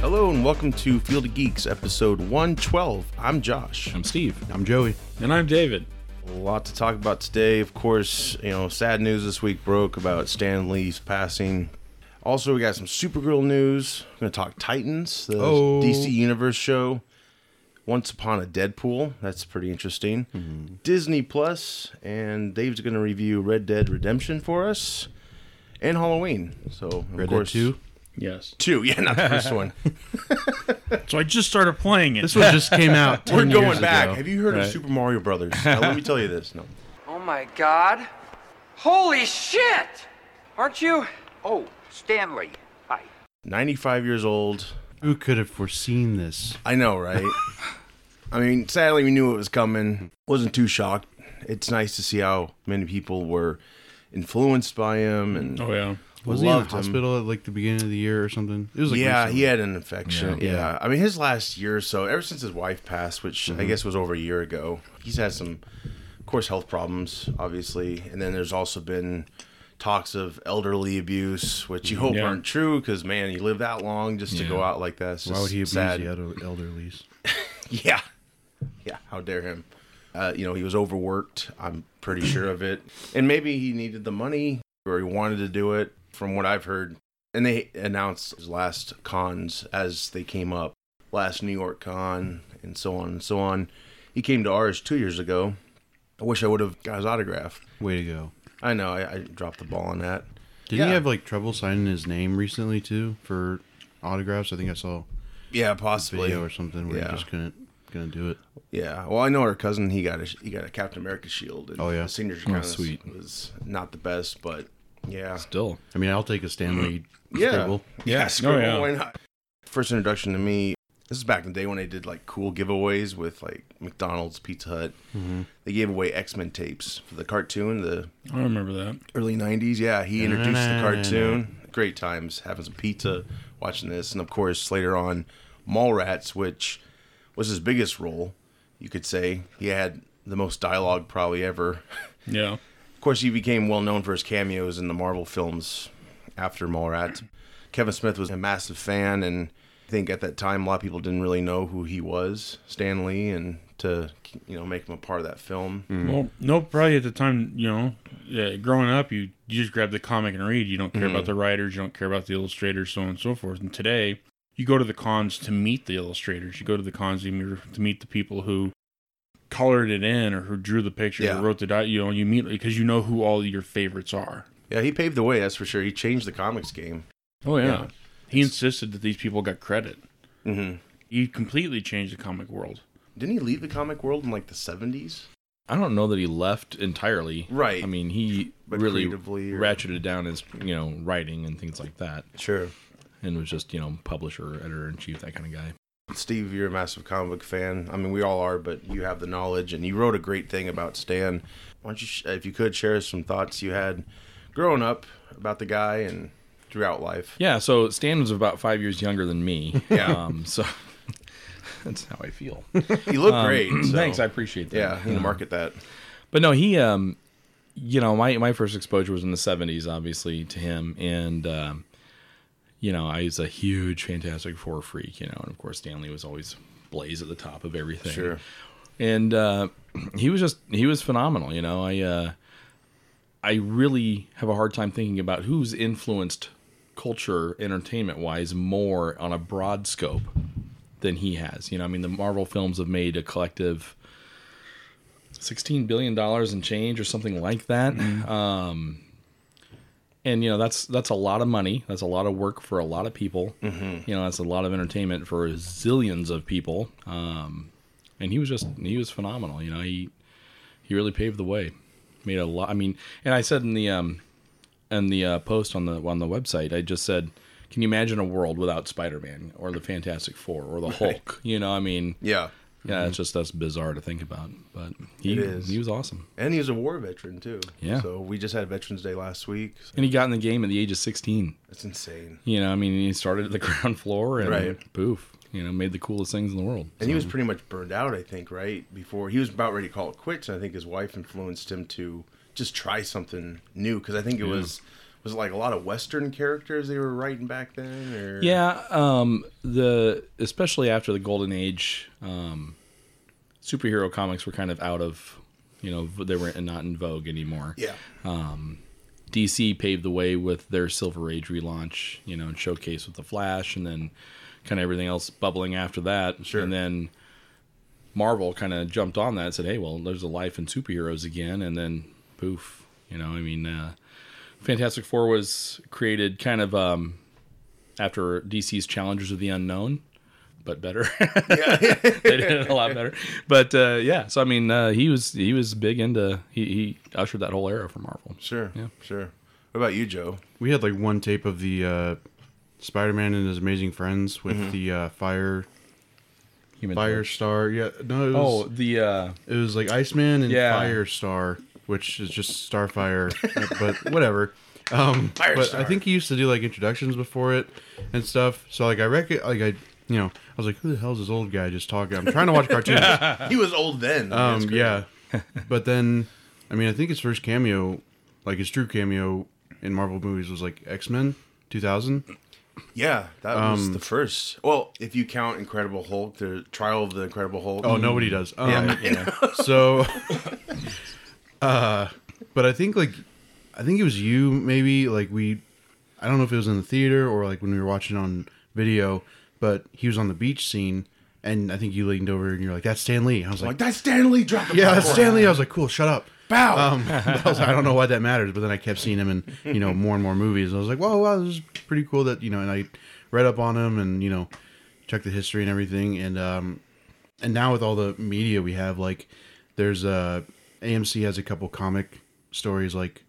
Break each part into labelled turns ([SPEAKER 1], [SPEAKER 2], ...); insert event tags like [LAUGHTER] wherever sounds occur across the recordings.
[SPEAKER 1] Hello and welcome to Field of Geeks, episode 112. I'm Josh.
[SPEAKER 2] I'm Steve.
[SPEAKER 3] I'm Joey.
[SPEAKER 2] And I'm David.
[SPEAKER 1] A lot to talk about today. Of course, you know, sad news this week broke about Stan Lee's passing. Also, we got some Supergirl news. We're going to talk Titans, the
[SPEAKER 3] Oh.
[SPEAKER 1] DC Universe show. Once Upon a Deadpool. That's pretty interesting.
[SPEAKER 3] Mm-hmm.
[SPEAKER 1] Disney Plus, and Dave's going to review Red Dead Redemption for us and Halloween. So, of
[SPEAKER 3] Red Dead
[SPEAKER 1] course,
[SPEAKER 3] 2?
[SPEAKER 2] Yes.
[SPEAKER 1] Two, yeah, not
[SPEAKER 3] [LAUGHS]
[SPEAKER 1] the first one.
[SPEAKER 2] So I just started playing it.
[SPEAKER 3] This one just came
[SPEAKER 1] [LAUGHS]
[SPEAKER 3] out. 10
[SPEAKER 1] We're
[SPEAKER 3] years
[SPEAKER 1] going back.
[SPEAKER 3] ago.
[SPEAKER 1] Have you heard of Super Mario
[SPEAKER 3] [LAUGHS]
[SPEAKER 1] Brothers? Now, let me tell you this. No.
[SPEAKER 4] Oh my god. Holy shit! Aren't you? Oh, Stanley. Hi.
[SPEAKER 1] 95 years old.
[SPEAKER 3] Who could have foreseen this?
[SPEAKER 1] I know, right? I mean, sadly, we knew it was coming. Wasn't too shocked. It's nice to see how many people were influenced by him and
[SPEAKER 2] oh yeah.
[SPEAKER 3] Was he in the
[SPEAKER 1] loved him.
[SPEAKER 3] hospital at like the beginning of the year or something? It was like
[SPEAKER 1] yeah,
[SPEAKER 3] recently.
[SPEAKER 1] he had an infection. Yeah.
[SPEAKER 3] Yeah.
[SPEAKER 1] I mean, his last year or so, ever since his wife passed, which
[SPEAKER 3] Mm-hmm.
[SPEAKER 1] I guess was over a year ago, he's had some, of course, health problems, obviously. And then there's also been talks of elderly abuse, which
[SPEAKER 3] Mm-hmm.
[SPEAKER 1] you hope
[SPEAKER 2] Yeah.
[SPEAKER 1] aren't true because, man, you live that long just to go
[SPEAKER 2] Yeah.
[SPEAKER 1] out like that. It's
[SPEAKER 3] Why would he abuse
[SPEAKER 1] sad.
[SPEAKER 3] the elder- elderlies?
[SPEAKER 1] Yeah. Yeah. How dare him? Uh, you know, he was overworked. I'm pretty sure of it. And maybe he needed the money or he wanted to do it, from what I've heard. And they announced his last cons as they came up last New York con and so on and so on. He came to ours two years ago. I wish I would have got his autograph.
[SPEAKER 3] Way to go!
[SPEAKER 1] I know, I, I dropped the ball on that.
[SPEAKER 3] Did
[SPEAKER 1] Yeah.
[SPEAKER 3] he have like trouble signing his name recently too for autographs? I think I saw
[SPEAKER 1] Yeah,
[SPEAKER 3] a
[SPEAKER 1] possibly.
[SPEAKER 3] video or something where
[SPEAKER 1] Yeah.
[SPEAKER 3] he just couldn't gonna do it.
[SPEAKER 1] Yeah. Well, I know her cousin. He got a he got a Captain America shield. And
[SPEAKER 3] Oh, yeah?
[SPEAKER 1] The senior
[SPEAKER 2] Oh,
[SPEAKER 1] kind of
[SPEAKER 2] sweet.
[SPEAKER 1] was not the best, but yeah,
[SPEAKER 2] Still.
[SPEAKER 3] I mean, I'll take a Stanley.
[SPEAKER 1] [CLEARS THROAT] Yeah.
[SPEAKER 3] scribble.
[SPEAKER 2] Yeah.
[SPEAKER 1] Scribble,
[SPEAKER 2] Oh, yeah.
[SPEAKER 1] Why not? First introduction to me. This is back in the day when they did like cool giveaways with like McDonald's, Pizza Hut. They gave away X Men tapes for the cartoon, the
[SPEAKER 2] I remember that.
[SPEAKER 1] early '90s. Yeah, he introduced the cartoon. Great times having some pizza, watching this, and of course later on, Mallrats, which was his biggest role, you could say. He had the most dialogue probably ever. [LAUGHS]
[SPEAKER 2] Yeah.
[SPEAKER 1] Of course, he became well known for his cameos in the Marvel films after Mallrats. Kevin Smith was a massive fan, and I think at that time a lot of people didn't really know who he was, Stan Lee, and to you know make him a part of that film.
[SPEAKER 2] Well, no, probably at the time, you know, yeah, growing up, you, you just grab the comic and read. You don't care about the writers, you don't care about the illustrators, so on and so forth. And today, you go to the cons to meet the illustrators. You go to the cons to meet- to meet the people who colored it in or who drew the picture
[SPEAKER 1] Yeah.
[SPEAKER 2] or wrote the dot. You know, you meet because you know who all your favorites are.
[SPEAKER 1] Yeah, he paved the way, that's for sure. He changed the comics game.
[SPEAKER 2] Oh
[SPEAKER 1] yeah.
[SPEAKER 2] He insisted that these people got credit.
[SPEAKER 1] hmm
[SPEAKER 2] He completely changed the comic world.
[SPEAKER 1] Didn't he leave the comic world in like the seventies?
[SPEAKER 5] I don't know that he left entirely.
[SPEAKER 1] Right.
[SPEAKER 5] I mean, he
[SPEAKER 1] But
[SPEAKER 5] really
[SPEAKER 1] creatively or-
[SPEAKER 5] ratcheted down his, you know, writing and things like that,
[SPEAKER 1] Sure.
[SPEAKER 5] and was just, you know, publisher, editor in chief, that kind of guy.
[SPEAKER 1] Steve, you're a massive comic book fan. I mean, we all are, but you have the knowledge, and you wrote a great thing about Stan. Why don't you, sh- if you could, share some thoughts you had growing up about the guy and throughout life?
[SPEAKER 5] Yeah. So Stan was about five years younger than me.
[SPEAKER 1] Yeah.
[SPEAKER 5] Um, so [LAUGHS] that's how I feel.
[SPEAKER 1] He looked great. so-
[SPEAKER 5] Um, [CLEARS THROAT] Thanks, I appreciate that.
[SPEAKER 1] yeah, you need to market that.
[SPEAKER 5] But no, he, um, you know, my, my first exposure was in the 70s, obviously, to him. And, um, you know, I was a huge Fantastic Four freak, you know, and of course, Stanley was always blaze at the top of everything.
[SPEAKER 1] Sure.
[SPEAKER 5] And uh, he was just, he was phenomenal, you know. I, uh, I really have a hard time thinking about who's influenced culture, entertainment wise, more on a broad scope than he has. You know, I mean, the Marvel films have made a collective sixteen billion dollars in change or something like that. Um, and you know that's that's a lot of money. That's a lot of work for a lot of people. You know that's a lot of entertainment for zillions of people. Um, and he was just he was phenomenal. You know he he really paved the way. Made a lot. I mean, and I said in the um, in the uh, post on the on the website, I just said Can you imagine a world without Spider-Man or the Fantastic Four or the Hulk? You know, I mean,
[SPEAKER 1] Yeah.
[SPEAKER 5] yeah, it's just that's bizarre to think about, but he
[SPEAKER 1] Mm-hmm. It is.
[SPEAKER 5] he was awesome.
[SPEAKER 1] And he was a war veteran too.
[SPEAKER 5] Yeah.
[SPEAKER 1] So we just had Veterans Day last week.
[SPEAKER 5] And he got in the game at the age of 16.
[SPEAKER 1] That's insane.
[SPEAKER 5] You know, I mean, he started at the [LAUGHS] ground floor and
[SPEAKER 1] Right.
[SPEAKER 5] poof, you know, made the coolest things in the world.
[SPEAKER 1] And he was pretty much burned out, I think, right? Before he was about ready to call it quits. And I think his wife influenced him to just try something new because I think it was was it like a lot of Western characters they were writing back then. Or
[SPEAKER 5] Yeah, um, the especially after the golden age, um, superhero comics were kind of out of, you know, they were not in vogue anymore.
[SPEAKER 1] yeah,
[SPEAKER 5] DC paved the way with their Silver Age relaunch, you know, and showcase with the Flash, and then kind of everything else bubbling after that.
[SPEAKER 1] Sure.
[SPEAKER 5] And then Marvel kind of jumped on that and said, "Hey, well, there's a life in superheroes again," and then poof, you know, I mean, uh, Fantastic Four was created kind of um, after DC's Challengers of the Unknown, but better. [LAUGHS] they did it a lot better. But uh, yeah, so I mean, uh, he was he was big into he, he ushered that whole era for Marvel.
[SPEAKER 1] sure,
[SPEAKER 5] Yeah.
[SPEAKER 1] sure. What about you, Joe?
[SPEAKER 3] We had like one tape of the uh, Spider-Man and his amazing friends with
[SPEAKER 1] Mm-hmm.
[SPEAKER 3] the uh, fire
[SPEAKER 5] Human
[SPEAKER 3] fire
[SPEAKER 5] Torch.
[SPEAKER 3] star. Yeah, no, it
[SPEAKER 5] Oh,
[SPEAKER 3] was,
[SPEAKER 5] the uh,
[SPEAKER 3] it was like Iceman and
[SPEAKER 5] Yeah.
[SPEAKER 3] fire star, which is just Starfire, but whatever. Um,
[SPEAKER 1] Fire
[SPEAKER 3] but
[SPEAKER 1] Star.
[SPEAKER 3] I think he used to do like introductions before it and stuff. So like I reckon, like I, you know, I was like, who the hell's this old guy just talking? I'm trying to watch cartoons.
[SPEAKER 1] He was old then.
[SPEAKER 3] Um,
[SPEAKER 1] That's crazy.
[SPEAKER 3] yeah, but then, I mean, I think his first cameo, like his true cameo in Marvel movies, was like X Men 2000.
[SPEAKER 1] yeah. That was the first. Well, if you count Incredible Hulk, the Trial of the Incredible Hulk.
[SPEAKER 3] Oh, nobody does. Um,
[SPEAKER 1] Yeah.
[SPEAKER 3] So, [LAUGHS] uh, but I think like, I think it was you maybe like we, I don't know if it was in the theater or like when we were watching on video, but he was on the beach scene, and I think you leaned over and you're like, "That's Stan Lee." I was like,
[SPEAKER 1] like that's Stanley dropping.
[SPEAKER 3] "Yeah, that's Stan Lee." I was like, "Cool, shut up."
[SPEAKER 1] Bow. [LAUGHS]
[SPEAKER 3] Um, [LAUGHS] I, was like, I don't know why that matters, but then I kept seeing him in you know more and more movies. I was like, "Whoa, wow, this is pretty cool." That you know, and I read up on him and you know checked the history and everything. And um, and now with all the media we have, like there's uh AMC has a couple comic stories like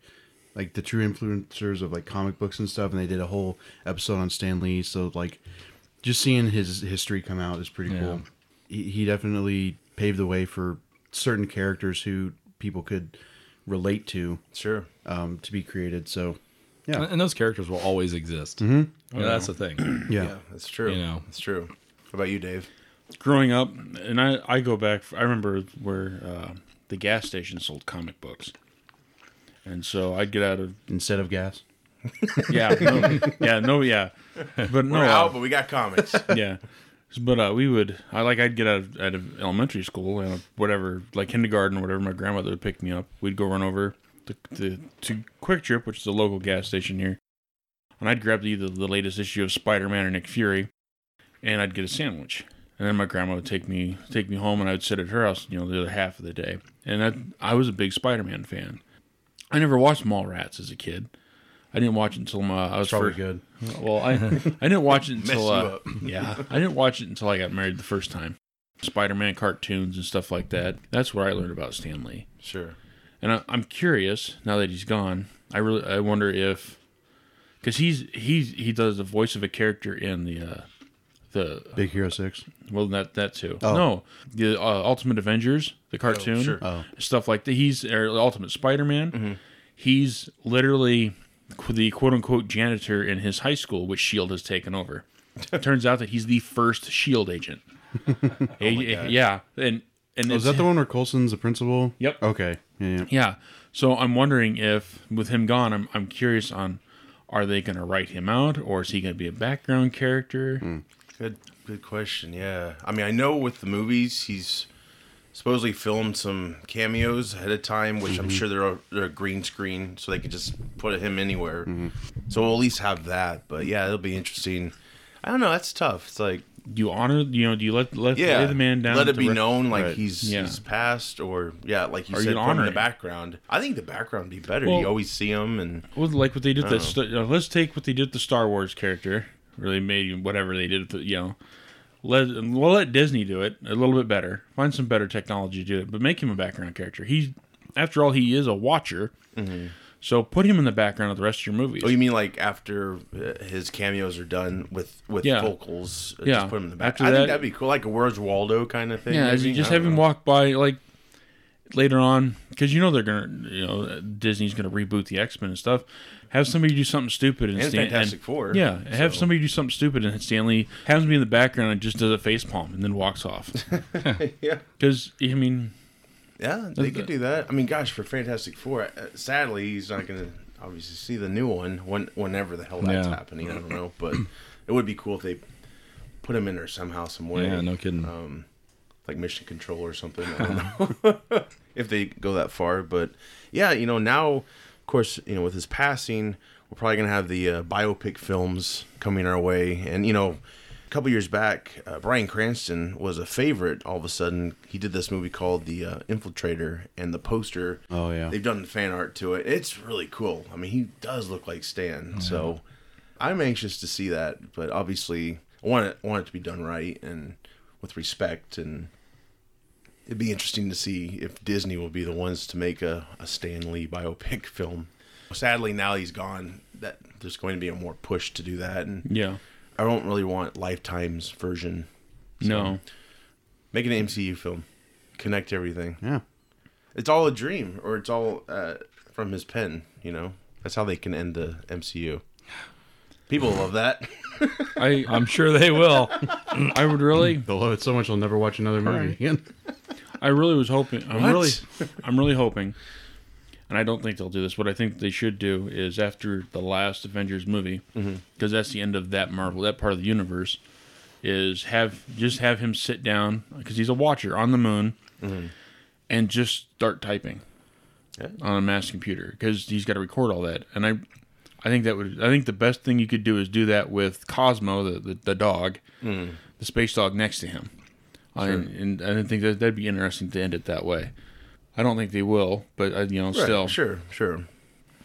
[SPEAKER 3] like the true influencers of like comic books and stuff, and they did a whole episode on Stan Lee. So like just seeing his history come out is pretty cool. He, he definitely paved the way for certain characters who people could relate to
[SPEAKER 1] sure.
[SPEAKER 3] um, to be created. So
[SPEAKER 5] and and those characters will always exist. You know, that's
[SPEAKER 3] [CLEARS THROAT]
[SPEAKER 5] the thing.
[SPEAKER 3] yeah,
[SPEAKER 1] Yeah, that's true.
[SPEAKER 5] You know.
[SPEAKER 1] that's true. What about you, Dave?
[SPEAKER 2] growing up, and I, I go back. I remember where uh, the gas station sold comic books, and so I'd get out of
[SPEAKER 3] instead of gas.
[SPEAKER 2] yeah, no, [LAUGHS] yeah, no, yeah, but no,
[SPEAKER 1] We're
[SPEAKER 2] uh,
[SPEAKER 1] out, but we got comics.
[SPEAKER 2] [LAUGHS] yeah. But uh, we would, I like, I'd get out of, out of elementary school and whatever, like kindergarten or whatever. My grandmother would pick me up. We'd go run over to, to, to Quick Trip, which is a local gas station here, and I'd grab either the latest issue of Spider Man or Nick Fury, and I'd get a sandwich. And then my grandma would take me take me home, and I would sit at her house, you know, the other half of the day. And I, I was a big Spider Man fan. I never watched Mallrats as a kid. I didn't watch it until my, I was
[SPEAKER 3] Probably
[SPEAKER 2] fir-
[SPEAKER 3] good.
[SPEAKER 2] well, I I didn't watch it until
[SPEAKER 1] you
[SPEAKER 2] uh,
[SPEAKER 1] up.
[SPEAKER 2] yeah, I didn't watch it until I got married the first time. Spider-Man cartoons and stuff like that. That's where I learned about Stan Lee.
[SPEAKER 1] sure.
[SPEAKER 2] And I, I'm curious now that he's gone. I really I wonder if because he's he's he does the voice of a character in the uh, the
[SPEAKER 3] Big Hero Six.
[SPEAKER 2] well that that too.
[SPEAKER 3] Oh.
[SPEAKER 2] No, the uh, Ultimate Avengers, the cartoon,
[SPEAKER 1] Oh, sure.
[SPEAKER 3] Oh.
[SPEAKER 1] Mm-hmm.
[SPEAKER 2] stuff like that. He's or Ultimate Spider-Man. He's literally qu- the quote-unquote janitor in his high school, which Shield E has taken over.
[SPEAKER 1] [LAUGHS]
[SPEAKER 2] it turns out that he's the first Shield E agent.
[SPEAKER 1] Oh
[SPEAKER 2] Eh, eh, yeah, and and
[SPEAKER 3] Was
[SPEAKER 2] it's-
[SPEAKER 3] Oh, that the one where Colson's the principal?
[SPEAKER 2] Yep.
[SPEAKER 3] Okay. Yeah. yeah.
[SPEAKER 2] yeah. So I'm wondering if with him gone, I'm I'm curious on are they going to write him out or is he going to be a background character?
[SPEAKER 3] Hmm.
[SPEAKER 1] Good, good question. Yeah, I mean, I know with the movies, he's supposedly filmed some cameos ahead of time, which
[SPEAKER 2] Mm-hmm.
[SPEAKER 1] I'm sure they're a, they're a green screen, so they can just put him anywhere.
[SPEAKER 2] Mm-hmm.
[SPEAKER 1] So we'll at least have that. But yeah, it'll be interesting. I don't know. That's tough. It's like
[SPEAKER 2] Do you honor, you know, do you let let
[SPEAKER 1] yeah,
[SPEAKER 2] lay the man down?
[SPEAKER 1] let
[SPEAKER 2] at
[SPEAKER 1] it
[SPEAKER 2] the
[SPEAKER 1] be
[SPEAKER 2] re-
[SPEAKER 1] known like
[SPEAKER 3] Right.
[SPEAKER 1] he's
[SPEAKER 2] Yeah.
[SPEAKER 1] he's passed, or yeah, like you
[SPEAKER 2] Or
[SPEAKER 1] said,
[SPEAKER 2] you'd
[SPEAKER 1] put him
[SPEAKER 2] honor
[SPEAKER 1] in the
[SPEAKER 2] him.
[SPEAKER 1] background. I think the background would be better.
[SPEAKER 2] Well-
[SPEAKER 1] you always see him, and
[SPEAKER 2] Well, like what they did that. St- uh, let's take what they did the Star Wars character. Really made him- whatever they did. To, you know, let we'll let Disney do it a little bit better. Find some better technology to do it, but make him a background character. He's after all, he is a watcher. So put him in the background of the rest of your movies.
[SPEAKER 1] Oh, you mean like after uh, his cameos are done with with
[SPEAKER 2] Yeah.
[SPEAKER 1] vocals? uh,
[SPEAKER 2] Yeah.
[SPEAKER 1] just put him in the back.
[SPEAKER 2] After
[SPEAKER 1] I
[SPEAKER 2] that-
[SPEAKER 1] think that'd be cool, like a Where's Waldo kind of thing.
[SPEAKER 2] yeah, as you
[SPEAKER 1] maybe?
[SPEAKER 2] just
[SPEAKER 1] I
[SPEAKER 2] have
[SPEAKER 1] don't
[SPEAKER 2] him
[SPEAKER 1] know.
[SPEAKER 2] walk by like later on because you know they're gonna you know Disney's gonna reboot the X Men and stuff. Have somebody do something stupid and,
[SPEAKER 1] And
[SPEAKER 2] Stan-
[SPEAKER 1] Fantastic Four,
[SPEAKER 2] Yeah, have
[SPEAKER 1] so-
[SPEAKER 2] somebody do something stupid and Stanley has him be in the background and just does a face palm and then
[SPEAKER 1] [LAUGHS]
[SPEAKER 2] walks off.
[SPEAKER 1] Yeah.
[SPEAKER 2] because I mean,
[SPEAKER 1] Yeah, they
[SPEAKER 2] the-
[SPEAKER 1] could do that. I mean, gosh, for Fantastic Four, uh, sadly, he's not going to obviously see the new one when whenever the hell that's
[SPEAKER 5] Yeah.
[SPEAKER 1] happening. I don't know, but it would be cool if they put him in there somehow, some way.
[SPEAKER 5] Yeah, no kidding.
[SPEAKER 1] like Mission Control or something. I
[SPEAKER 3] [LAUGHS]
[SPEAKER 1] don't know [LAUGHS] if they go that far, but yeah, you know, now of course, you know, with his passing, we're probably gonna have the uh, biopic films coming our way, and you know. A couple years back, uh, Brian Cranston was a favorite. All of a sudden, he did this movie called The uh, Infiltrator, and the poster.
[SPEAKER 3] Oh, yeah.
[SPEAKER 1] they've done fan art to it. It's really cool. I mean, he does look like Stan.
[SPEAKER 3] Mm-hmm.
[SPEAKER 1] So, I'm anxious to see that, but obviously I want it want it to be done right and with respect and it'd be interesting to see if Disney will be the ones to make a, a Stan Lee biopic [LAUGHS] film. Sadly now he's gone that there's going to be a more push to do that and
[SPEAKER 2] yeah,
[SPEAKER 1] I don't really want Lifetime's version.
[SPEAKER 2] no,
[SPEAKER 1] Make an MCU film. Connect everything.
[SPEAKER 3] Yeah.
[SPEAKER 1] It's all a dream or it's all uh, from his pen, you know. That's how they can end the MCU. People love that. [LAUGHS]
[SPEAKER 2] I
[SPEAKER 5] I'm sure they will.
[SPEAKER 2] I would really.
[SPEAKER 3] They'll love it so much they'll never watch another movie again.
[SPEAKER 2] I really was hoping. I'm
[SPEAKER 1] What?
[SPEAKER 2] really, I'm really hoping, and I don't think they'll do this. What I think they should do is after the last Avengers movie, because that's the end of that Marvel, that part of the universe, is have just have him sit down because he's a watcher on the moon, and just start typing
[SPEAKER 1] Mm-hmm. Yeah.
[SPEAKER 2] on a mass computer because he's got to record all that. And I, I think that would. I think the best thing you could do is do that with Cosmo, the the, the dog,
[SPEAKER 1] Mm-hmm.
[SPEAKER 2] the space dog next to him. I, and I didn't think that that'd be interesting to end it that way. I don't think they will, but I, you know,
[SPEAKER 1] Right,
[SPEAKER 2] still,
[SPEAKER 1] Sure, sure.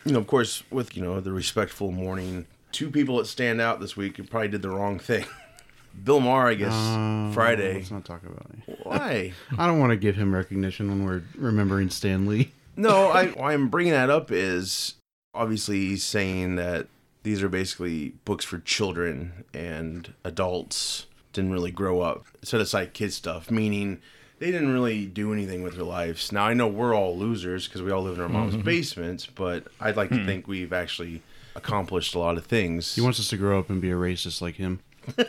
[SPEAKER 1] You know, of course, with you know the respectful mourning, two people that stand out this week who probably did the wrong thing. [LAUGHS] Bill Maher, I guess, Friday.
[SPEAKER 3] Let's not talk about it.
[SPEAKER 1] Why?
[SPEAKER 3] I don't want to give him recognition when we're remembering Stan Lee.
[SPEAKER 1] No, I, why I'm bringing that up is obviously he's saying that these are basically books for children and adults didn't really grow up, set aside kid stuff, meaning they didn't really do anything with their lives. Now, I know we're all losers because we all live in our mom's basements, but I'd like to think we've actually accomplished a lot of things.
[SPEAKER 3] He wants us to grow up and be a racist like him.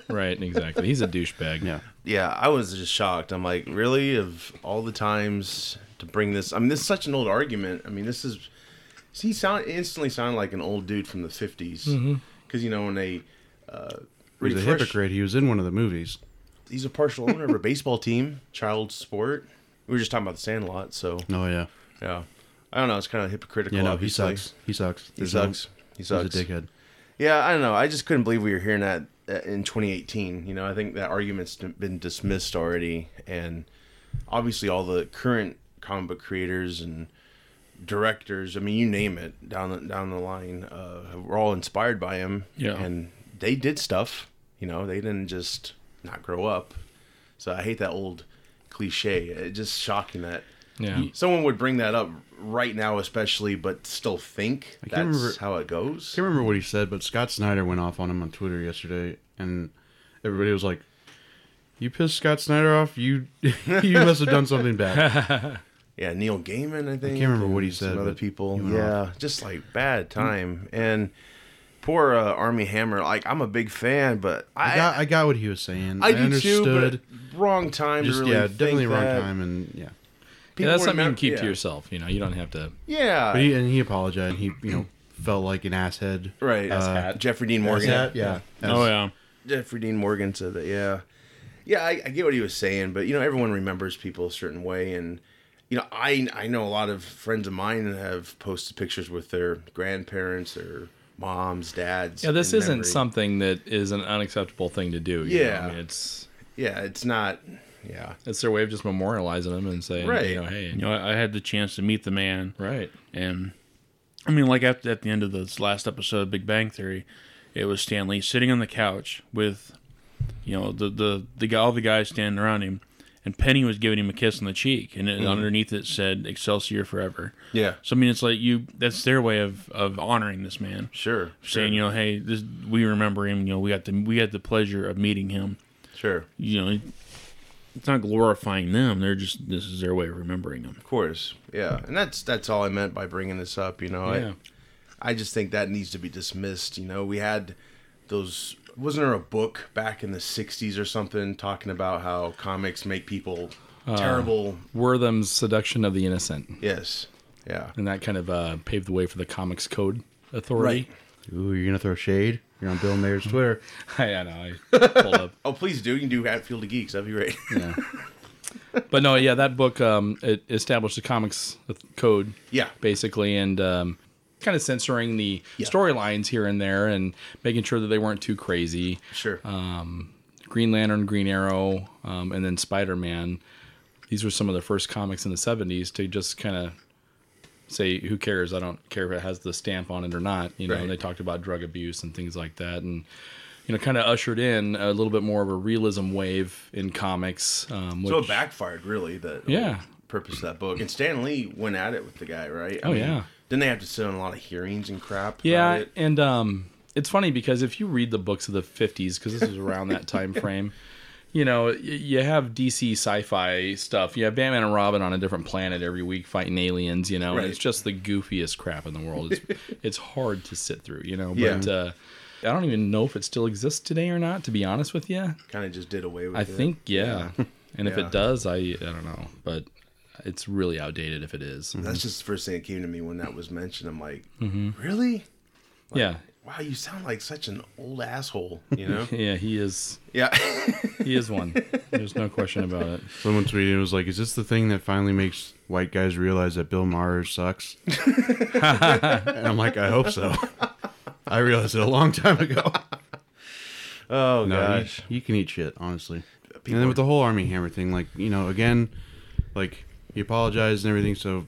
[SPEAKER 5] right, exactly. He's a douchebag.
[SPEAKER 3] Yeah.
[SPEAKER 1] yeah, I was just shocked. I'm like, really? Of all the times to bring this, I mean, this is such an old argument. I mean, this is see, he sound instantly sounded like an old dude from the 50s because you know when they uh,
[SPEAKER 3] Mm-hmm. He's a
[SPEAKER 1] refresh-
[SPEAKER 3] hypocrite. He was in one of the movies.
[SPEAKER 1] He's a partial owner of a baseball team, child sport. We were just talking about the Sandlot, so
[SPEAKER 3] Oh yeah.
[SPEAKER 1] yeah, I don't know. It's kind of hypocritical.
[SPEAKER 3] Yeah, no, he
[SPEAKER 1] obviously.
[SPEAKER 3] sucks. He sucks.
[SPEAKER 1] He sucks. he
[SPEAKER 3] No,
[SPEAKER 1] sucks.
[SPEAKER 3] he's a dickhead.
[SPEAKER 1] Yeah, I don't know. I just couldn't believe we were hearing that uh, in 2018. You know, I think that argument's been dismissed already, and obviously all the current comic book creators and directors, I mean, you name it, down the, down the line, uh, were all inspired by him.
[SPEAKER 2] Yeah.
[SPEAKER 1] and they did stuff. You know, they didn't just not grow up. So I hate that old cliche. It's just shocking that.
[SPEAKER 5] Yeah.
[SPEAKER 1] Someone would bring that up right now, especially, but still think that's
[SPEAKER 3] can't remember-
[SPEAKER 1] how it goes.
[SPEAKER 3] can't remember what he said, but Scott Snyder went off on him on Twitter yesterday, and everybody was like, "You pissed Scott Snyder off. You [LAUGHS] you must have done something
[SPEAKER 1] [LAUGHS]
[SPEAKER 3] bad."
[SPEAKER 1] Yeah, Neil Gaiman, I think.
[SPEAKER 3] remember what he
[SPEAKER 1] and some
[SPEAKER 3] said,
[SPEAKER 1] Other
[SPEAKER 3] but
[SPEAKER 1] people.
[SPEAKER 3] he went
[SPEAKER 1] Yeah, just like bad time. And poor uh, Army Hammer. Like I'm a big fan, but I
[SPEAKER 3] I got, I got what he was saying.
[SPEAKER 1] I,
[SPEAKER 3] I,
[SPEAKER 1] do
[SPEAKER 3] understood.
[SPEAKER 1] too. But wrong time.
[SPEAKER 3] Just
[SPEAKER 1] to really
[SPEAKER 3] yeah, definitely
[SPEAKER 1] think
[SPEAKER 3] wrong
[SPEAKER 1] that.
[SPEAKER 3] time, and yeah.
[SPEAKER 1] People
[SPEAKER 5] that's
[SPEAKER 1] were
[SPEAKER 5] something you can
[SPEAKER 1] not-
[SPEAKER 5] keep
[SPEAKER 1] yeah.
[SPEAKER 5] to yourself. You know, you don't have to.
[SPEAKER 1] Yeah,
[SPEAKER 3] But he, and he apologized. He you know felt like an asshead.
[SPEAKER 1] right.
[SPEAKER 3] Uh,
[SPEAKER 1] Jeffrey Dean Morgan.
[SPEAKER 3] Asshat, yeah.
[SPEAKER 2] Oh yeah,
[SPEAKER 1] Jeffrey Dean Morgan said that. Yeah, yeah, I, I get what he was saying, but you know, everyone remembers people a certain way, and you know, I I know a lot of friends of mine that have posted pictures with their grandparents or moms, dads.
[SPEAKER 5] Yeah, this
[SPEAKER 1] in
[SPEAKER 5] isn't
[SPEAKER 1] memory.
[SPEAKER 5] something that is an unacceptable thing to do. you know?
[SPEAKER 1] Yeah.
[SPEAKER 5] I mean, it's
[SPEAKER 1] Yeah, it's not. Yeah,
[SPEAKER 5] it's their way of just memorializing them and saying,
[SPEAKER 1] Right.
[SPEAKER 5] you know, hey,
[SPEAKER 2] you know, I, I had the chance to meet the man,
[SPEAKER 5] right.
[SPEAKER 2] and I mean, like at, at the end of this last episode of Big Bang Theory, it was Stanley sitting on the couch with, you know, the the the guy, all the guys standing around him, and Penny was giving him a kiss on the cheek, and it, underneath it said "Excelsior forever."
[SPEAKER 1] Yeah.
[SPEAKER 2] So I mean, it's like you—that's their way of of honoring this man,
[SPEAKER 1] Sure. Sure.
[SPEAKER 2] saying, you know, hey, this we remember him. You know, we got the we had the pleasure of meeting him.
[SPEAKER 1] Sure.
[SPEAKER 2] You know, it's not glorifying them. They're just this is their way of remembering him.
[SPEAKER 1] Of course. Yeah. And that's that's all I meant by bringing this up. You know,
[SPEAKER 5] Yeah.
[SPEAKER 1] I I just think that needs to be dismissed. You know, we had those. Wasn't there a book back in the '60s or something talking about how comics make people
[SPEAKER 5] Uh.
[SPEAKER 1] terrible?
[SPEAKER 5] Wortham's Seduction of the Innocent,
[SPEAKER 1] Yes. Yeah.
[SPEAKER 5] and that kind of uh, paved the way for the Comics Code Authority.
[SPEAKER 3] Ooh, you're gonna throw shade. You're on Bill Mayer's Twitter.
[SPEAKER 5] [LAUGHS] I, I know. I pulled up.
[SPEAKER 1] Oh, please do. You can do at Field of Geeks. That'd be great. [LAUGHS]
[SPEAKER 5] Yeah. but no, yeah, that book um, it established the comics code,
[SPEAKER 1] Yeah.
[SPEAKER 5] basically, and um, kind of censoring the storylines here and there, and making sure that they weren't too crazy.
[SPEAKER 1] Sure.
[SPEAKER 5] Uh, Green Lantern, Green Arrow, um, and then Spider Man. These were some of the first comics in the '70s to just kind of say, "Who cares? I don't care if it has the stamp on it or not." You know,
[SPEAKER 1] Right.
[SPEAKER 5] and they talked about drug abuse and things like that, and you know, kind of ushered in a little bit more of a realism wave in comics. Um, which,
[SPEAKER 1] so it backfired, really. The
[SPEAKER 5] Yeah.
[SPEAKER 1] purpose of that book. And Stan Lee went at it with the guy, right? I
[SPEAKER 5] Oh, yeah.
[SPEAKER 1] Then they have to sit on a lot of hearings and crap. about
[SPEAKER 5] Yeah,
[SPEAKER 1] it.
[SPEAKER 5] and um, it's funny because if you read the books of the '50s, because this is around
[SPEAKER 1] [LAUGHS]
[SPEAKER 5] that time frame, you know, y- you have DC sci-fi stuff. You have Batman and Robin on a different planet every week fighting aliens. You know,
[SPEAKER 1] Right.
[SPEAKER 5] and it's just the goofiest crap in the world. It's
[SPEAKER 1] [LAUGHS]
[SPEAKER 5] it's hard to sit through. You know, but
[SPEAKER 1] Yeah.
[SPEAKER 5] uh, I don't even know if it still exists today or not. To be honest with you,
[SPEAKER 1] Kind of just did away with
[SPEAKER 5] I
[SPEAKER 1] it.
[SPEAKER 5] think yeah. [LAUGHS] And if
[SPEAKER 1] Yeah.
[SPEAKER 5] it does, I I don't know, but it's really outdated if it is.
[SPEAKER 1] That's just the first thing that came to me when that was mentioned. I'm like,
[SPEAKER 5] Mm-hmm.
[SPEAKER 1] really?
[SPEAKER 5] Yeah,
[SPEAKER 1] Wow, you sound like such an old asshole. You know?
[SPEAKER 5] [LAUGHS] yeah, he is.
[SPEAKER 1] yeah. [LAUGHS]
[SPEAKER 5] He is one. There's no question about it.
[SPEAKER 3] Someone tweeted it was like, "Is this the thing that finally makes white guys realize that Bill Maher sucks?" [LAUGHS] and I'm like, "I hope [LAUGHS] so." I realized it a long time [LAUGHS] ago.
[SPEAKER 1] oh
[SPEAKER 3] No, you-
[SPEAKER 1] gosh.
[SPEAKER 3] You, can eat shit, honestly.
[SPEAKER 1] People
[SPEAKER 3] and then
[SPEAKER 1] are-
[SPEAKER 3] with the whole Army Hammer thing, like you know, again, like he apologized and everything. So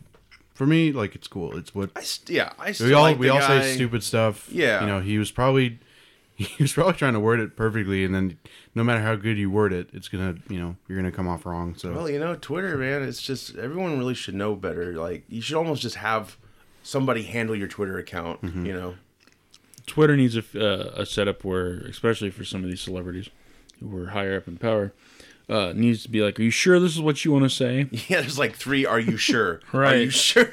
[SPEAKER 3] for me, like it's cool. It's what
[SPEAKER 1] I st- yeah. I still
[SPEAKER 3] we all
[SPEAKER 1] like the
[SPEAKER 3] we all
[SPEAKER 1] guy.
[SPEAKER 3] say stupid stuff.
[SPEAKER 1] Yeah.
[SPEAKER 3] you know, he was probably [LAUGHS] he was probably trying to word it perfectly, and then no matter how good you word it, it's gonna you know you're gonna come off wrong. So
[SPEAKER 1] Well, you know, Twitter, man, it's just everyone really should know better. Like, you should almost just have somebody handle your Twitter account.
[SPEAKER 3] Mm-hmm.
[SPEAKER 1] You know? [LAUGHS]
[SPEAKER 2] Twitter needs a, f- uh, a setup where, especially for some of these celebrities who are higher up in power, uh, needs to be like, "Are you sure this is what you want to [LAUGHS] say?
[SPEAKER 1] Yeah. There's like three. Are
[SPEAKER 3] [LAUGHS]
[SPEAKER 1] you sure? Are you
[SPEAKER 2] Right.
[SPEAKER 1] sure? [LAUGHS]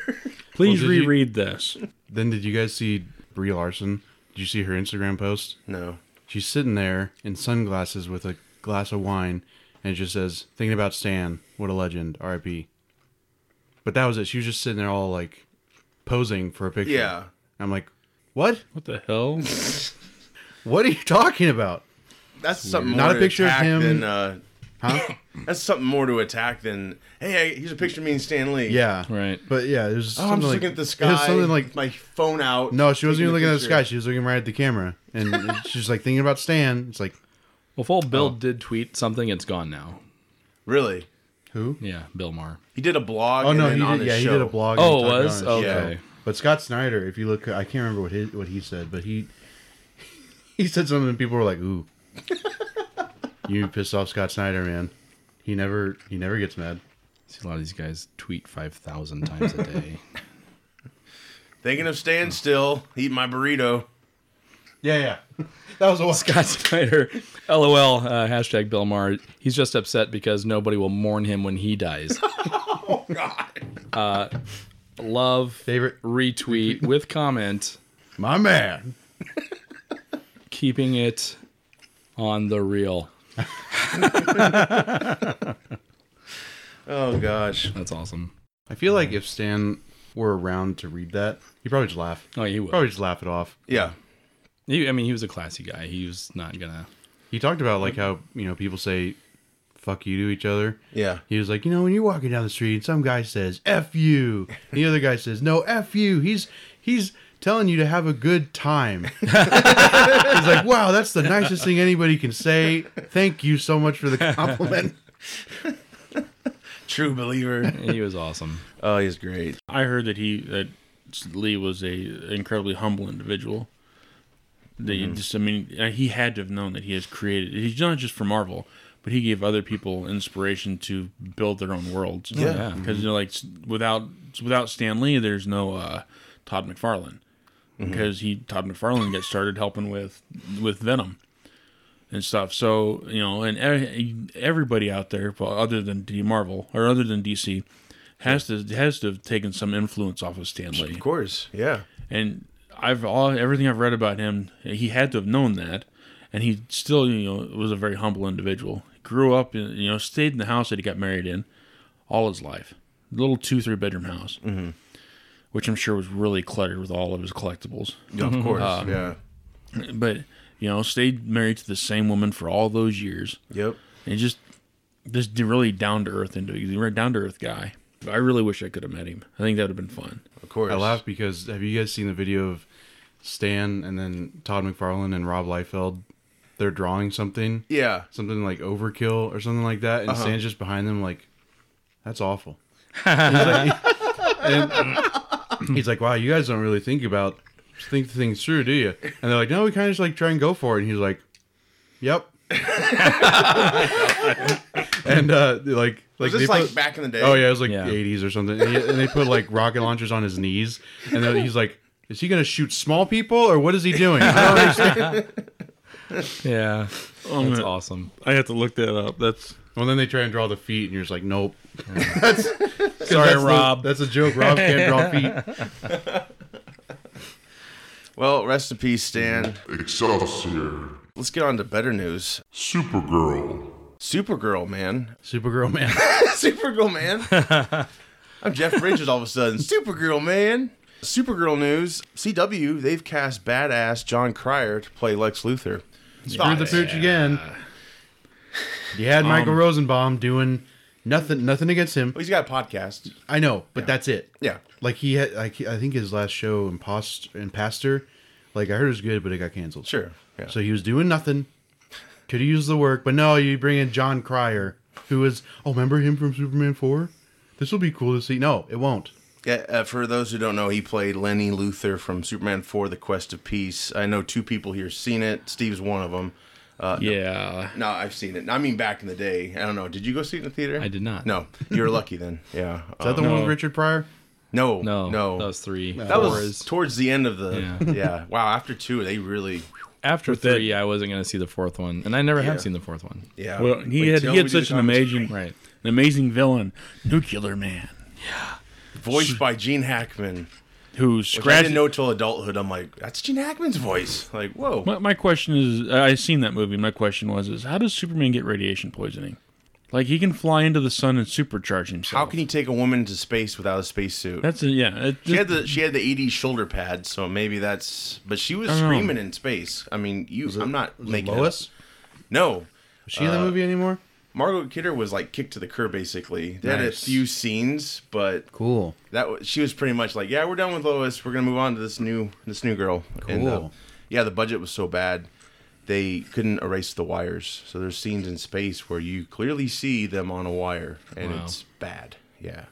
[SPEAKER 2] Please
[SPEAKER 3] Well, did you-
[SPEAKER 2] reread this."
[SPEAKER 3] then did you guys see Brie Larson? Did you see her Instagram post?
[SPEAKER 1] no.
[SPEAKER 3] She's sitting there in sunglasses with a glass of wine, and it just says, "Thinking about Stan. What a legend. R.I.P." But that was it. She was just sitting there all like posing for a picture.
[SPEAKER 1] Yeah.
[SPEAKER 3] I'm like, what?
[SPEAKER 2] What the hell?
[SPEAKER 3] What are you talking about?
[SPEAKER 1] That's something.
[SPEAKER 3] Not
[SPEAKER 1] more
[SPEAKER 3] a
[SPEAKER 1] to
[SPEAKER 3] picture of
[SPEAKER 1] attack
[SPEAKER 3] him.
[SPEAKER 1] Than, uh,
[SPEAKER 3] Huh?
[SPEAKER 1] [LAUGHS] that's something more to attack than hey, here's a picture of me and Stan Lee.
[SPEAKER 3] Yeah.
[SPEAKER 5] [LAUGHS] Right.
[SPEAKER 3] But yeah, it was. just
[SPEAKER 1] Oh, I'm
[SPEAKER 3] something
[SPEAKER 1] just
[SPEAKER 3] like,
[SPEAKER 1] looking at the
[SPEAKER 3] It
[SPEAKER 1] sky.
[SPEAKER 3] was something like.
[SPEAKER 1] my phone out.
[SPEAKER 3] No, she wasn't even
[SPEAKER 1] taking
[SPEAKER 3] looking
[SPEAKER 1] a
[SPEAKER 3] at the sky.
[SPEAKER 1] picture.
[SPEAKER 3] She was looking right at the camera, and
[SPEAKER 1] [LAUGHS]
[SPEAKER 3] it- she's like thinking about Stan. It's like,
[SPEAKER 5] Well, if old Bill did tweet something, it's gone now.
[SPEAKER 1] Really?
[SPEAKER 3] who?
[SPEAKER 5] Yeah, Bill Maher.
[SPEAKER 1] He did a blog.
[SPEAKER 3] Oh
[SPEAKER 1] and
[SPEAKER 3] no,
[SPEAKER 1] then
[SPEAKER 3] he
[SPEAKER 1] on
[SPEAKER 3] did,
[SPEAKER 1] his
[SPEAKER 3] yeah, he
[SPEAKER 1] show.
[SPEAKER 3] did a blog.
[SPEAKER 5] Oh,
[SPEAKER 3] and
[SPEAKER 5] it
[SPEAKER 3] he talked
[SPEAKER 5] was?
[SPEAKER 3] on his
[SPEAKER 5] Okay.
[SPEAKER 3] show. But Scott Snyder, if you look, I can't remember what he what he said, but he he said something, and people were like,
[SPEAKER 1] [LAUGHS]
[SPEAKER 3] "Ooh, you pissed off Scott Snyder, man. He never he never gets mad."
[SPEAKER 5] See a lot of these guys tweet five thousand times a day. [LAUGHS]
[SPEAKER 1] Thinking of Stan still, eat my burrito.
[SPEAKER 3] Yeah,
[SPEAKER 1] [LAUGHS]
[SPEAKER 3] yeah, that was a while.
[SPEAKER 5] Scott Snyder, LOL, uh, hashtag Bill Maher. He's just upset because nobody will mourn him when he dies. [LAUGHS] Uh,
[SPEAKER 1] Oh God.
[SPEAKER 5] Love,
[SPEAKER 3] favorite.
[SPEAKER 5] [LAUGHS] retweet with comment,
[SPEAKER 3] My man.
[SPEAKER 5] keeping it on the real.
[SPEAKER 1] Oh gosh.
[SPEAKER 5] That's awesome.
[SPEAKER 3] I feel like if Stan were around to read that, he'd probably just laugh.
[SPEAKER 5] Oh, he would.
[SPEAKER 3] Probably just laugh it off.
[SPEAKER 1] Yeah.
[SPEAKER 5] He, I mean, he was a classy guy. He was not gonna.
[SPEAKER 3] He talked about like how you know people say "fuck you" to each other.
[SPEAKER 1] Yeah.
[SPEAKER 3] He was like, you know, when you're walking down the street, and some guy says "f you," and the other guy says "no f you." He's he's telling you to have a good time. he's like, wow, that's the nicest thing anybody can say. Thank you so much for the compliment.
[SPEAKER 1] True believer.
[SPEAKER 5] He was awesome.
[SPEAKER 1] oh, he's great.
[SPEAKER 2] I heard that he that Lee was a incredibly humble individual. They just, I mean, uh, he had to have known that he has created. He's not just for Marvel, but he gave other people inspiration to build their own worlds.
[SPEAKER 1] Yeah.
[SPEAKER 2] because you know, like s- without without Stan Lee, there's no uh, Todd McFarlane because he Todd McFarlane got started helping with with Venom and stuff. So you know, and e- everybody out there, well, other than D Marvel or other than DC, has to has to have taken some influence off of Stan Lee
[SPEAKER 1] Of course, yeah.
[SPEAKER 2] and I've all everything I've read about him, he had to have known that, and he still you know was a very humble individual. Grew up in you know stayed in the house that he got married in all his life, little two three bedroom house, mm-hmm. which I'm sure was really cluttered with all of his collectibles.
[SPEAKER 3] Mm-hmm.
[SPEAKER 1] Of course,
[SPEAKER 3] Um,
[SPEAKER 1] yeah.
[SPEAKER 2] But you know stayed married to the same woman for all those years,
[SPEAKER 1] Yep.
[SPEAKER 2] and just this d- really down to earth into he's a down to earth guy. I really wish I could have met him. I think that would have been fun.
[SPEAKER 1] Of course.
[SPEAKER 3] I laugh because have you guys seen the video of Stan and then Todd McFarlane and Rob Liefeld? They're drawing something,
[SPEAKER 1] Yeah.
[SPEAKER 3] something like Overkill or something like that, and
[SPEAKER 1] Uh-huh.
[SPEAKER 3] Stan's just behind them, like, that's
[SPEAKER 1] [LAUGHS]
[SPEAKER 3] awful. he's, like, and he's like, wow, you guys don't really think about think things through, do you? And they're like, no, we kind of just like try and go for it. And he's like, yep. [LAUGHS] and uh, like, like
[SPEAKER 1] Was this
[SPEAKER 3] they
[SPEAKER 1] like
[SPEAKER 3] put-
[SPEAKER 1] back in the day?
[SPEAKER 3] Oh yeah, it was like
[SPEAKER 5] Yeah.
[SPEAKER 3] the 80s or something. And, he- and they put like rocket launchers on his knees, and then he's like, "Is he gonna shoot small people or what is he doing?" [LAUGHS] I don't understand.
[SPEAKER 5] [LAUGHS] Yeah, Um,
[SPEAKER 2] Oh,
[SPEAKER 5] that's
[SPEAKER 2] man.
[SPEAKER 5] awesome.
[SPEAKER 2] I have to look that up. That's
[SPEAKER 3] well, then they try and draw the feet, and you're just like, "Nope."
[SPEAKER 5] Sorry,
[SPEAKER 3] That's the-
[SPEAKER 5] Rob.
[SPEAKER 3] that's a joke. Rob can't draw feet.
[SPEAKER 1] Well, rest in peace, Stan.
[SPEAKER 6] Excelsior,
[SPEAKER 1] Let's get on to better news.
[SPEAKER 6] Supergirl,
[SPEAKER 1] Supergirl, man. [LAUGHS]
[SPEAKER 3] Supergirl man.
[SPEAKER 1] Supergirl, man.
[SPEAKER 3] [LAUGHS]
[SPEAKER 1] I'm Jeff Bridges all of a sudden. Supergirl, man. Supergirl news. CW, they've cast badass John Cryer to play Lex Luthor.
[SPEAKER 3] Screw the pooch again. You had Michael Rosenbaum doing nothing. Nothing against him.
[SPEAKER 1] Oh, He's got a podcast.
[SPEAKER 3] I know, but that's it.
[SPEAKER 1] Yeah.
[SPEAKER 3] Like he had, like I think his last show, Impost Impastor, like I heard it was good, but it got canceled.
[SPEAKER 1] Sure. Yeah.
[SPEAKER 3] So he was doing nothing. Could have used the work, but no, you bring in John Cryer, who is oh, remember him from Superman four? This will be cool to see. No, it won't.
[SPEAKER 1] Yeah, uh, for those who don't know, he played Lenny Luthor from Superman 4 The Quest of Peace. I know two people here seen it. Steve's one of them.
[SPEAKER 2] yeah.
[SPEAKER 1] No, I've seen it. I mean, back in the day. I don't know. Did you go see it in the theater?
[SPEAKER 5] I did not.
[SPEAKER 1] No. You were lucky then. [LAUGHS] Yeah.
[SPEAKER 3] Is that
[SPEAKER 1] Uh,
[SPEAKER 3] the one with Richard Pryor?
[SPEAKER 1] no.
[SPEAKER 5] No,
[SPEAKER 1] No.
[SPEAKER 5] that was three.
[SPEAKER 1] That
[SPEAKER 5] Four
[SPEAKER 1] was
[SPEAKER 5] is-
[SPEAKER 1] towards the end of the. [LAUGHS] Yeah.
[SPEAKER 5] Yeah.
[SPEAKER 1] Wow. After two, they really.
[SPEAKER 5] after three. I wasn't going to see the fourth one, and I never have seen the fourth one.
[SPEAKER 1] Yeah.
[SPEAKER 2] Well, he
[SPEAKER 1] Wait
[SPEAKER 2] had
[SPEAKER 1] till
[SPEAKER 2] he
[SPEAKER 1] we
[SPEAKER 2] had
[SPEAKER 1] do the
[SPEAKER 2] such an
[SPEAKER 1] comments.
[SPEAKER 2] amazing
[SPEAKER 5] Right.
[SPEAKER 2] an amazing villain, Nuclear Man,
[SPEAKER 1] voiced by Gene Hackman.
[SPEAKER 2] who
[SPEAKER 1] Which I
[SPEAKER 2] scratched.
[SPEAKER 1] didn't know till adulthood. I'm like, that's Gene Hackman's voice. Like, whoa.
[SPEAKER 2] my, my question is, I've seen that movie. My question was, is how does Superman get radiation poisoning? Like he can fly into the sun and supercharge himself.
[SPEAKER 1] How can you take a woman to space without a spacesuit?
[SPEAKER 2] That's a, yeah. It,
[SPEAKER 1] She had the she had the 80s shoulder pads, so maybe that's. But she was
[SPEAKER 2] don't know.
[SPEAKER 1] screaming in space. I mean, you. I'm not making it up.
[SPEAKER 3] Lois?
[SPEAKER 1] No,
[SPEAKER 3] Is she in the
[SPEAKER 1] Uh,
[SPEAKER 3] movie anymore?
[SPEAKER 1] Margot Kidder was like kicked to the curb basically. They had a
[SPEAKER 3] Nice.
[SPEAKER 1] few scenes, but
[SPEAKER 3] Cool.
[SPEAKER 1] that wa- she was pretty much like, yeah, we're done with Lois. We're gonna move on to this new this new girl. And, uh,
[SPEAKER 3] Cool.
[SPEAKER 1] yeah, the budget was so bad they couldn't erase the wires. So there's scenes in space where you clearly see them on a wire, and it's bad. Yeah,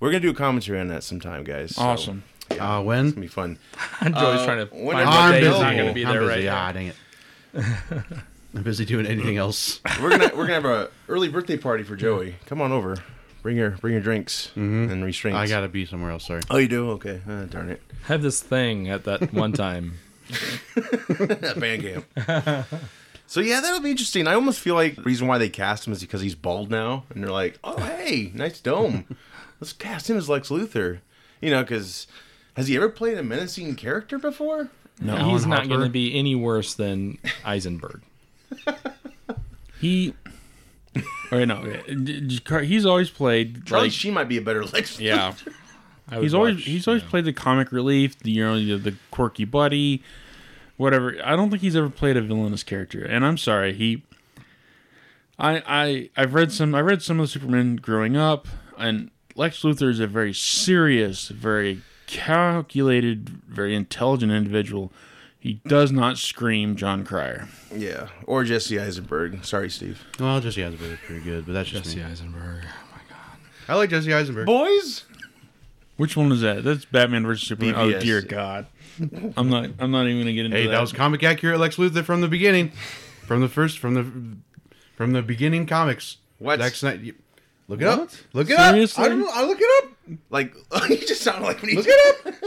[SPEAKER 1] we're gonna do a commentary on that sometime, guys. So
[SPEAKER 2] awesome.
[SPEAKER 3] Uh,
[SPEAKER 1] it's gonna
[SPEAKER 3] when?
[SPEAKER 1] be fun.
[SPEAKER 5] I'm always trying to
[SPEAKER 1] when
[SPEAKER 5] find
[SPEAKER 1] I'm
[SPEAKER 5] what day he's not
[SPEAKER 1] available,
[SPEAKER 5] going to be
[SPEAKER 3] I'm
[SPEAKER 5] there
[SPEAKER 3] busy.
[SPEAKER 5] right now.
[SPEAKER 3] Ah, dang it. [LAUGHS] I'm busy doing anything else.
[SPEAKER 1] We're gonna we're gonna have a early birthday party for Joey. Come on over. Bring your bring your drinks and restraints.
[SPEAKER 3] I gotta be somewhere else. Sorry.
[SPEAKER 1] Oh, you do? Okay. Uh, darn [LAUGHS] it.
[SPEAKER 5] I have this thing at that one time.
[SPEAKER 1] at Bandcamp. so yeah, that'll be interesting. I almost feel like the reason why they cast him is because he's bald now, and they're like, "Oh hey, nice dome. Let's cast him as Lex Luthor." You know, because has he ever played a menacing character before?
[SPEAKER 5] No, he's not going to be any worse than Eisenberg.
[SPEAKER 2] He. [LAUGHS] All right, no, d- d- Car- he's always played.
[SPEAKER 1] Charlie
[SPEAKER 2] like-
[SPEAKER 1] Sheen might be a better Lex.
[SPEAKER 5] Yeah, I would
[SPEAKER 2] he's always
[SPEAKER 5] watch,
[SPEAKER 2] he's always
[SPEAKER 5] you know.
[SPEAKER 2] played the comic relief, the you know the, the quirky buddy, whatever. I don't think he's ever played a villainous character, and I'm sorry he. I I I've read some I read some of the Superman growing up, and Lex Luthor is a very serious, very calculated, very intelligent individual. He does not scream John Cryer.
[SPEAKER 1] Yeah, or Jesse Eisenberg. Sorry, Steve.
[SPEAKER 3] Well, Jesse Eisenberg is pretty good, but that's just
[SPEAKER 5] Jesse
[SPEAKER 3] me.
[SPEAKER 5] Eisenberg. Oh my
[SPEAKER 3] I like Jesse Eisenberg.
[SPEAKER 1] Boys.
[SPEAKER 2] Which one is that? That's Batman versus Superman. Oh
[SPEAKER 1] BBS.
[SPEAKER 2] dear God, I'm not I'm not even gonna get into
[SPEAKER 3] Hey,
[SPEAKER 2] that.
[SPEAKER 3] that was comic accurate Lex Luthor from the beginning. From the first, from the from the beginning comics.
[SPEAKER 1] What?
[SPEAKER 3] Zack Snyder? you- Look it up.
[SPEAKER 2] What?
[SPEAKER 3] Look it
[SPEAKER 2] Seriously?
[SPEAKER 3] up. [LAUGHS] I don't know. I look it up.
[SPEAKER 1] Like [LAUGHS] you just sound like when you
[SPEAKER 3] Look it up.
[SPEAKER 1] [LAUGHS]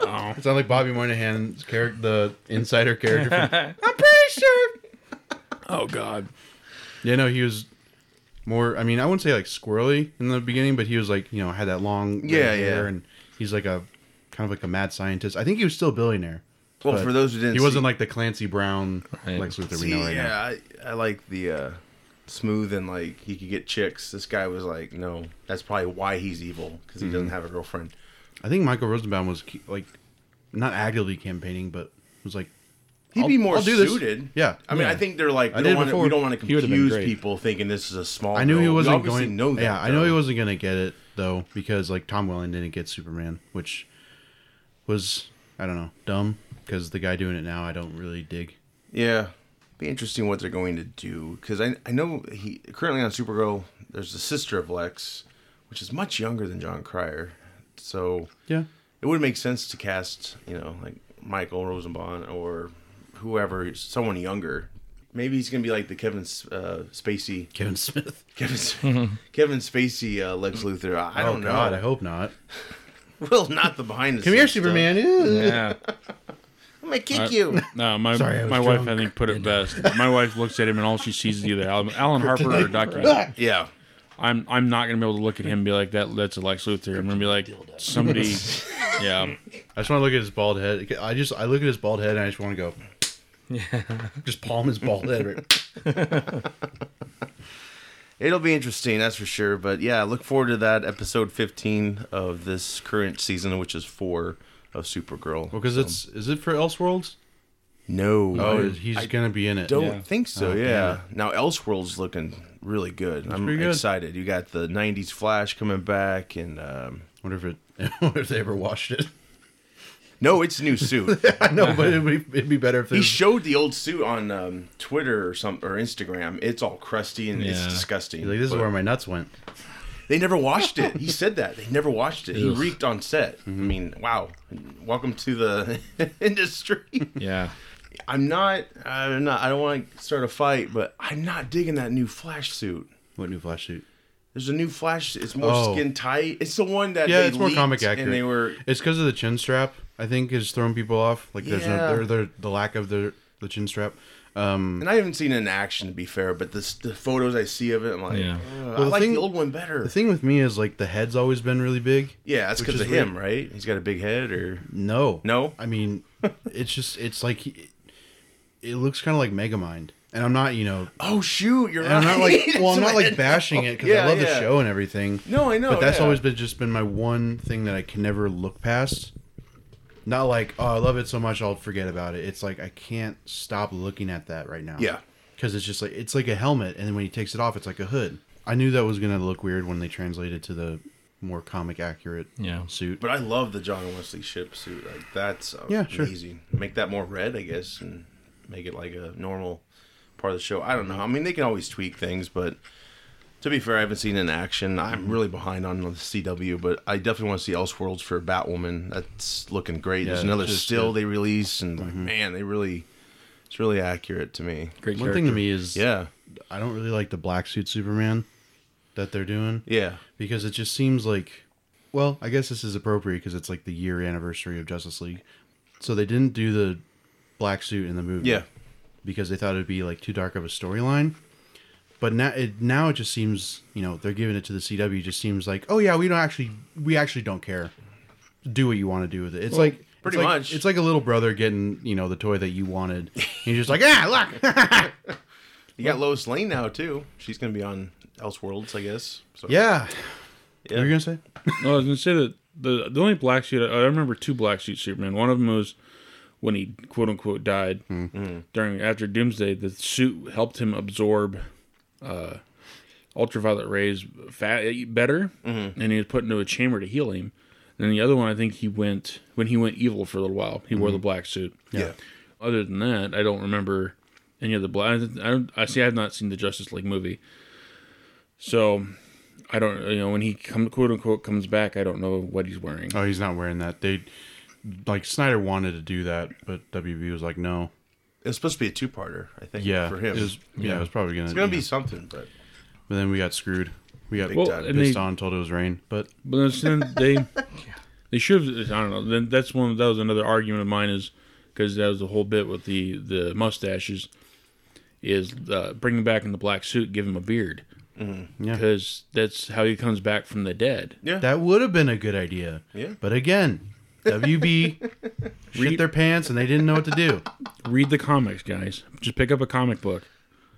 [SPEAKER 2] Oh,
[SPEAKER 3] It sounds like Bobby Moynihan's character, the insider character. From,
[SPEAKER 2] oh God.
[SPEAKER 3] yeah, no, he was more. I mean, I wouldn't say like squirrely in the beginning, but he was like you know had that long red
[SPEAKER 1] Yeah, yeah.
[SPEAKER 3] and he's like a kind of like a mad scientist. I think he was still a billionaire.
[SPEAKER 1] Well,
[SPEAKER 3] but
[SPEAKER 1] for those who didn't,
[SPEAKER 3] he wasn't
[SPEAKER 1] see,
[SPEAKER 3] like the Clancy Brown
[SPEAKER 5] Right.
[SPEAKER 3] Lex Luthor we
[SPEAKER 1] see,
[SPEAKER 3] know right now.
[SPEAKER 1] yeah, I, I like the uh, smooth and like he could get chicks. This guy was like, no, that's probably why he's evil because he
[SPEAKER 3] Mm-hmm.
[SPEAKER 1] doesn't have a girlfriend.
[SPEAKER 3] I think Michael Rosenbaum was ke- like not actively campaigning, but was like
[SPEAKER 1] He'd
[SPEAKER 3] I'll-
[SPEAKER 1] be more
[SPEAKER 3] I'll do this.
[SPEAKER 1] suited.
[SPEAKER 3] Yeah.
[SPEAKER 1] I mean,
[SPEAKER 3] Yeah.
[SPEAKER 1] I think they're like
[SPEAKER 3] I
[SPEAKER 1] we
[SPEAKER 3] did
[SPEAKER 1] don't,
[SPEAKER 3] it
[SPEAKER 1] want to,
[SPEAKER 3] before.
[SPEAKER 1] we don't want to
[SPEAKER 5] He would've been
[SPEAKER 1] confuse
[SPEAKER 5] great.
[SPEAKER 1] people thinking this is a small.
[SPEAKER 3] I knew he
[SPEAKER 1] girl. We
[SPEAKER 3] wasn't
[SPEAKER 1] obviously
[SPEAKER 3] going.
[SPEAKER 1] Know that,
[SPEAKER 3] yeah, I know he
[SPEAKER 1] though.
[SPEAKER 3] wasn't going to get it though because like Tom Welling didn't get Superman, which was I don't know dumb because the guy doing it now I don't really dig.
[SPEAKER 1] Yeah, be interesting what they're going to do because I I know he currently on Supergirl. There's the sister of Lex, which is much younger than John Cryer, so
[SPEAKER 3] Yeah,
[SPEAKER 1] it would make sense to cast you know like Michael Rosenbaum or whoever, someone younger. Maybe he's gonna be like the Kevin uh, Spacey, [LAUGHS]
[SPEAKER 3] Kevin Smith.
[SPEAKER 1] Kevin
[SPEAKER 3] [LAUGHS]
[SPEAKER 1] Kevin Spacey uh, Lex Luthor. I, I
[SPEAKER 3] Oh
[SPEAKER 1] don't know.
[SPEAKER 3] God, I hope not.
[SPEAKER 1] [LAUGHS] Well, not the behind the
[SPEAKER 3] Come
[SPEAKER 1] scenes
[SPEAKER 3] here,
[SPEAKER 1] stuff.
[SPEAKER 3] Superman. Ew.
[SPEAKER 5] Yeah.
[SPEAKER 1] I'm gonna kick
[SPEAKER 3] [LAUGHS]
[SPEAKER 1] you.
[SPEAKER 2] No, my
[SPEAKER 3] Sorry, I was
[SPEAKER 2] my wife
[SPEAKER 3] drunk. uh,
[SPEAKER 2] I think put it best. My wife looks at him and all she sees is either Alan, Alan Harper or Ducky.
[SPEAKER 3] [LAUGHS]
[SPEAKER 1] yeah.
[SPEAKER 2] I'm I'm not gonna be able to look at him and be like that. That's a Lex Luthor. I'm gonna be like
[SPEAKER 3] [LAUGHS]
[SPEAKER 2] somebody. Yeah,
[SPEAKER 3] I just want to look at his bald head. I just I look at his bald head and I just want to go. Yeah. Just palm his bald head.
[SPEAKER 1] [LAUGHS]
[SPEAKER 3] Right?
[SPEAKER 1] It'll be interesting, that's for sure. But yeah, look forward to that episode 15 of this current season, which is four of Supergirl.
[SPEAKER 3] Well, because it's is it for Elseworlds?
[SPEAKER 1] No,
[SPEAKER 3] Oh,
[SPEAKER 1] I
[SPEAKER 3] he's gonna be in it.
[SPEAKER 1] don't
[SPEAKER 2] yeah.
[SPEAKER 1] think so.
[SPEAKER 3] Oh,
[SPEAKER 1] yeah. Now Elseworlds looking really good. I'm
[SPEAKER 3] pretty good.
[SPEAKER 1] excited. You got the 90s Flash coming back, and um,
[SPEAKER 3] Wonder if it. [LAUGHS] I wonder if they ever watched it. [LAUGHS]
[SPEAKER 1] no, it's a new suit.
[SPEAKER 3] I know, but it'd be, it'd be better if
[SPEAKER 1] he
[SPEAKER 3] it
[SPEAKER 1] showed the old suit on um, Twitter or some or Instagram. It's all crusty and it's
[SPEAKER 5] Yeah.
[SPEAKER 1] disgusting.
[SPEAKER 3] like this is
[SPEAKER 1] But-
[SPEAKER 3] where my nuts went.
[SPEAKER 1] They never watched it. He said that. They never watched it. He reeked on set. I mean, wow. Welcome to the [LAUGHS] industry.
[SPEAKER 5] Yeah.
[SPEAKER 1] I'm not I'm not I don't want to start a fight, but I'm not digging that new flash suit.
[SPEAKER 3] What new flash suit?
[SPEAKER 1] There's a new flash it's more
[SPEAKER 3] Oh.
[SPEAKER 1] skin tight. It's the one that
[SPEAKER 3] Yeah,
[SPEAKER 1] they
[SPEAKER 3] it's more
[SPEAKER 1] leaked
[SPEAKER 3] comic accurate.
[SPEAKER 1] and they were
[SPEAKER 3] It's because of the chin strap. I think is throwing people off. Like there's
[SPEAKER 1] Yeah.
[SPEAKER 3] no there, there, the lack of the the chin strap. Um,
[SPEAKER 1] and I haven't seen it in action to be fair, but this, the photos I see of it, I'm like,
[SPEAKER 5] Yeah.
[SPEAKER 1] "Ugh, I
[SPEAKER 3] the
[SPEAKER 1] like
[SPEAKER 3] thing-
[SPEAKER 1] the old one better.
[SPEAKER 3] the thing with me is like the head's always been really big.
[SPEAKER 1] yeah, that's
[SPEAKER 3] which
[SPEAKER 1] because
[SPEAKER 3] is
[SPEAKER 1] of him, right? He's got a big head, or
[SPEAKER 3] No,
[SPEAKER 1] No?
[SPEAKER 3] I
[SPEAKER 1] [LAUGHS]
[SPEAKER 3] mean, it's just it's like he- it looks kind of like Megamind, and I'm not you know.
[SPEAKER 1] oh shoot, you're
[SPEAKER 3] And I'm not like
[SPEAKER 1] [LAUGHS]
[SPEAKER 3] well, I'm not
[SPEAKER 1] That's
[SPEAKER 3] like
[SPEAKER 1] it.
[SPEAKER 3] bashing it because
[SPEAKER 1] Yeah,
[SPEAKER 3] I love
[SPEAKER 1] yeah.
[SPEAKER 3] the show and everything.
[SPEAKER 1] No, I know,
[SPEAKER 3] But that's
[SPEAKER 1] yeah.
[SPEAKER 3] always been just been my one thing that I can never look past. Not like oh, I love it so much I'll forget about it. It's like I can't stop looking at that right now.
[SPEAKER 1] Yeah.
[SPEAKER 3] because it's just like it's like a helmet, and then when he takes it off, it's like a hood. I knew that was gonna look weird when they translated to the more comic accurate
[SPEAKER 5] Yeah.
[SPEAKER 3] suit.
[SPEAKER 1] But I love the John Wesley ship suit. Like that's
[SPEAKER 3] Yeah, sure.
[SPEAKER 1] amazing. Make that more red, I guess, and make it like a normal part of the show. I don't know. I mean, they can always tweak things, but to be fair, I haven't seen it in action. I'm really behind on the CW, but I definitely want to see Elseworlds for Batwoman. That's looking great. There's
[SPEAKER 3] Yeah,
[SPEAKER 1] another
[SPEAKER 3] just
[SPEAKER 1] still they release, and like, man, they really, it's really accurate to me.
[SPEAKER 5] Great
[SPEAKER 3] one
[SPEAKER 5] character.
[SPEAKER 3] thing to me is
[SPEAKER 1] Yeah,
[SPEAKER 3] I don't really like the black suit Superman that they're doing
[SPEAKER 1] yeah,
[SPEAKER 3] because it just seems like well, I guess this is appropriate because it's like the year anniversary of Justice League. So they didn't do the black suit in the movie.
[SPEAKER 1] yeah.
[SPEAKER 3] because they thought it'd be like too dark of a storyline. But now it now it just seems you know they're giving it to the CW. Just seems like oh yeah we don't actually we actually don't care. Do what you want to do with it. It's like it's
[SPEAKER 1] pretty
[SPEAKER 3] like-
[SPEAKER 1] much.
[SPEAKER 3] it's like a little brother getting you know the toy that you wanted. And you're just like ah look. [LAUGHS]
[SPEAKER 1] You got Lois Lane now too. She's gonna be on Elseworlds, I guess. So
[SPEAKER 3] yeah. What
[SPEAKER 1] Yeah.
[SPEAKER 3] were you gonna say?
[SPEAKER 2] no, I was gonna say that the the only black suit I, I remember two black suit Superman. One of them was when he quote unquote died during after Doomsday. The suit helped him absorb uh, ultraviolet rays fa eh, better, and he was put into a chamber to heal him. And the other one, I think he went when he went evil for a little while. He wore the black suit.
[SPEAKER 1] yeah.
[SPEAKER 2] Other than that, I don't remember any of the black. I, don't, I see. I have not seen the Justice League movie, so I don't. You know, when he come quote unquote comes back, I don't know what he's wearing.
[SPEAKER 3] Oh he's not wearing that. They like Snyder wanted to do that, but WB was like no.
[SPEAKER 1] was supposed to be a two-parter, I think.
[SPEAKER 3] Yeah,
[SPEAKER 1] for him,
[SPEAKER 3] It was, yeah, it was probably gonna.
[SPEAKER 1] it's gonna
[SPEAKER 3] yeah.
[SPEAKER 1] be something, but
[SPEAKER 3] But then we got screwed. We got
[SPEAKER 1] Big
[SPEAKER 2] Well,
[SPEAKER 1] time.
[SPEAKER 2] and
[SPEAKER 3] pissed
[SPEAKER 2] they-
[SPEAKER 3] on, told it was rain. But
[SPEAKER 2] But that's- then they they should have. I don't know. Then that's one. That was another argument of mine is because that was the whole bit with the the mustaches is uh, bring him back in the black suit, give him a beard.
[SPEAKER 3] Yeah.
[SPEAKER 2] Because that's how he comes back from the dead.
[SPEAKER 1] yeah,
[SPEAKER 3] that would have been a good idea.
[SPEAKER 1] Yeah.
[SPEAKER 3] But again,
[SPEAKER 1] [LAUGHS]
[SPEAKER 3] WB shit their pants and they didn't know what to do.
[SPEAKER 2] Read the comics, guys. Just pick up a comic book.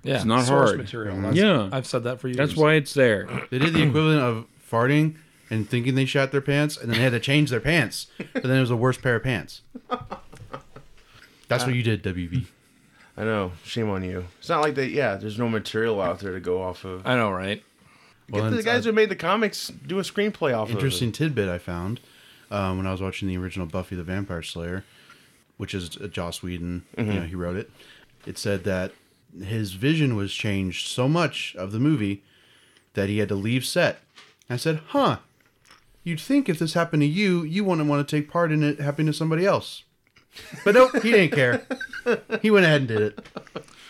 [SPEAKER 5] Yeah,
[SPEAKER 2] It's not
[SPEAKER 5] source
[SPEAKER 2] hard.
[SPEAKER 5] material. That's-
[SPEAKER 2] Yeah.
[SPEAKER 5] I've said that for years.
[SPEAKER 2] That's why it's there.
[SPEAKER 3] They did the equivalent of farting and thinking they shot their pants, and then they had to change their pants. But then it was the worst pair of pants. That's what you did, WB.
[SPEAKER 1] I know. Shame on you. It's not like that. Yeah, there's no material out there to go off of.
[SPEAKER 5] I know, right?
[SPEAKER 3] Well,
[SPEAKER 1] Get the
[SPEAKER 3] it's-
[SPEAKER 1] guys who made the comics do a screenplay off
[SPEAKER 3] interesting tidbit I found um, when I was watching the original Buffy the Vampire Slayer, which is uh, Joss Whedon.
[SPEAKER 1] Mm-hmm.
[SPEAKER 3] You know, he wrote it. It said that his vision was changed so much of the movie that he had to leave set. I said, "Huh? You'd think if this happened to you, you wouldn't want to take part in it happening to somebody else." But nope, he didn't care. [LAUGHS] He went ahead and did it,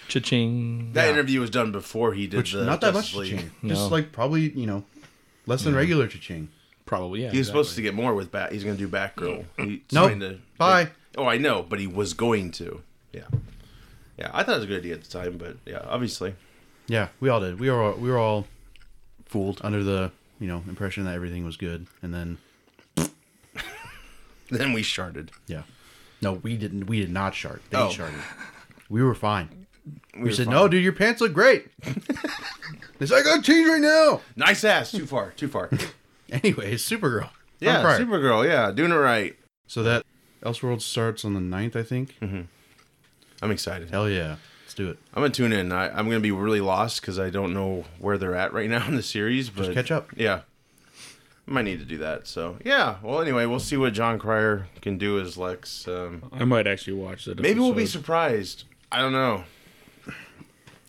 [SPEAKER 5] Cha-ching.
[SPEAKER 1] of it. That interview was done before he did
[SPEAKER 3] which
[SPEAKER 1] the
[SPEAKER 3] not that much
[SPEAKER 1] Justice League. Mm-hmm.
[SPEAKER 3] cha-ching.
[SPEAKER 5] No.
[SPEAKER 3] Just like probably you know less than regular cha-ching.
[SPEAKER 5] Probably, yeah.
[SPEAKER 1] He was
[SPEAKER 5] exactly.
[SPEAKER 1] supposed to get more with Bat. He's going to do Batgirl. He
[SPEAKER 3] Nope.
[SPEAKER 1] signed a-
[SPEAKER 3] Bye.
[SPEAKER 1] oh, I know, but he was going to. Yeah, yeah. I thought it was a good idea at the time, but yeah, obviously [LAUGHS]
[SPEAKER 3] Yeah, we all did. We were all, we were all
[SPEAKER 1] fooled.
[SPEAKER 3] under the you know impression that everything was good, and then
[SPEAKER 1] Then we sharded.
[SPEAKER 3] yeah, no, we didn't. We did not shart. They
[SPEAKER 1] Oh.
[SPEAKER 3] sharted. We were fine. We,
[SPEAKER 1] were
[SPEAKER 3] said,
[SPEAKER 1] fine.
[SPEAKER 3] "No, dude, your pants look
[SPEAKER 1] [LAUGHS]
[SPEAKER 3] great." they said, "I got change right now."
[SPEAKER 1] Nice ass. Too far. Too far.
[SPEAKER 3] Anyways, Supergirl. Tom
[SPEAKER 1] yeah,
[SPEAKER 3] Pryor.
[SPEAKER 1] Supergirl. Yeah, doing it right.
[SPEAKER 3] so that Elseworld starts on the 9th, I think.
[SPEAKER 1] Mm-hmm. I'm excited.
[SPEAKER 3] Hell yeah, let's do it.
[SPEAKER 1] I'm gonna tune in. I, I'm gonna be really lost because I don't know where they're at right [LAUGHS] now in the series. But
[SPEAKER 3] catch up.
[SPEAKER 1] Yeah, I might need to do that. So yeah. Well, anyway, we'll see what John Cryer can do as Lex. Um,
[SPEAKER 2] I might actually watch that.
[SPEAKER 1] maybe we'll be
[SPEAKER 2] episode.
[SPEAKER 1] surprised. I don't know.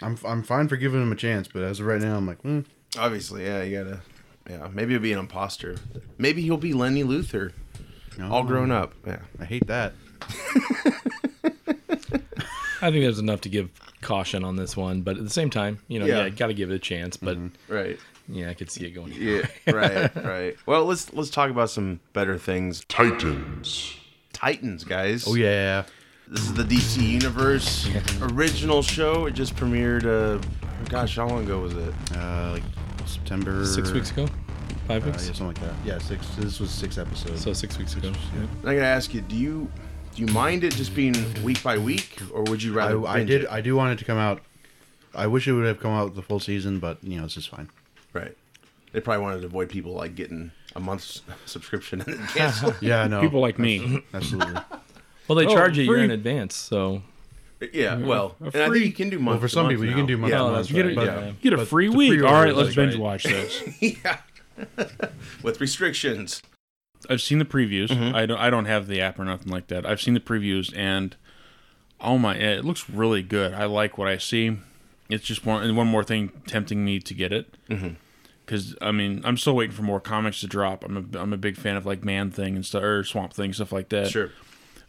[SPEAKER 3] I'm I'm fine for giving him a chance, but as of right now, I'm like, mm,
[SPEAKER 1] Obviously, yeah. You gotta. Yeah, maybe it'll be an imposter. Maybe he'll be Lenny Luther,
[SPEAKER 3] no,
[SPEAKER 1] all grown up. Yeah.
[SPEAKER 3] I hate that.
[SPEAKER 5] I think there's enough to give caution on this one, but at the same time, you know,
[SPEAKER 1] Yeah.
[SPEAKER 5] yeah, got to give it a chance. But
[SPEAKER 3] Mm-hmm.
[SPEAKER 1] Right.
[SPEAKER 5] yeah, I could see it going.
[SPEAKER 1] Yeah. Right. [LAUGHS] right. Well, let's let's talk about some better things.
[SPEAKER 6] Titans.
[SPEAKER 1] Titans, guys.
[SPEAKER 3] Oh yeah,
[SPEAKER 1] This is the DC Universe original show. It just premiered. Uh, gosh, how long ago was it?
[SPEAKER 3] uh, like September
[SPEAKER 5] Six weeks ago, five
[SPEAKER 3] Uh, yeah,
[SPEAKER 5] weeks.
[SPEAKER 3] something like that. Yeah, six. This was six episodes.
[SPEAKER 5] So six weeks ago.
[SPEAKER 1] And I gotta ask you, do you do you mind it just being week by week, or would you
[SPEAKER 3] I,
[SPEAKER 1] rather?
[SPEAKER 3] I
[SPEAKER 1] binge
[SPEAKER 3] did.
[SPEAKER 1] it?
[SPEAKER 3] I do want it to come out. I wish it would have come out with the full season, but you know, it's just fine.
[SPEAKER 1] Right. They probably wanted to avoid people like getting a month's [LAUGHS] subscription and
[SPEAKER 3] [LAUGHS]
[SPEAKER 1] then cancel.
[SPEAKER 2] [LAUGHS]
[SPEAKER 3] Yeah, no,
[SPEAKER 2] People like me.
[SPEAKER 3] absolutely.
[SPEAKER 5] Well, they
[SPEAKER 2] Oh,
[SPEAKER 5] charge you a year
[SPEAKER 2] free.
[SPEAKER 5] in advance, so
[SPEAKER 1] yeah. Well,
[SPEAKER 2] A
[SPEAKER 1] and I think
[SPEAKER 2] free-
[SPEAKER 1] you can do
[SPEAKER 3] well,
[SPEAKER 1] month.
[SPEAKER 3] for
[SPEAKER 1] to
[SPEAKER 3] some
[SPEAKER 1] month
[SPEAKER 3] people, you
[SPEAKER 1] now.
[SPEAKER 3] can do month.
[SPEAKER 1] Yeah.
[SPEAKER 3] to
[SPEAKER 5] Oh,
[SPEAKER 3] month,
[SPEAKER 5] that's right,
[SPEAKER 3] right,
[SPEAKER 5] yeah.
[SPEAKER 3] but-
[SPEAKER 2] Get a
[SPEAKER 3] but
[SPEAKER 2] free
[SPEAKER 3] the
[SPEAKER 2] week.
[SPEAKER 3] pre-order
[SPEAKER 2] All right,
[SPEAKER 3] is
[SPEAKER 2] let's
[SPEAKER 3] like-
[SPEAKER 2] binge watch this.
[SPEAKER 1] yeah. [LAUGHS] With restrictions.
[SPEAKER 2] I've seen the previews.
[SPEAKER 1] Mm-hmm.
[SPEAKER 2] I don't. I don't have the app or nothing like that. I've seen the previews, and oh my, it looks really good. I like what I see. It's just one and one more thing tempting me to get it.
[SPEAKER 1] Mm-hmm.
[SPEAKER 2] Because I mean, I'm still waiting for more comics to drop. I'm a, I'm a big fan of like Man Thing and stuff or Swamp Thing stuff like that.
[SPEAKER 1] Sure.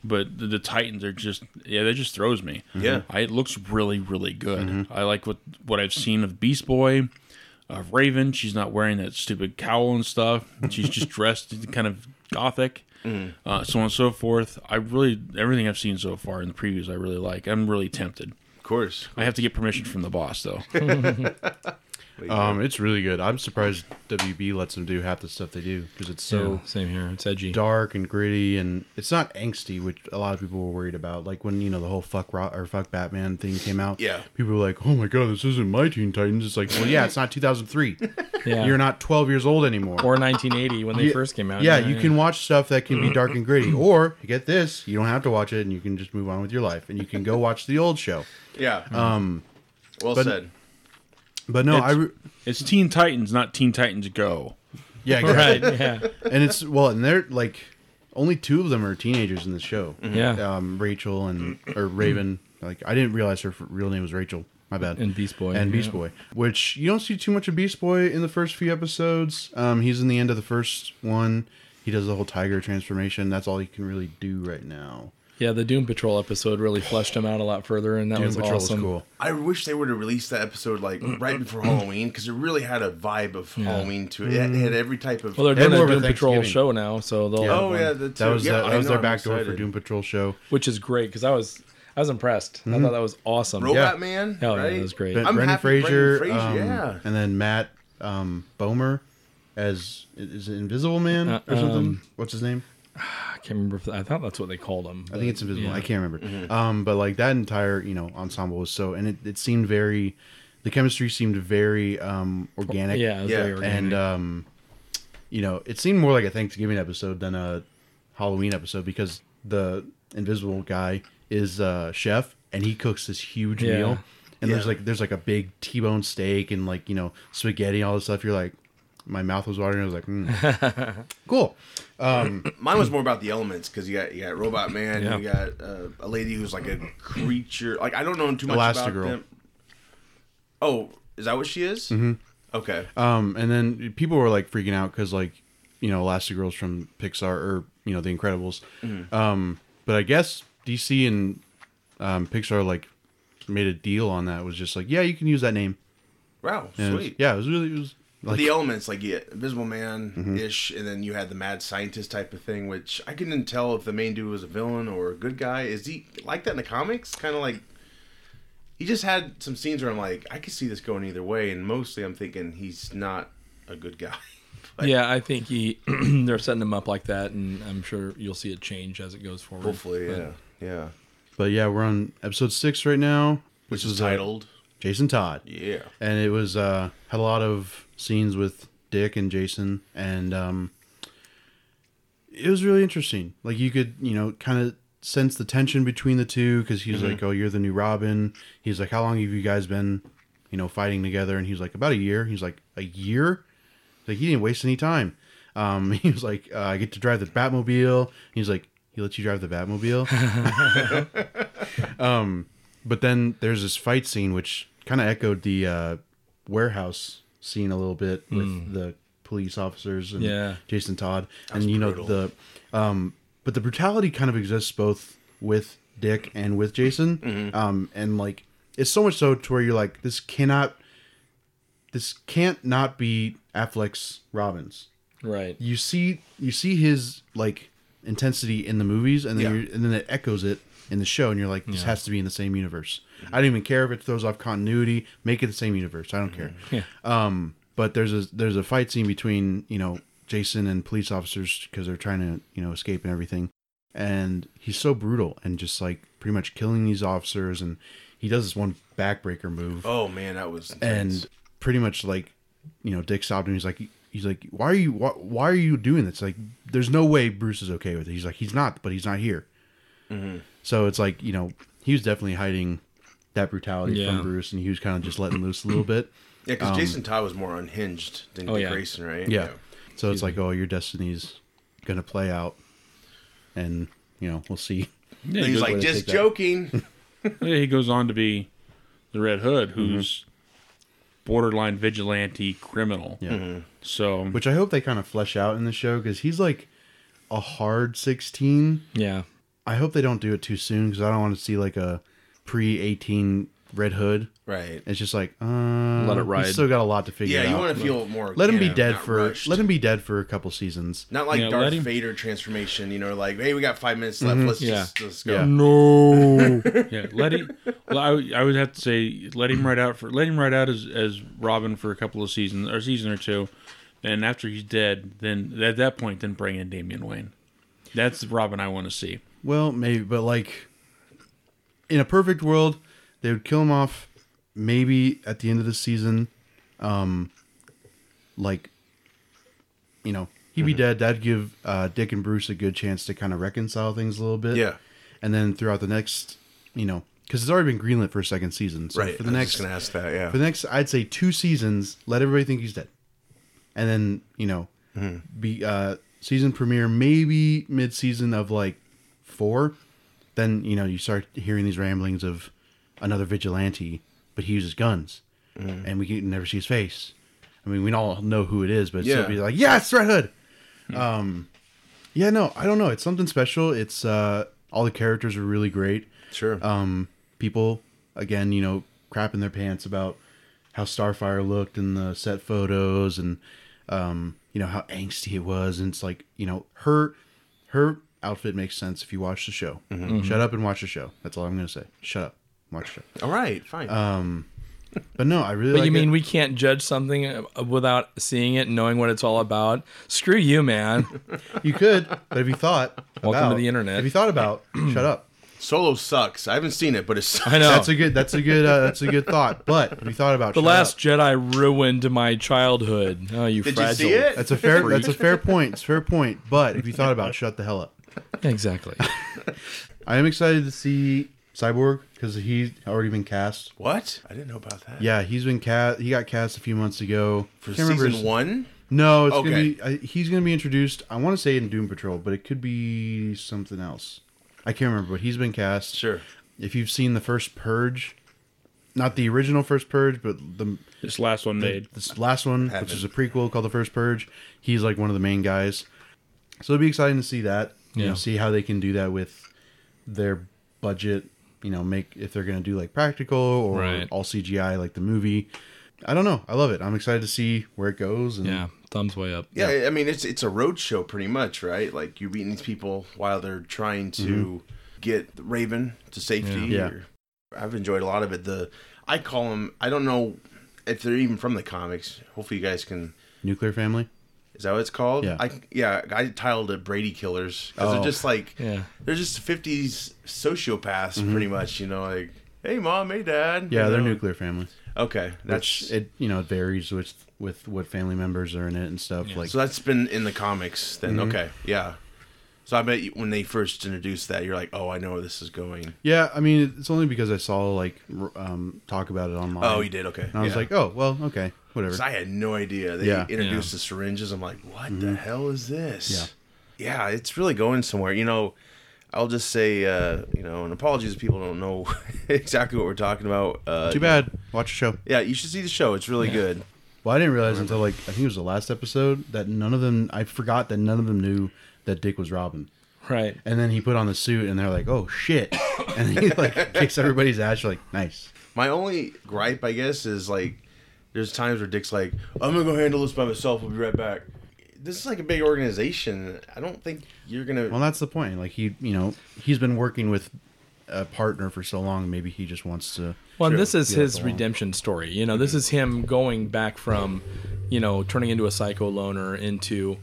[SPEAKER 2] But the, the Titans are just yeah, that just throws me.
[SPEAKER 1] Yeah.
[SPEAKER 2] I, it looks really really good.
[SPEAKER 1] Mm-hmm.
[SPEAKER 2] I like what what I've seen of Beast Boy of Raven. She's not wearing that stupid cowl and stuff. And
[SPEAKER 1] [LAUGHS]
[SPEAKER 2] she's just dressed kind of gothic,
[SPEAKER 1] Mm-hmm.
[SPEAKER 2] uh, so on and so forth. I really everything I've seen so far in the previews, I really like. I'm really tempted.
[SPEAKER 1] Of course.
[SPEAKER 2] I have to get permission from the
[SPEAKER 1] [LAUGHS]
[SPEAKER 2] boss though.
[SPEAKER 3] Um, it's really good. I'm surprised WB lets them do half the stuff they do because it's so
[SPEAKER 5] yeah, same here. It's edgy.
[SPEAKER 3] dark and gritty, and it's not angsty, which a lot of people were worried about. Like when you know the whole fuck Ro- or fuck Batman thing came out.
[SPEAKER 1] Yeah.
[SPEAKER 3] people were like, "Oh my god, this isn't my Teen Titans." It's like, well, yeah, it's not
[SPEAKER 2] [LAUGHS]
[SPEAKER 3] 2003.
[SPEAKER 5] Yeah.
[SPEAKER 3] You're not 12 years old anymore.
[SPEAKER 5] or 1980 when they first came out.
[SPEAKER 3] Yeah, you can watch stuff that can be dark and
[SPEAKER 5] [CLEARS THROAT]
[SPEAKER 3] gritty, or you get this, you don't have to watch it, and you can just move on with your life, and you can go watch the old show.
[SPEAKER 1] Yeah. Um. Well
[SPEAKER 3] but-
[SPEAKER 1] said.
[SPEAKER 3] But no, I re-
[SPEAKER 2] it's Teen Titans, not Teen Titans Go.
[SPEAKER 3] yeah,
[SPEAKER 5] [LAUGHS] Right.
[SPEAKER 3] [LAUGHS] exactly.
[SPEAKER 5] Yeah.
[SPEAKER 3] and it's well, and they're like only two of them are teenagers in the show.
[SPEAKER 5] Yeah.
[SPEAKER 3] um, Rachel and or Raven. Like I didn't realize her f- real name was Rachel. My bad.
[SPEAKER 5] And Beast Boy,
[SPEAKER 3] And Beast
[SPEAKER 5] yeah.
[SPEAKER 3] Boy, which you don't see too much of Beast Boy in the first few episodes. Um, he's in the end of the first one. He does the whole tiger transformation. That's all he can really do right now.
[SPEAKER 5] Yeah, the Doom Patrol episode really fleshed him out a lot further, and that
[SPEAKER 3] Doom
[SPEAKER 5] was
[SPEAKER 3] Patrol
[SPEAKER 5] awesome.
[SPEAKER 3] was cool.
[SPEAKER 1] I wish they would have released that episode like
[SPEAKER 5] Mm,
[SPEAKER 1] right before Halloween because it really had a vibe of Halloween to it. It
[SPEAKER 3] Mm.
[SPEAKER 1] had every type of.
[SPEAKER 5] Well, they're
[SPEAKER 3] They had
[SPEAKER 5] doing
[SPEAKER 3] more
[SPEAKER 5] a
[SPEAKER 3] of a
[SPEAKER 5] Doom Patrol
[SPEAKER 3] Thanksgiving.
[SPEAKER 5] show now, so they'll. have
[SPEAKER 1] oh
[SPEAKER 5] one.
[SPEAKER 1] yeah, the
[SPEAKER 3] That
[SPEAKER 1] two-
[SPEAKER 3] was
[SPEAKER 1] yeah,
[SPEAKER 3] that,
[SPEAKER 1] I
[SPEAKER 3] that was
[SPEAKER 1] know,
[SPEAKER 3] their
[SPEAKER 1] I'm
[SPEAKER 3] backdoor for
[SPEAKER 1] excited.
[SPEAKER 3] Doom Patrol show.
[SPEAKER 5] which is great because I was I was impressed. I
[SPEAKER 3] Mm-hmm.
[SPEAKER 5] thought that was awesome.
[SPEAKER 1] Robot Man.
[SPEAKER 5] Hell yeah,
[SPEAKER 1] right?
[SPEAKER 5] that was great.
[SPEAKER 3] Ben,
[SPEAKER 1] I'm
[SPEAKER 3] Brendan
[SPEAKER 1] happy Brendan
[SPEAKER 3] Fraser,
[SPEAKER 1] Fraser,
[SPEAKER 3] um,
[SPEAKER 1] yeah.
[SPEAKER 3] and then Matt um, Bomer as is it Invisible Man
[SPEAKER 5] Uh,
[SPEAKER 3] or something.
[SPEAKER 5] um,
[SPEAKER 3] What's his name?
[SPEAKER 5] I can't remember. If, I thought that's what they called him.
[SPEAKER 3] I think it's Invisible.
[SPEAKER 5] yeah. Mm-hmm.
[SPEAKER 3] I can't remember. Um, but like that entire you know ensemble was so, and it, it seemed very, the chemistry seemed very um, organic.
[SPEAKER 5] Yeah, it was
[SPEAKER 1] Yeah.
[SPEAKER 5] very organic.
[SPEAKER 3] and um, you know it seemed more like a Thanksgiving episode than a Halloween episode because the Invisible guy is a chef and he cooks this huge
[SPEAKER 5] Yeah.
[SPEAKER 3] meal, and there's
[SPEAKER 1] Yeah.
[SPEAKER 3] like there's like a big T-bone steak and like you know spaghetti all this stuff. You're like, my mouth was watering. I was like, mm.
[SPEAKER 5] [LAUGHS]
[SPEAKER 3] cool.
[SPEAKER 1] Mine was more about the elements because you got you got Robot Man,
[SPEAKER 5] Yeah.
[SPEAKER 1] you got uh, a lady who's like a creature. Like I don't know too much about
[SPEAKER 3] Elastigirl.
[SPEAKER 1] them. Oh, is that what she is? Mm-hmm. Okay.
[SPEAKER 3] Um, and then people were like freaking out because like you know Elastigirl's from Pixar or you know The Incredibles, um, but I guess DC and um, Pixar like made a deal on that. It was just like yeah, you can use that name.
[SPEAKER 1] wow,
[SPEAKER 3] And it was-
[SPEAKER 1] sweet.
[SPEAKER 3] yeah, it was really it was like Mm-hmm.
[SPEAKER 1] the elements, like yeah, Invisible Man ish, and then you had the mad scientist type of thing, which I couldn't tell if the main dude was a villain or a good guy. Is he like that in the comics? Kind of like he just had some scenes where I'm like, I could see this going either way, and mostly I'm thinking he's not a good guy. [LAUGHS] But
[SPEAKER 5] yeah, I think he [CLEARS THROAT] they're setting him up like that, and I'm sure you'll see it change as it goes forward.
[SPEAKER 1] hopefully,
[SPEAKER 5] But-
[SPEAKER 1] yeah, yeah.
[SPEAKER 3] but yeah, we're on episode six right now,
[SPEAKER 1] Which
[SPEAKER 3] This
[SPEAKER 1] is
[SPEAKER 3] uh,
[SPEAKER 1] titled,
[SPEAKER 3] Jason Todd.
[SPEAKER 1] yeah.
[SPEAKER 3] and it was uh had a lot of scenes with Dick and Jason and um it was really interesting like you could you know kind of sense the tension between the two cuz he's like oh you're the new Robin he's like how long have you guys been you know fighting together and he's like about a year he's like a year He's like he didn't waste any time um [LAUGHS] he was like uh, I get to drive the Batmobile he's like he lets you drive the Batmobile [LAUGHS] Um, but then there's this fight scene which kind of echoed the uh, warehouse scene a little bit with the police officers and
[SPEAKER 5] Yeah.
[SPEAKER 3] Jason Todd, and you know the, um, but the brutality kind of exists both with Dick and with Jason, um, and like it's so much so to where you're like this cannot, this can't not be Affleck's Robbins
[SPEAKER 5] Right.
[SPEAKER 3] you see you see his like intensity in the movies and then
[SPEAKER 1] Yeah.
[SPEAKER 3] you and then it echoes it in the show and you're like this has to be in the same universe i don't even care if it throws off continuity make it the same universe i don't care Um,
[SPEAKER 5] Yeah.
[SPEAKER 3] but there's a there's a fight scene between you know jason and police officers because they're trying to you know escape and everything and he's so brutal and just like pretty much killing these officers and he does this one backbreaker move
[SPEAKER 1] Oh man, that was intense.
[SPEAKER 3] and pretty much like you know dick stopped him he's like he's like why are you why, why are you doing this like there's no way bruce is okay with it he's like he's not but he's not here so it's like you know he was definitely hiding that brutality
[SPEAKER 5] Yeah.
[SPEAKER 3] from bruce and he was kind of just letting loose a little bit
[SPEAKER 1] yeah, because Jason Todd was more unhinged than
[SPEAKER 5] Oh,
[SPEAKER 1] Dick
[SPEAKER 5] yeah.
[SPEAKER 1] Grayson, right?
[SPEAKER 3] um, yeah so it's like oh your destiny's gonna play out and you know we'll see
[SPEAKER 1] And he's
[SPEAKER 3] good way
[SPEAKER 1] like
[SPEAKER 3] to
[SPEAKER 1] just
[SPEAKER 3] take that. [LAUGHS]
[SPEAKER 1] joking.
[SPEAKER 2] Yeah, he goes on to be the Red Hood,
[SPEAKER 5] Mm-hmm.
[SPEAKER 2] who's borderline vigilante criminal.
[SPEAKER 3] yeah
[SPEAKER 2] So
[SPEAKER 3] which i hope they kind of flesh out in the show because he's like a hard 16
[SPEAKER 5] Yeah.
[SPEAKER 3] I hope they don't do it too soon because I don't want to see like a pre eighteen Red Hood.
[SPEAKER 1] right.
[SPEAKER 3] It's just like uh,
[SPEAKER 5] Let it
[SPEAKER 3] he's
[SPEAKER 5] ride.
[SPEAKER 3] Still got a lot to figure
[SPEAKER 1] Yeah,
[SPEAKER 3] out.
[SPEAKER 1] you want to feel more.
[SPEAKER 3] let him be
[SPEAKER 1] organic,
[SPEAKER 3] dead
[SPEAKER 1] not
[SPEAKER 3] for
[SPEAKER 1] rushed.
[SPEAKER 3] let him be dead for a couple seasons.
[SPEAKER 1] Not like
[SPEAKER 5] Yeah,
[SPEAKER 1] Darth
[SPEAKER 5] let him-
[SPEAKER 1] Vader transformation, you know, like hey, we got five minutes left. Let's
[SPEAKER 5] Yeah.
[SPEAKER 1] just let's go.
[SPEAKER 3] Mm-hmm. Yeah.
[SPEAKER 5] No.
[SPEAKER 2] yeah, let him. Well, I, would- I would have to say let him ride out for let him ride out as as Robin for a couple of seasons or a season or two, and after he's dead, then at that point, then bring in Damian Wayne. That's the Robin I want to see.
[SPEAKER 3] Well, maybe, but like in a perfect world, they would kill him off maybe at the end of the season. Um, like you know, he'd
[SPEAKER 1] Mm-hmm.
[SPEAKER 3] be dead. That'd give uh, Dick and Bruce a good chance to kind of reconcile things a little bit.
[SPEAKER 1] Yeah.
[SPEAKER 3] and then throughout the next, you know, because it's already been greenlit for a second season. So
[SPEAKER 1] Right.
[SPEAKER 3] for the
[SPEAKER 1] I was
[SPEAKER 3] next
[SPEAKER 1] just gonna ask that. Yeah.
[SPEAKER 3] for the next I'd say two seasons, let everybody think he's dead. And then, you know,
[SPEAKER 1] Hmm.
[SPEAKER 3] be uh season premiere maybe mid season of like four, then you know, you start hearing these ramblings of another vigilante, but he uses guns.
[SPEAKER 1] Hmm.
[SPEAKER 3] And we can never see his face. I mean, we all know who it is, but
[SPEAKER 1] Yeah. Hmm.
[SPEAKER 3] still be like, Yeah, it's Red Hood. Um yeah, no, I don't know. It's something special. It's uh All the characters are really great.
[SPEAKER 1] Sure.
[SPEAKER 3] Um, people again, you know, crapping their pants about how Starfire looked in the set photos and um, you know how angsty it was, and it's like you know her her outfit makes sense if you watch the show.
[SPEAKER 5] Mm-hmm.
[SPEAKER 3] Shut up and watch the show. That's all I'm gonna say. Shut up, watch the show.
[SPEAKER 1] All right, fine.
[SPEAKER 3] uh, But no, I really.
[SPEAKER 5] But
[SPEAKER 3] like
[SPEAKER 5] you mean
[SPEAKER 3] it.
[SPEAKER 5] we can't judge something uh, without seeing it and knowing what it's all about? Screw you, man.
[SPEAKER 3] You could, but if you thought
[SPEAKER 5] [LAUGHS]
[SPEAKER 3] welcome
[SPEAKER 5] to the internet.
[SPEAKER 3] If you thought
[SPEAKER 5] [CLEARS THROAT]
[SPEAKER 3] about, shut up.
[SPEAKER 1] Solo sucks. I haven't seen it, but
[SPEAKER 3] [LAUGHS]
[SPEAKER 1] it's
[SPEAKER 5] I know.
[SPEAKER 3] That's a good. That's a good. Uh, that's a good thought. But if you thought about
[SPEAKER 5] the
[SPEAKER 3] shut
[SPEAKER 5] Last
[SPEAKER 3] up.
[SPEAKER 5] Jedi ruined my childhood. Oh, you
[SPEAKER 1] Did you
[SPEAKER 5] fragile.
[SPEAKER 1] see it?
[SPEAKER 3] That's a fair. That's
[SPEAKER 5] [LAUGHS]
[SPEAKER 3] a fair point. It's a fair point. But if you thought about, it, shut the hell up.
[SPEAKER 5] Exactly.
[SPEAKER 3] I am excited to see Cyborg because he's already been cast.
[SPEAKER 1] what? I didn't know about that.
[SPEAKER 3] Yeah, he's been cast. He got cast a few months ago.
[SPEAKER 1] For
[SPEAKER 3] Can't remember
[SPEAKER 1] season
[SPEAKER 3] his-
[SPEAKER 1] one?
[SPEAKER 3] No, it's
[SPEAKER 1] Okay.
[SPEAKER 3] gonna be. I, he's gonna be introduced. I want to say in Doom Patrol, but it could be something else. I can't remember. But he's been cast.
[SPEAKER 1] Sure.
[SPEAKER 3] If you've seen the first Purge, not the original first Purge, but the
[SPEAKER 2] This last one made.
[SPEAKER 3] this last one,
[SPEAKER 1] Haven't.
[SPEAKER 3] which is a prequel called The First Purge, he's like one of the main guys. So it'd be exciting to see that. You
[SPEAKER 5] Yeah.
[SPEAKER 3] know, see how they can do that with their budget, you know, make if they're gonna do like practical or
[SPEAKER 5] Right.
[SPEAKER 3] all CGI like the movie. I don't know. I love it. I'm excited to see where it goes and
[SPEAKER 5] Yeah. Thumbs way up.
[SPEAKER 1] Yeah, I mean it's it's a road show pretty much, right? Like you're beating these people while they're trying to get Raven to safety.
[SPEAKER 3] Mm-hmm. Yeah.
[SPEAKER 1] or- I've enjoyed a lot of it. The I call them. I don't know if they're even from the comics. Hopefully, you guys can.
[SPEAKER 3] nuclear family.
[SPEAKER 1] Is that what it's called?
[SPEAKER 3] Yeah.
[SPEAKER 1] I yeah. I titled it Brady Killers because
[SPEAKER 3] Oh.
[SPEAKER 1] they're just like
[SPEAKER 5] Yeah.
[SPEAKER 1] they're just 50s sociopaths pretty much. You know, like hey mom, hey dad.
[SPEAKER 3] Mm-hmm. Yeah,
[SPEAKER 1] you
[SPEAKER 3] they're
[SPEAKER 1] know?
[SPEAKER 3] nuclear family.
[SPEAKER 1] Okay,
[SPEAKER 3] That's
[SPEAKER 1] that's
[SPEAKER 3] it you know, it varies with with what family members are in it and stuff. Like
[SPEAKER 1] So that's been in the comics then.
[SPEAKER 3] Mm-hmm.
[SPEAKER 1] Okay, yeah. So I bet you, when they first introduced that, you're like, oh, I know where this is going.
[SPEAKER 3] Yeah, I mean it's only because I saw like r- um talk about it online.
[SPEAKER 1] Oh, you did. Okay.
[SPEAKER 3] And I was
[SPEAKER 1] yeah.
[SPEAKER 3] like, Oh well, okay, whatever.
[SPEAKER 1] 'Cause I had no idea they
[SPEAKER 3] Yeah. Mm-hmm.
[SPEAKER 1] introduced the syringes. I'm like, what the hell is this? Yeah. it's really going somewhere. You know, I'll just say, uh, you know, and apologies if people don't know [LAUGHS] exactly what we're talking about. Uh,
[SPEAKER 3] Too bad. Watch the show.
[SPEAKER 1] Yeah, you should see the show. It's really good.
[SPEAKER 3] Well, I didn't realize until like I think it was the last episode that none of them. I forgot that none of them knew that Dick was Robin.
[SPEAKER 5] Right.
[SPEAKER 3] And then he put on the suit, and they're like, "Oh shit!" [LAUGHS] And he like kicks everybody's ass. You're like, "Nice."
[SPEAKER 1] My only gripe, I guess, is like there's times where Dick's like, I'm gonna go handle this by myself, we'll be right back. This is like a big organization. I don't think you're gonna
[SPEAKER 3] Well, that's the point. Like he, you know, he's been working with a partner for so long. Maybe he just wants to.
[SPEAKER 5] Well, and this is
[SPEAKER 3] Yeah,
[SPEAKER 5] his
[SPEAKER 3] go on. Mm-hmm.
[SPEAKER 5] redemption story. You know, this is him going back from, you know, turning into a psycho loner into,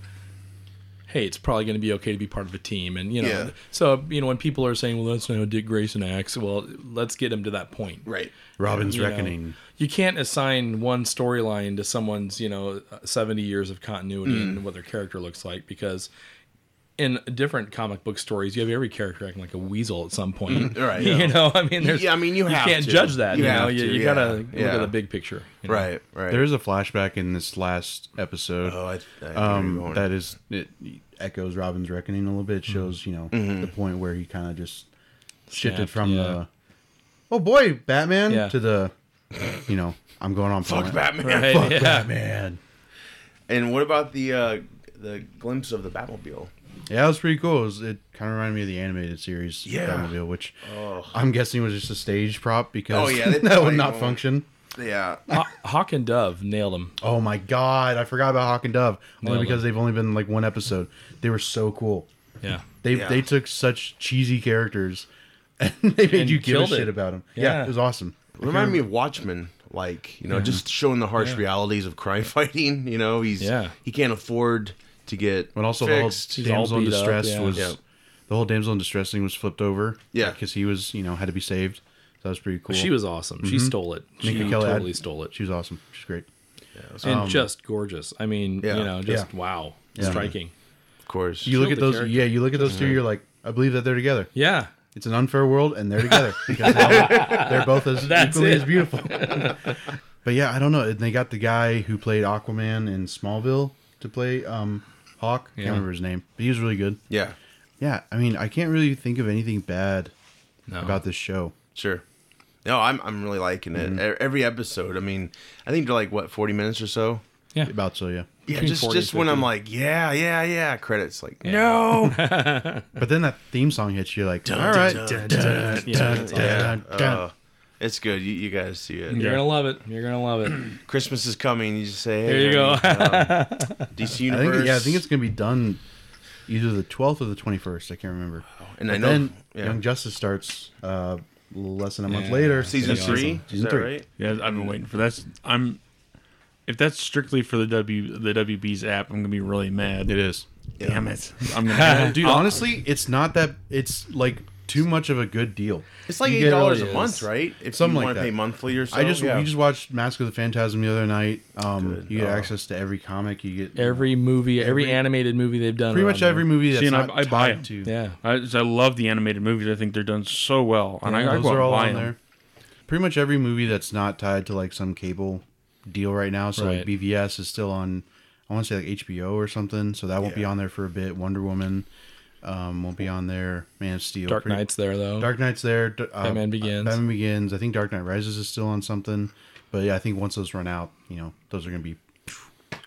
[SPEAKER 5] hey, it's probably going to be okay to be part of a team. And, you know,
[SPEAKER 1] Yeah.
[SPEAKER 5] so, you know, when people are saying, well, that's not how Dick Grayson acts, well, let's get him to that point.
[SPEAKER 1] Right.
[SPEAKER 3] Robin's
[SPEAKER 5] You know,
[SPEAKER 3] reckoning.
[SPEAKER 5] you can't assign one storyline to someone's, you know, 70 years of continuity
[SPEAKER 1] Mm.
[SPEAKER 5] and what their character looks like because in different comic book stories, you have every character acting like a weasel at some point.
[SPEAKER 1] Mm, right,
[SPEAKER 5] [LAUGHS] You
[SPEAKER 1] yeah.
[SPEAKER 5] know, I mean, there's,
[SPEAKER 1] Yeah, I mean, you have
[SPEAKER 5] can't
[SPEAKER 1] to.
[SPEAKER 5] judge that.
[SPEAKER 1] You
[SPEAKER 5] You, know,
[SPEAKER 1] have
[SPEAKER 5] you,
[SPEAKER 1] to,
[SPEAKER 5] you
[SPEAKER 1] yeah,
[SPEAKER 5] gotta look
[SPEAKER 1] yeah.
[SPEAKER 5] at the big picture. you know?
[SPEAKER 1] Right, right.
[SPEAKER 3] There is a flashback in this last episode.
[SPEAKER 1] oh, I, I
[SPEAKER 3] um, that is it echoes Robin's reckoning a little bit.
[SPEAKER 1] Mm-hmm.
[SPEAKER 3] Shows you know the point where he kind of just shifted
[SPEAKER 5] Snapped,
[SPEAKER 3] from
[SPEAKER 5] yeah.
[SPEAKER 3] the oh boy Batman
[SPEAKER 5] Yeah.
[SPEAKER 3] to the you know I'm going on
[SPEAKER 1] Fuck
[SPEAKER 3] planet-
[SPEAKER 1] Batman.
[SPEAKER 5] Right,
[SPEAKER 1] Fuck.
[SPEAKER 5] [LAUGHS] yeah.
[SPEAKER 3] Batman.
[SPEAKER 1] And what about the uh the glimpse of the Batmobile?
[SPEAKER 3] Yeah, that was pretty cool. It, was- it kind of reminded me of the animated series
[SPEAKER 1] Yeah.
[SPEAKER 3] Batmobile, which I'm guessing was just a stage prop because
[SPEAKER 1] Oh, yeah,
[SPEAKER 3] [LAUGHS]
[SPEAKER 1] they
[SPEAKER 3] that
[SPEAKER 1] probably
[SPEAKER 3] would not
[SPEAKER 1] won't.
[SPEAKER 3] function.
[SPEAKER 1] Yeah.
[SPEAKER 5] Haw- Hawk and Dove nailed him.
[SPEAKER 3] Oh my god, I forgot about Hawk and Dove only
[SPEAKER 5] Nailed
[SPEAKER 3] because they've only been like one episode. They were so cool.
[SPEAKER 5] Yeah.
[SPEAKER 3] They
[SPEAKER 1] Yeah.
[SPEAKER 3] they took such cheesy characters [LAUGHS] and they made
[SPEAKER 5] And
[SPEAKER 3] you give a
[SPEAKER 5] killed it.
[SPEAKER 3] shit about them. Yeah.
[SPEAKER 5] Yeah.
[SPEAKER 3] it was awesome.
[SPEAKER 1] Remind me of Watchmen, like, you know, just showing the harsh realities of crime [LAUGHS] fighting, you know, he's
[SPEAKER 5] Yeah.
[SPEAKER 1] he can't afford to get
[SPEAKER 3] But also
[SPEAKER 1] fixed.
[SPEAKER 3] the
[SPEAKER 5] all
[SPEAKER 3] whole damsel in
[SPEAKER 5] beat up,
[SPEAKER 3] distress
[SPEAKER 5] yeah.
[SPEAKER 3] was
[SPEAKER 1] Yeah.
[SPEAKER 3] the whole damsel in distress thing was flipped over.
[SPEAKER 1] Yeah.
[SPEAKER 3] because he was you know had to be saved. So that was pretty cool.
[SPEAKER 5] She was awesome.
[SPEAKER 1] Mm-hmm.
[SPEAKER 5] She stole it. She
[SPEAKER 3] Minka Kelly-
[SPEAKER 5] totally stole it.
[SPEAKER 3] She was awesome. She's great.
[SPEAKER 5] and just gorgeous. I mean,
[SPEAKER 1] yeah,
[SPEAKER 5] you know, just
[SPEAKER 3] yeah.
[SPEAKER 5] wow.
[SPEAKER 3] Yeah.
[SPEAKER 5] Striking.
[SPEAKER 1] of course.
[SPEAKER 3] You look
[SPEAKER 5] Killed
[SPEAKER 3] at
[SPEAKER 5] the
[SPEAKER 3] those.
[SPEAKER 5] character.
[SPEAKER 3] Yeah, you look at those two. You're like, I believe that they're together.
[SPEAKER 5] Yeah.
[SPEAKER 3] It's an unfair world, and they're together because they are, they're both as
[SPEAKER 5] That's
[SPEAKER 3] equally
[SPEAKER 5] it.
[SPEAKER 3] as beautiful. but yeah, I don't know. And they got the guy who played Aquaman in Smallville to play um, Hawk. I
[SPEAKER 5] Yeah.
[SPEAKER 3] can't remember his name, but he was really good.
[SPEAKER 1] yeah.
[SPEAKER 3] Yeah, I mean, I can't really think of anything bad
[SPEAKER 5] No.
[SPEAKER 3] about this show.
[SPEAKER 1] Sure.
[SPEAKER 3] Mm-hmm.
[SPEAKER 1] No, I'm I'm really liking it. E- Every episode. I mean, I think they're like what 40 minutes or so.
[SPEAKER 5] Yeah.
[SPEAKER 3] About so, yeah.
[SPEAKER 1] Yeah,
[SPEAKER 5] Between
[SPEAKER 1] just
[SPEAKER 5] 40 and
[SPEAKER 1] just when
[SPEAKER 5] 50.
[SPEAKER 1] I'm like, yeah, yeah, yeah, credits like
[SPEAKER 3] [LAUGHS]
[SPEAKER 1] no.
[SPEAKER 3] But then that theme song hits you like, all right. dun, dun, dun, dun, dun."
[SPEAKER 1] Uh, it's good. You, you guys see it.
[SPEAKER 5] You're gonna love it. You're gonna love it.
[SPEAKER 1] Christmas is coming. You just say, hey,
[SPEAKER 5] There you go.
[SPEAKER 1] um,
[SPEAKER 3] [LAUGHS]
[SPEAKER 1] DC
[SPEAKER 3] I
[SPEAKER 1] Universe.
[SPEAKER 3] think, yeah, I think it's going to be done either the 12th or the 21st. I can't remember.
[SPEAKER 1] and
[SPEAKER 3] But
[SPEAKER 1] I know
[SPEAKER 3] then
[SPEAKER 1] yeah.
[SPEAKER 3] Young Justice starts uh, a little less than a month
[SPEAKER 5] Yeah.
[SPEAKER 3] later.
[SPEAKER 1] season
[SPEAKER 3] Yeah.
[SPEAKER 1] three. Is
[SPEAKER 3] Season
[SPEAKER 1] that
[SPEAKER 3] three.
[SPEAKER 1] right?
[SPEAKER 2] [CLEARS THROAT] Yeah, I've been waiting for that. I'm if that's strictly for the W the WB's app, I'm gonna be really mad.
[SPEAKER 3] It is.
[SPEAKER 2] Damn it! [LAUGHS] I'm gonna.
[SPEAKER 1] Uh,
[SPEAKER 3] Dude, honestly, it's not that. It's like too much of a good deal.
[SPEAKER 1] It's like
[SPEAKER 3] You
[SPEAKER 1] eight
[SPEAKER 3] get
[SPEAKER 1] dollars
[SPEAKER 3] all
[SPEAKER 1] a
[SPEAKER 3] the-
[SPEAKER 1] month, right? If
[SPEAKER 3] Something
[SPEAKER 1] you
[SPEAKER 3] like
[SPEAKER 1] want to
[SPEAKER 3] that.
[SPEAKER 1] pay monthly or so.
[SPEAKER 3] I just
[SPEAKER 1] yeah.
[SPEAKER 3] we just watched Mask of the Phantasm the other night. Um,
[SPEAKER 1] Good.
[SPEAKER 3] you get
[SPEAKER 1] Oh.
[SPEAKER 3] access to every comic. You get
[SPEAKER 5] Every movie, every, animated movie they've done,
[SPEAKER 3] pretty
[SPEAKER 5] around
[SPEAKER 3] much
[SPEAKER 5] there.
[SPEAKER 3] every movie that's
[SPEAKER 2] See, and I-
[SPEAKER 3] not
[SPEAKER 2] I buy
[SPEAKER 3] tied
[SPEAKER 2] it.
[SPEAKER 3] to.
[SPEAKER 5] Yeah,
[SPEAKER 2] I, just- I love the animated movies. I think they're done so well, and I, I
[SPEAKER 3] those
[SPEAKER 2] go out
[SPEAKER 3] are all
[SPEAKER 2] and buy
[SPEAKER 3] on
[SPEAKER 2] them.
[SPEAKER 3] there. Pretty much every movie that's not tied to like some cable deal right now. So
[SPEAKER 5] Right.
[SPEAKER 3] like BVS is still on. I want to say like HBO or something. So that won't be
[SPEAKER 1] Yeah.
[SPEAKER 3] on there for a bit. Wonder Woman um, won't be on there. Man of Steel.
[SPEAKER 5] Dark
[SPEAKER 3] pretty-
[SPEAKER 5] Knight's there though.
[SPEAKER 3] Dark Knight's there. D- Uh,
[SPEAKER 5] Oh. Batman Begins.
[SPEAKER 3] Batman Begins. I think Dark Knight Rises is still on something. But yeah, I think once those run out, you know, those are gonna be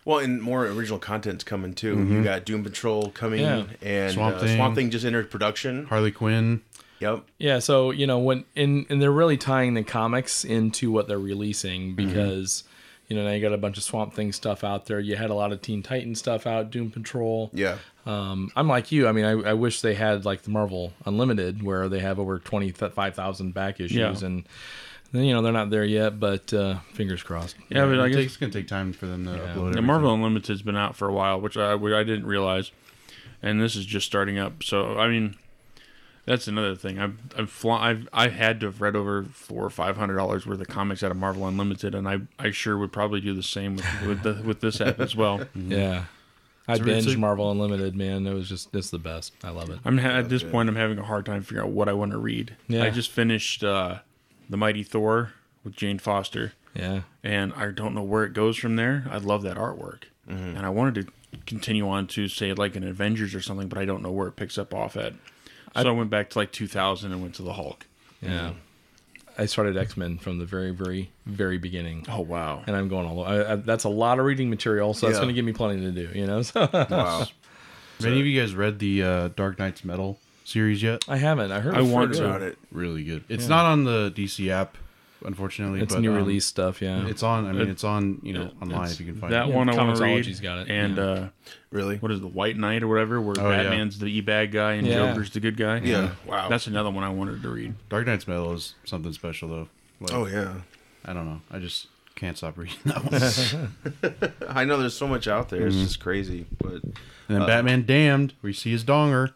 [SPEAKER 1] well, and more original content's coming too. You got Doom Patrol coming,
[SPEAKER 5] Yeah.
[SPEAKER 1] and
[SPEAKER 3] Mm-hmm. Swamp
[SPEAKER 1] uh,
[SPEAKER 3] Thing.
[SPEAKER 1] Swamp Thing just entered production.
[SPEAKER 3] Harley Quinn.
[SPEAKER 1] Yep.
[SPEAKER 5] Yeah, so you know when and and they're really tying the comics into what they're
[SPEAKER 3] Mm-hmm.
[SPEAKER 5] releasing because you know now you got a bunch of Swamp Thing stuff out there. You had a lot of Teen Titan stuff out, Doom Patrol.
[SPEAKER 1] Yeah.
[SPEAKER 5] Um, I'm like you. I mean, I, I wish they had like the Marvel Unlimited where they have over twenty five thousand back issues,
[SPEAKER 2] Yeah.
[SPEAKER 5] and then you know they're not there yet, but uh, fingers crossed.
[SPEAKER 2] Yeah, but I
[SPEAKER 3] It
[SPEAKER 2] guess
[SPEAKER 3] takes- it's gonna take time for them to upload.
[SPEAKER 2] The Marvel Unlimited's been out for a while, which I which I didn't realize, and this is just starting up. So I mean, that's another thing. I've I've fl- I've I had to have read over four or five hundred dollars worth of comics out of Marvel Unlimited, and I I sure would probably do the same with with, the, with this app
[SPEAKER 3] [LAUGHS]
[SPEAKER 2] as well.
[SPEAKER 3] Mm-hmm.
[SPEAKER 5] Yeah, I
[SPEAKER 3] So it's
[SPEAKER 5] binge
[SPEAKER 3] a-
[SPEAKER 5] Marvel Unlimited, man. It was just it's the best. I love it.
[SPEAKER 2] I'm ha- at this point I'm having a hard time figuring out what I want to read.
[SPEAKER 5] Yeah.
[SPEAKER 2] I just finished uh, the Mighty Thor with Jane Foster.
[SPEAKER 5] Yeah,
[SPEAKER 2] and I don't know where it goes from there. I love that artwork, and I wanted to continue on to say like an Avengers or something, but I don't know where it picks up off at. So I, went back to like 2000 and went to the Hulk.
[SPEAKER 5] yeah. I started X Men from the very, very, very beginning.
[SPEAKER 2] Oh wow!
[SPEAKER 5] and I'm going all. I, I, that's a lot of reading material, so that's
[SPEAKER 1] Yeah.
[SPEAKER 5] going to give me plenty to do. You know, [LAUGHS] so
[SPEAKER 1] Wow.
[SPEAKER 3] Have any of you guys read the uh, Dark Knight's Metal series yet?
[SPEAKER 5] I haven't. I heard.
[SPEAKER 2] I
[SPEAKER 5] it's
[SPEAKER 2] want
[SPEAKER 5] pretty
[SPEAKER 2] to.
[SPEAKER 5] good.
[SPEAKER 1] About it.
[SPEAKER 3] Really good. It's not on the DC app, unfortunately.
[SPEAKER 5] It's
[SPEAKER 3] but,
[SPEAKER 5] new
[SPEAKER 3] um,
[SPEAKER 5] release stuff. Yeah,
[SPEAKER 3] It's on. I mean,
[SPEAKER 2] It-
[SPEAKER 3] it's on. You know, online
[SPEAKER 5] it's-
[SPEAKER 3] if you can find
[SPEAKER 2] That
[SPEAKER 3] it.
[SPEAKER 2] one I want to
[SPEAKER 5] Comixology's
[SPEAKER 2] read.
[SPEAKER 5] got it,
[SPEAKER 2] And
[SPEAKER 5] yeah.
[SPEAKER 2] uh,
[SPEAKER 1] Really?
[SPEAKER 2] what is it, the White Knight or whatever, where
[SPEAKER 3] Oh, yeah.
[SPEAKER 2] Batman's the e bag guy and
[SPEAKER 5] Yeah.
[SPEAKER 2] Joker's the good guy.
[SPEAKER 1] Yeah. Wow.
[SPEAKER 2] That's another one I wanted to read.
[SPEAKER 3] Dark Knight's Metal is something special though. Like,
[SPEAKER 1] oh yeah.
[SPEAKER 3] I don't know. I just can't stop reading
[SPEAKER 5] [LAUGHS]
[SPEAKER 3] that one. and
[SPEAKER 1] I know there's so much out there.
[SPEAKER 3] Mm-hmm.
[SPEAKER 1] It's just crazy, but [LAUGHS]
[SPEAKER 3] then Batman Damned, we see his donger,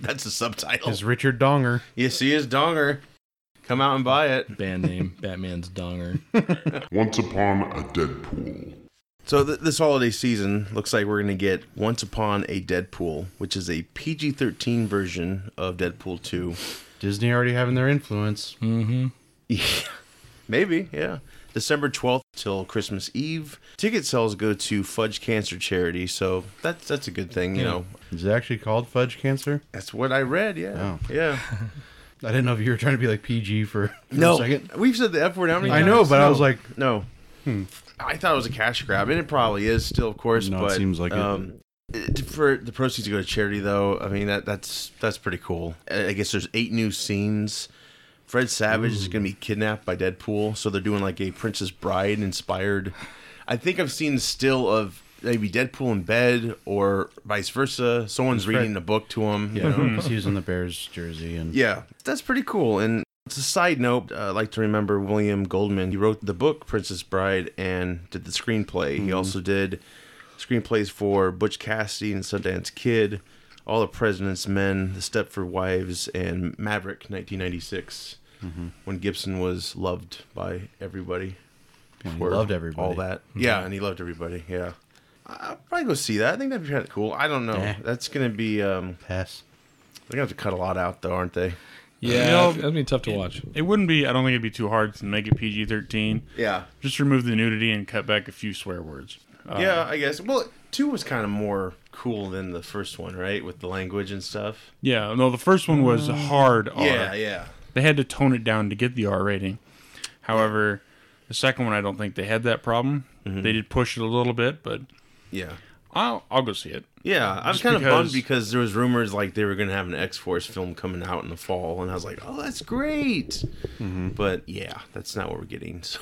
[SPEAKER 1] that's the subtitle. [LAUGHS]
[SPEAKER 3] his Richard Donger.
[SPEAKER 1] you see his donger. Come out and buy it.
[SPEAKER 5] band [LAUGHS] name Batman's Donger.
[SPEAKER 6] Once upon a Deadpool.
[SPEAKER 1] So th- this holiday season looks like we're going to get Once Upon a Deadpool, which is a PG-13 version of Deadpool 2.
[SPEAKER 3] Disney already having their influence.
[SPEAKER 1] Hmm.
[SPEAKER 5] [LAUGHS] mm-hmm.
[SPEAKER 1] [LAUGHS] Maybe, yeah. December 12th till Christmas Eve. Ticket sales go to Fudge Cancer Charity, so that's that's a good thing, you know.
[SPEAKER 3] Is it actually called Fudge Cancer?
[SPEAKER 1] That's what I read, yeah.
[SPEAKER 3] Oh.
[SPEAKER 1] Yeah.
[SPEAKER 3] I didn't know if you were trying to be like PG for, for a second.
[SPEAKER 1] We've said the F word how many
[SPEAKER 3] I
[SPEAKER 1] times?
[SPEAKER 3] know, but I was [LAUGHS] like-
[SPEAKER 1] no. I thought it was a cash grab, and it probably is still, of course.
[SPEAKER 3] Hmm. No, it
[SPEAKER 1] but,
[SPEAKER 3] seems like it.
[SPEAKER 1] um, it. For the proceeds to go to charity, though, I mean that that's that's pretty cool. I I guess there's eight new scenes. Fred Savage
[SPEAKER 3] Hmm.
[SPEAKER 1] is going to be kidnapped by Deadpool, so they're doing like a Princess Bride inspired. I think I've seen still of maybe Deadpool in bed or vice versa. Someone's reading a book to him.
[SPEAKER 3] Mm-hmm.
[SPEAKER 1] You know?
[SPEAKER 3] Because he was in the Bears jersey and
[SPEAKER 1] Yeah, that's pretty cool. And it's a side note. uh, I like to remember William Goldman. He wrote the book Princess Bride and did the screenplay.
[SPEAKER 3] Mm-hmm.
[SPEAKER 1] He also did screenplays for Butch Cassidy and Sundance Kid, All the President's Men, The Stepford Wives, and Maverick, 1996,
[SPEAKER 3] Mm-hmm.
[SPEAKER 1] when Gibson was loved by everybody.
[SPEAKER 3] he
[SPEAKER 1] for
[SPEAKER 3] loved everybody. Mm-hmm.
[SPEAKER 1] All that. Yeah, and he loved everybody. Yeah. I'll probably go see that. I think that'd be kind of cool. I don't know.
[SPEAKER 3] Yeah.
[SPEAKER 1] That's going to be, um,
[SPEAKER 3] pass.
[SPEAKER 1] they're going to have to cut a lot out, though, aren't they?
[SPEAKER 2] You
[SPEAKER 5] Yeah,
[SPEAKER 2] know,
[SPEAKER 5] that'd be tough to watch.
[SPEAKER 2] It wouldn't be. I don't think it'd be too hard to make it PG-13.
[SPEAKER 1] Yeah.
[SPEAKER 2] Just remove the nudity and cut back a few swear words. Uh,
[SPEAKER 1] yeah, I guess. Well, two was kind of more cool than the first one, right? With the language and stuff.
[SPEAKER 2] Yeah. No, the first one was hard R.
[SPEAKER 1] Yeah, yeah.
[SPEAKER 2] They had to tone it down to get the R rating. However, The second one, I don't think they had that problem. They did push it a little bit, but
[SPEAKER 1] Yeah.
[SPEAKER 2] I'll I'll go see it. [LAUGHS]
[SPEAKER 1] Yeah, I was
[SPEAKER 2] Just
[SPEAKER 1] kind of bummed
[SPEAKER 2] because-
[SPEAKER 1] because there was rumors like they were going to have an X Force film coming out in the fall, and I was like, "Oh, that's great," but yeah, that's not what we're getting. So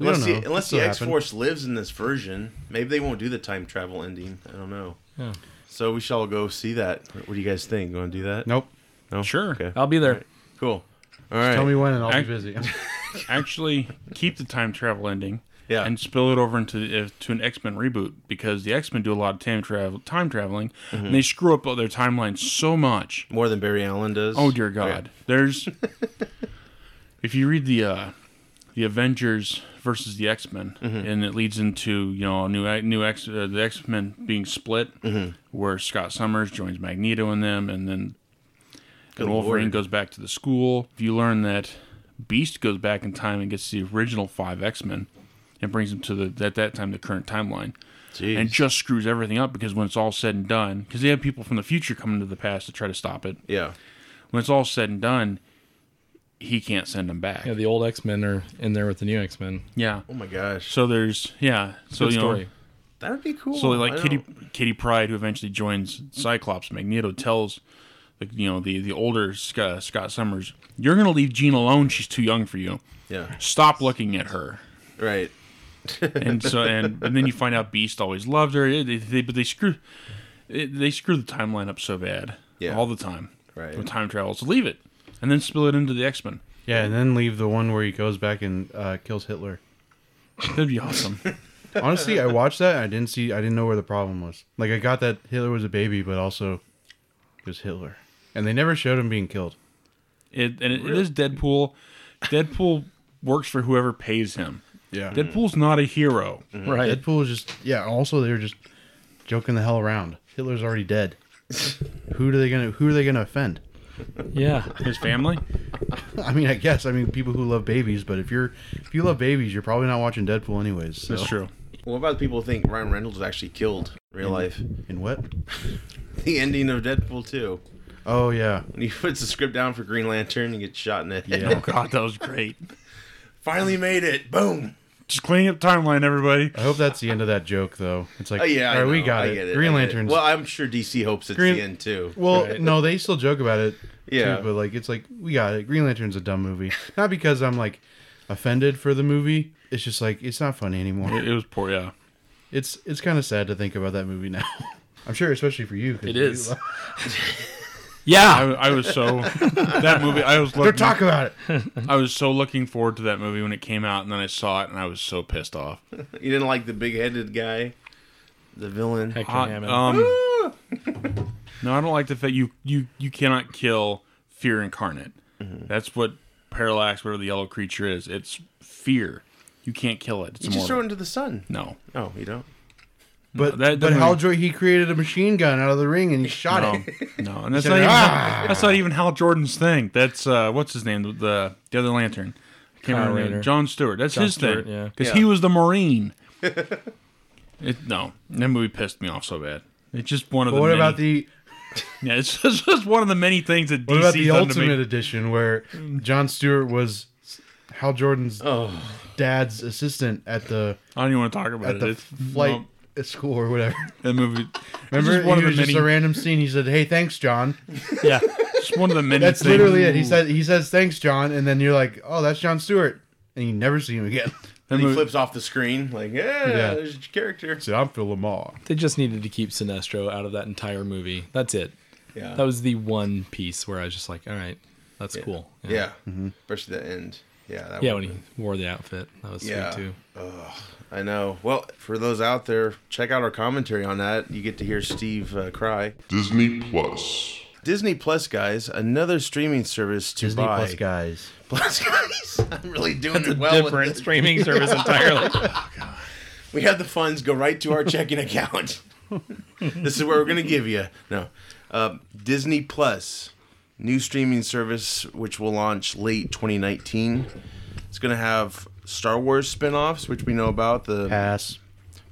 [SPEAKER 3] don't
[SPEAKER 1] unless the,
[SPEAKER 3] know. Could
[SPEAKER 1] unless the
[SPEAKER 3] still
[SPEAKER 1] X Force lives in this version, maybe they won't do the time travel ending. I don't know. So we shall go see that. What do you guys think? Going to do that?
[SPEAKER 3] Nope.
[SPEAKER 1] No.
[SPEAKER 2] Sure.
[SPEAKER 1] Okay.
[SPEAKER 5] I'll be there.
[SPEAKER 1] Cool. All right.
[SPEAKER 3] Tell me when and I'll
[SPEAKER 2] I-
[SPEAKER 3] be
[SPEAKER 1] [LAUGHS]
[SPEAKER 3] busy.
[SPEAKER 2] Actually, keep the time travel ending.
[SPEAKER 1] Yeah.
[SPEAKER 2] And spill it over into the- if- to an X Men reboot because the X Men do a lot of time travel, time traveling, and they screw up their timeline so much.
[SPEAKER 1] more than Barry Allen does.
[SPEAKER 2] Oh dear God! There's if you read the uh, the Avengers versus the X Men,
[SPEAKER 1] Mm-hmm.
[SPEAKER 2] and it leads into you know new new X uh, the X Men being split,
[SPEAKER 1] Mm-hmm.
[SPEAKER 2] where Scott Summers joins Magneto in them, and then and Wolverine
[SPEAKER 1] lord.
[SPEAKER 2] goes back to the school. You learn that Beast goes back in time and gets the original five X Men, and brings them to the at that time the current timeline
[SPEAKER 1] Jeez.
[SPEAKER 2] and just screws everything up because when it's all said and done, because they have people from the future coming to the past to try to stop it.
[SPEAKER 1] yeah.
[SPEAKER 2] When it's all said and done, he can't send them back. Yeah.
[SPEAKER 5] Yeah, the old X Men are in there with the new X Men.
[SPEAKER 1] Oh my gosh,
[SPEAKER 2] So there's yeah. So
[SPEAKER 5] Good
[SPEAKER 2] you
[SPEAKER 5] story.
[SPEAKER 1] that would be cool.
[SPEAKER 2] know, so like
[SPEAKER 1] I
[SPEAKER 2] Kitty
[SPEAKER 1] don't-
[SPEAKER 2] Kitty Pride, who eventually joins Cyclops, Magneto tells the you know the the older Scott, Scott Summers, you're gonna leave Jean alone. She's too young for you.
[SPEAKER 1] Yeah.
[SPEAKER 2] Stop looking at her.
[SPEAKER 1] Right.
[SPEAKER 2] and so and, and then you find out Beast always loved her. They, they- but they screw it, they screw the timeline up so bad,
[SPEAKER 1] Yeah.
[SPEAKER 2] all the time.
[SPEAKER 1] Right.
[SPEAKER 2] with time travel, so leave it and then spill it into the X Men.
[SPEAKER 3] yeah, and then leave the one where he goes back and uh, kills Hitler.
[SPEAKER 2] That'd be awesome.
[SPEAKER 3] Honestly, I watched that. And I didn't see. I didn't know where the problem was. Like I got that Hitler was a baby, but also it was Hitler, and they never showed him being killed.
[SPEAKER 2] it, and it, it is Deadpool. Deadpool works for whoever pays him.
[SPEAKER 3] Yeah,
[SPEAKER 2] Deadpool's not a hero.
[SPEAKER 5] Right.
[SPEAKER 3] Deadpool was just yeah. Also, they were just joking the hell around. Hitler's already
[SPEAKER 1] [LAUGHS]
[SPEAKER 3] dead. who are they gonna Who are they gonna offend? [LAUGHS]
[SPEAKER 5] Yeah.
[SPEAKER 2] His family.
[SPEAKER 3] I mean, I guess I mean people who love babies, but if you're if you love babies, you're probably not watching Deadpool anyways. So.
[SPEAKER 2] [LAUGHS] That's true.
[SPEAKER 1] What about the people who think Ryan Reynolds was actually killed
[SPEAKER 3] Mm-hmm.
[SPEAKER 1] in real life? [LAUGHS]
[SPEAKER 3] In what?
[SPEAKER 1] The ending of Deadpool 2.
[SPEAKER 3] Oh yeah,
[SPEAKER 1] When he [LAUGHS] puts the script down for Green Lantern and gets shot in the head.
[SPEAKER 2] Oh God, that was great.
[SPEAKER 1] [LAUGHS] Finally made it. Boom.
[SPEAKER 2] Just cleaning up timeline, everybody.
[SPEAKER 3] I hope that's the end of that joke though. It's like
[SPEAKER 1] Oh, yeah.
[SPEAKER 3] all
[SPEAKER 1] I
[SPEAKER 3] right, we
[SPEAKER 1] know.
[SPEAKER 3] got
[SPEAKER 1] I
[SPEAKER 3] it.
[SPEAKER 1] get
[SPEAKER 3] Green
[SPEAKER 1] I get it.
[SPEAKER 3] Lanterns.
[SPEAKER 1] Well, I'm sure DC hopes it's
[SPEAKER 3] Green-
[SPEAKER 1] the end, too.
[SPEAKER 3] Well,
[SPEAKER 1] right?
[SPEAKER 3] no, they still joke about it.
[SPEAKER 1] Yeah.
[SPEAKER 3] but like it's like we got it. Green Lantern's a dumb movie. Not because I'm like offended for the movie. It's just like it's not funny anymore.
[SPEAKER 2] It, it was poor. Yeah.
[SPEAKER 3] It's it's kind of sad to think about that movie now. [LAUGHS] I'm sure, especially for you. 'cause
[SPEAKER 5] [LAUGHS] It
[SPEAKER 3] you
[SPEAKER 5] is.
[SPEAKER 3] love-
[SPEAKER 2] I,
[SPEAKER 5] Yeah.
[SPEAKER 2] I was so that movie. I was
[SPEAKER 3] Don't
[SPEAKER 2] looking.
[SPEAKER 3] talk about it.
[SPEAKER 2] I was so looking forward to that movie when it came out, and then I saw it, and I was so pissed off.
[SPEAKER 1] You didn't like the big headed guy, the villain.
[SPEAKER 5] [LAUGHS] Hector
[SPEAKER 2] Uh,
[SPEAKER 5] Hammond.
[SPEAKER 2] um, no, I don't like the fact you you you cannot kill fear incarnate. That's what parallax, whatever the yellow creature is. It's fear. You can't kill it. It's
[SPEAKER 1] You just throw it into
[SPEAKER 2] immortal.
[SPEAKER 1] the sun.
[SPEAKER 3] [LAUGHS]
[SPEAKER 2] No,
[SPEAKER 1] No, you don't.
[SPEAKER 3] But but
[SPEAKER 2] that doesn't-
[SPEAKER 3] Hal Jordan he created a machine gun out of the ring and he shot
[SPEAKER 2] no,
[SPEAKER 3] it.
[SPEAKER 2] Um,
[SPEAKER 3] "Ah!"
[SPEAKER 2] no, and that's not even that's not even Hal Jordan's thing. That's uh, what's his name, the the other lantern. I can't
[SPEAKER 5] Kyle
[SPEAKER 2] remember his name.
[SPEAKER 5] Rayner.
[SPEAKER 2] John Stewart. That's
[SPEAKER 5] John
[SPEAKER 2] his
[SPEAKER 5] Stewart,
[SPEAKER 2] thing.
[SPEAKER 5] yeah.
[SPEAKER 2] because
[SPEAKER 1] Yeah.
[SPEAKER 2] he was
[SPEAKER 3] [LAUGHS]
[SPEAKER 2] the Marine. it, no, that movie pissed me off so bad. It's just one of
[SPEAKER 3] But
[SPEAKER 2] the.
[SPEAKER 3] what about
[SPEAKER 2] many-
[SPEAKER 3] the
[SPEAKER 2] [LAUGHS] Yeah, it's just, it's just one of the many things that
[SPEAKER 3] what
[SPEAKER 2] DC's
[SPEAKER 3] about the
[SPEAKER 2] done to me.
[SPEAKER 3] Ultimate Edition where John Stewart was Hal Jordan's Oh. dad's assistant at the
[SPEAKER 2] I don't even want to talk about
[SPEAKER 3] at
[SPEAKER 2] it.
[SPEAKER 3] the
[SPEAKER 2] It's-
[SPEAKER 3] flight school or
[SPEAKER 2] [LAUGHS]
[SPEAKER 3] whatever.
[SPEAKER 2] no, that movie.
[SPEAKER 3] Remember,
[SPEAKER 2] it's just one
[SPEAKER 3] he
[SPEAKER 2] of
[SPEAKER 3] was
[SPEAKER 2] the
[SPEAKER 3] just
[SPEAKER 2] many.
[SPEAKER 3] a random scene. He said, "Hey, thanks, John."
[SPEAKER 2] yeah, it's one of the many.
[SPEAKER 3] That's
[SPEAKER 2] things.
[SPEAKER 3] literally it. He said, "He says thanks, John," and then you're like, "Oh, that's John Stewart," and you never see him again. [LAUGHS]
[SPEAKER 2] That
[SPEAKER 1] And he
[SPEAKER 2] movie-
[SPEAKER 1] flips off the screen, like, yeah,
[SPEAKER 3] Yeah.
[SPEAKER 1] there's your character.
[SPEAKER 3] So I'm Phil Lamar.
[SPEAKER 5] they just needed to keep Sinestro out of that entire movie. That's it.
[SPEAKER 1] Yeah.
[SPEAKER 5] That was the one piece where I was just like, all right, that's cool.
[SPEAKER 1] Yeah. Especially the end. Yeah. That
[SPEAKER 5] Yeah,
[SPEAKER 1] one.
[SPEAKER 5] when he wore the outfit. That was
[SPEAKER 1] Yeah.
[SPEAKER 5] sweet too.
[SPEAKER 1] I know. Well, for those out there, check out our commentary on that. You get to hear Steve uh, cry.
[SPEAKER 6] Disney Plus.
[SPEAKER 1] Disney Plus, guys, another streaming service to
[SPEAKER 3] Disney
[SPEAKER 1] buy.
[SPEAKER 3] Plus guys.
[SPEAKER 1] [LAUGHS] Plus, guys, [LAUGHS] I'm really doing it well. With
[SPEAKER 3] [LAUGHS]
[SPEAKER 1] this.
[SPEAKER 5] streaming service entirely.
[SPEAKER 1] We have the funds go right to our checking [LAUGHS] account. this is where we're gonna give you no uh, Disney Plus, new streaming service which will launch late 2019. It's gonna have Star Wars spin-offs, which we know about. The
[SPEAKER 3] Pass.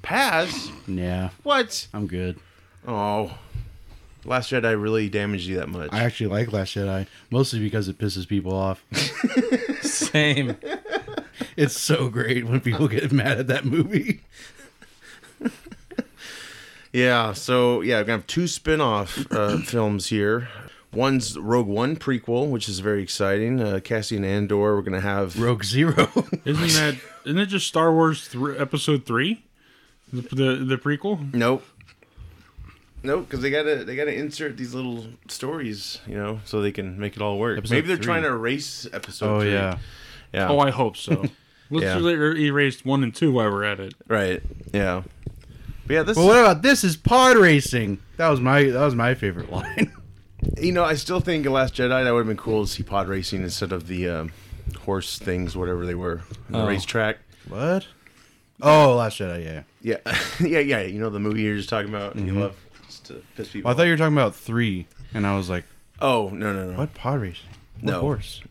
[SPEAKER 1] Paz.
[SPEAKER 3] Yeah,
[SPEAKER 1] What?
[SPEAKER 3] I'm good.
[SPEAKER 1] Oh, Last Jedi really damaged you that much.
[SPEAKER 3] I actually like Last Jedi mostly because it pisses people off.
[SPEAKER 5] [LAUGHS] Same.
[SPEAKER 3] [LAUGHS] It's so great when people get mad at that movie. [LAUGHS]
[SPEAKER 1] Yeah, so yeah, we're gonna have two spin-off
[SPEAKER 3] [CLEARS THROAT]
[SPEAKER 1] uh, films here. One's Rogue One prequel, which is very exciting. Uh, Cassian Andor, we're gonna have
[SPEAKER 3] Rogue Zero.
[SPEAKER 2] Isn't that? Isn't it just Star Wars thr Episode Three? The, the the prequel.
[SPEAKER 1] Nope. Nope, because they gotta they gotta insert these little stories, you know, so they can make it all work.
[SPEAKER 3] Episode
[SPEAKER 1] Maybe they're
[SPEAKER 3] three.
[SPEAKER 1] trying to erase
[SPEAKER 3] [LAUGHS]
[SPEAKER 1] episode.
[SPEAKER 3] oh
[SPEAKER 1] three.
[SPEAKER 3] yeah.
[SPEAKER 1] yeah.
[SPEAKER 2] Oh, I hope
[SPEAKER 5] [LAUGHS]
[SPEAKER 2] so. Let's
[SPEAKER 1] Yeah.
[SPEAKER 2] er- erase one and two while we're at it.
[SPEAKER 1] right, yeah. But yeah, this
[SPEAKER 3] But what about this is pod racing? That was my that was my favorite line. [LAUGHS]
[SPEAKER 1] you know I still think in Last Jedi that would have been cool to see pod racing instead of the um, horse things, whatever they were, on the
[SPEAKER 5] Oh.
[SPEAKER 1] racetrack.
[SPEAKER 3] What? Oh, Last Jedi. Yeah.
[SPEAKER 1] Yeah, [LAUGHS] yeah, yeah. You know the movie you're just talking about. and You love just to piss people.
[SPEAKER 3] Mm-hmm. Well, I thought
[SPEAKER 1] off.
[SPEAKER 3] you were talking about three, and I was like,
[SPEAKER 1] Oh no no no.
[SPEAKER 3] what pod racing? What
[SPEAKER 1] No.
[SPEAKER 3] horse?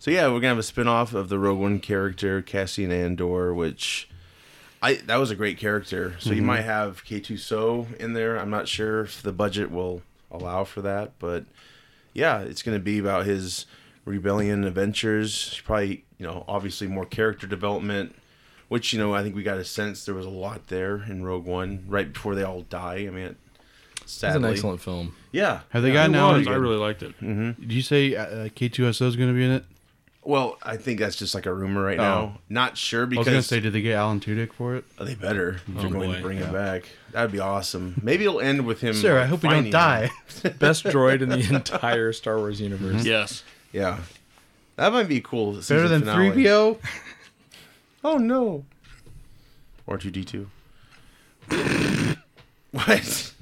[SPEAKER 1] So yeah, we're gonna have a spin-off of the Rogue One character Cassian Andor, which I that was a great character. So
[SPEAKER 3] Mm-hmm.
[SPEAKER 1] you might have K2 So in there. I'm not sure if the budget will allow for that, but yeah, it's gonna be about his rebellion adventures. Probably you know obviously more character development, which you know I think we got a sense there was a lot there in Rogue One right before they all die. I mean, it,
[SPEAKER 5] That's
[SPEAKER 1] sadly,
[SPEAKER 5] an excellent film.
[SPEAKER 1] yeah.
[SPEAKER 3] Have they
[SPEAKER 2] I
[SPEAKER 3] gotten
[SPEAKER 2] know.
[SPEAKER 3] out?
[SPEAKER 2] I really liked it.
[SPEAKER 3] Did you say uh, K two S O is going to be in it?
[SPEAKER 1] Well, I think that's just like a rumor right
[SPEAKER 3] Oh.
[SPEAKER 1] now. Not sure
[SPEAKER 3] I was
[SPEAKER 1] because
[SPEAKER 3] going to say, did they get Alan Tudyk for it?
[SPEAKER 1] Oh, They better. If you're going to
[SPEAKER 2] boy.
[SPEAKER 1] bring him back. That'd be awesome. Maybe it'll end with him.
[SPEAKER 3] Sir, I
[SPEAKER 1] like,
[SPEAKER 3] hope we don't
[SPEAKER 1] finding
[SPEAKER 3] die. [LAUGHS]
[SPEAKER 1] him.
[SPEAKER 5] [LAUGHS] Best
[SPEAKER 2] [LAUGHS]
[SPEAKER 5] droid in [LAUGHS] the entire Star Wars universe.
[SPEAKER 2] Yes.
[SPEAKER 1] Yeah, that might be cool. season
[SPEAKER 3] Better than
[SPEAKER 1] finale.
[SPEAKER 3] three PO.
[SPEAKER 1] Oh no. R two D two. [LAUGHS] What?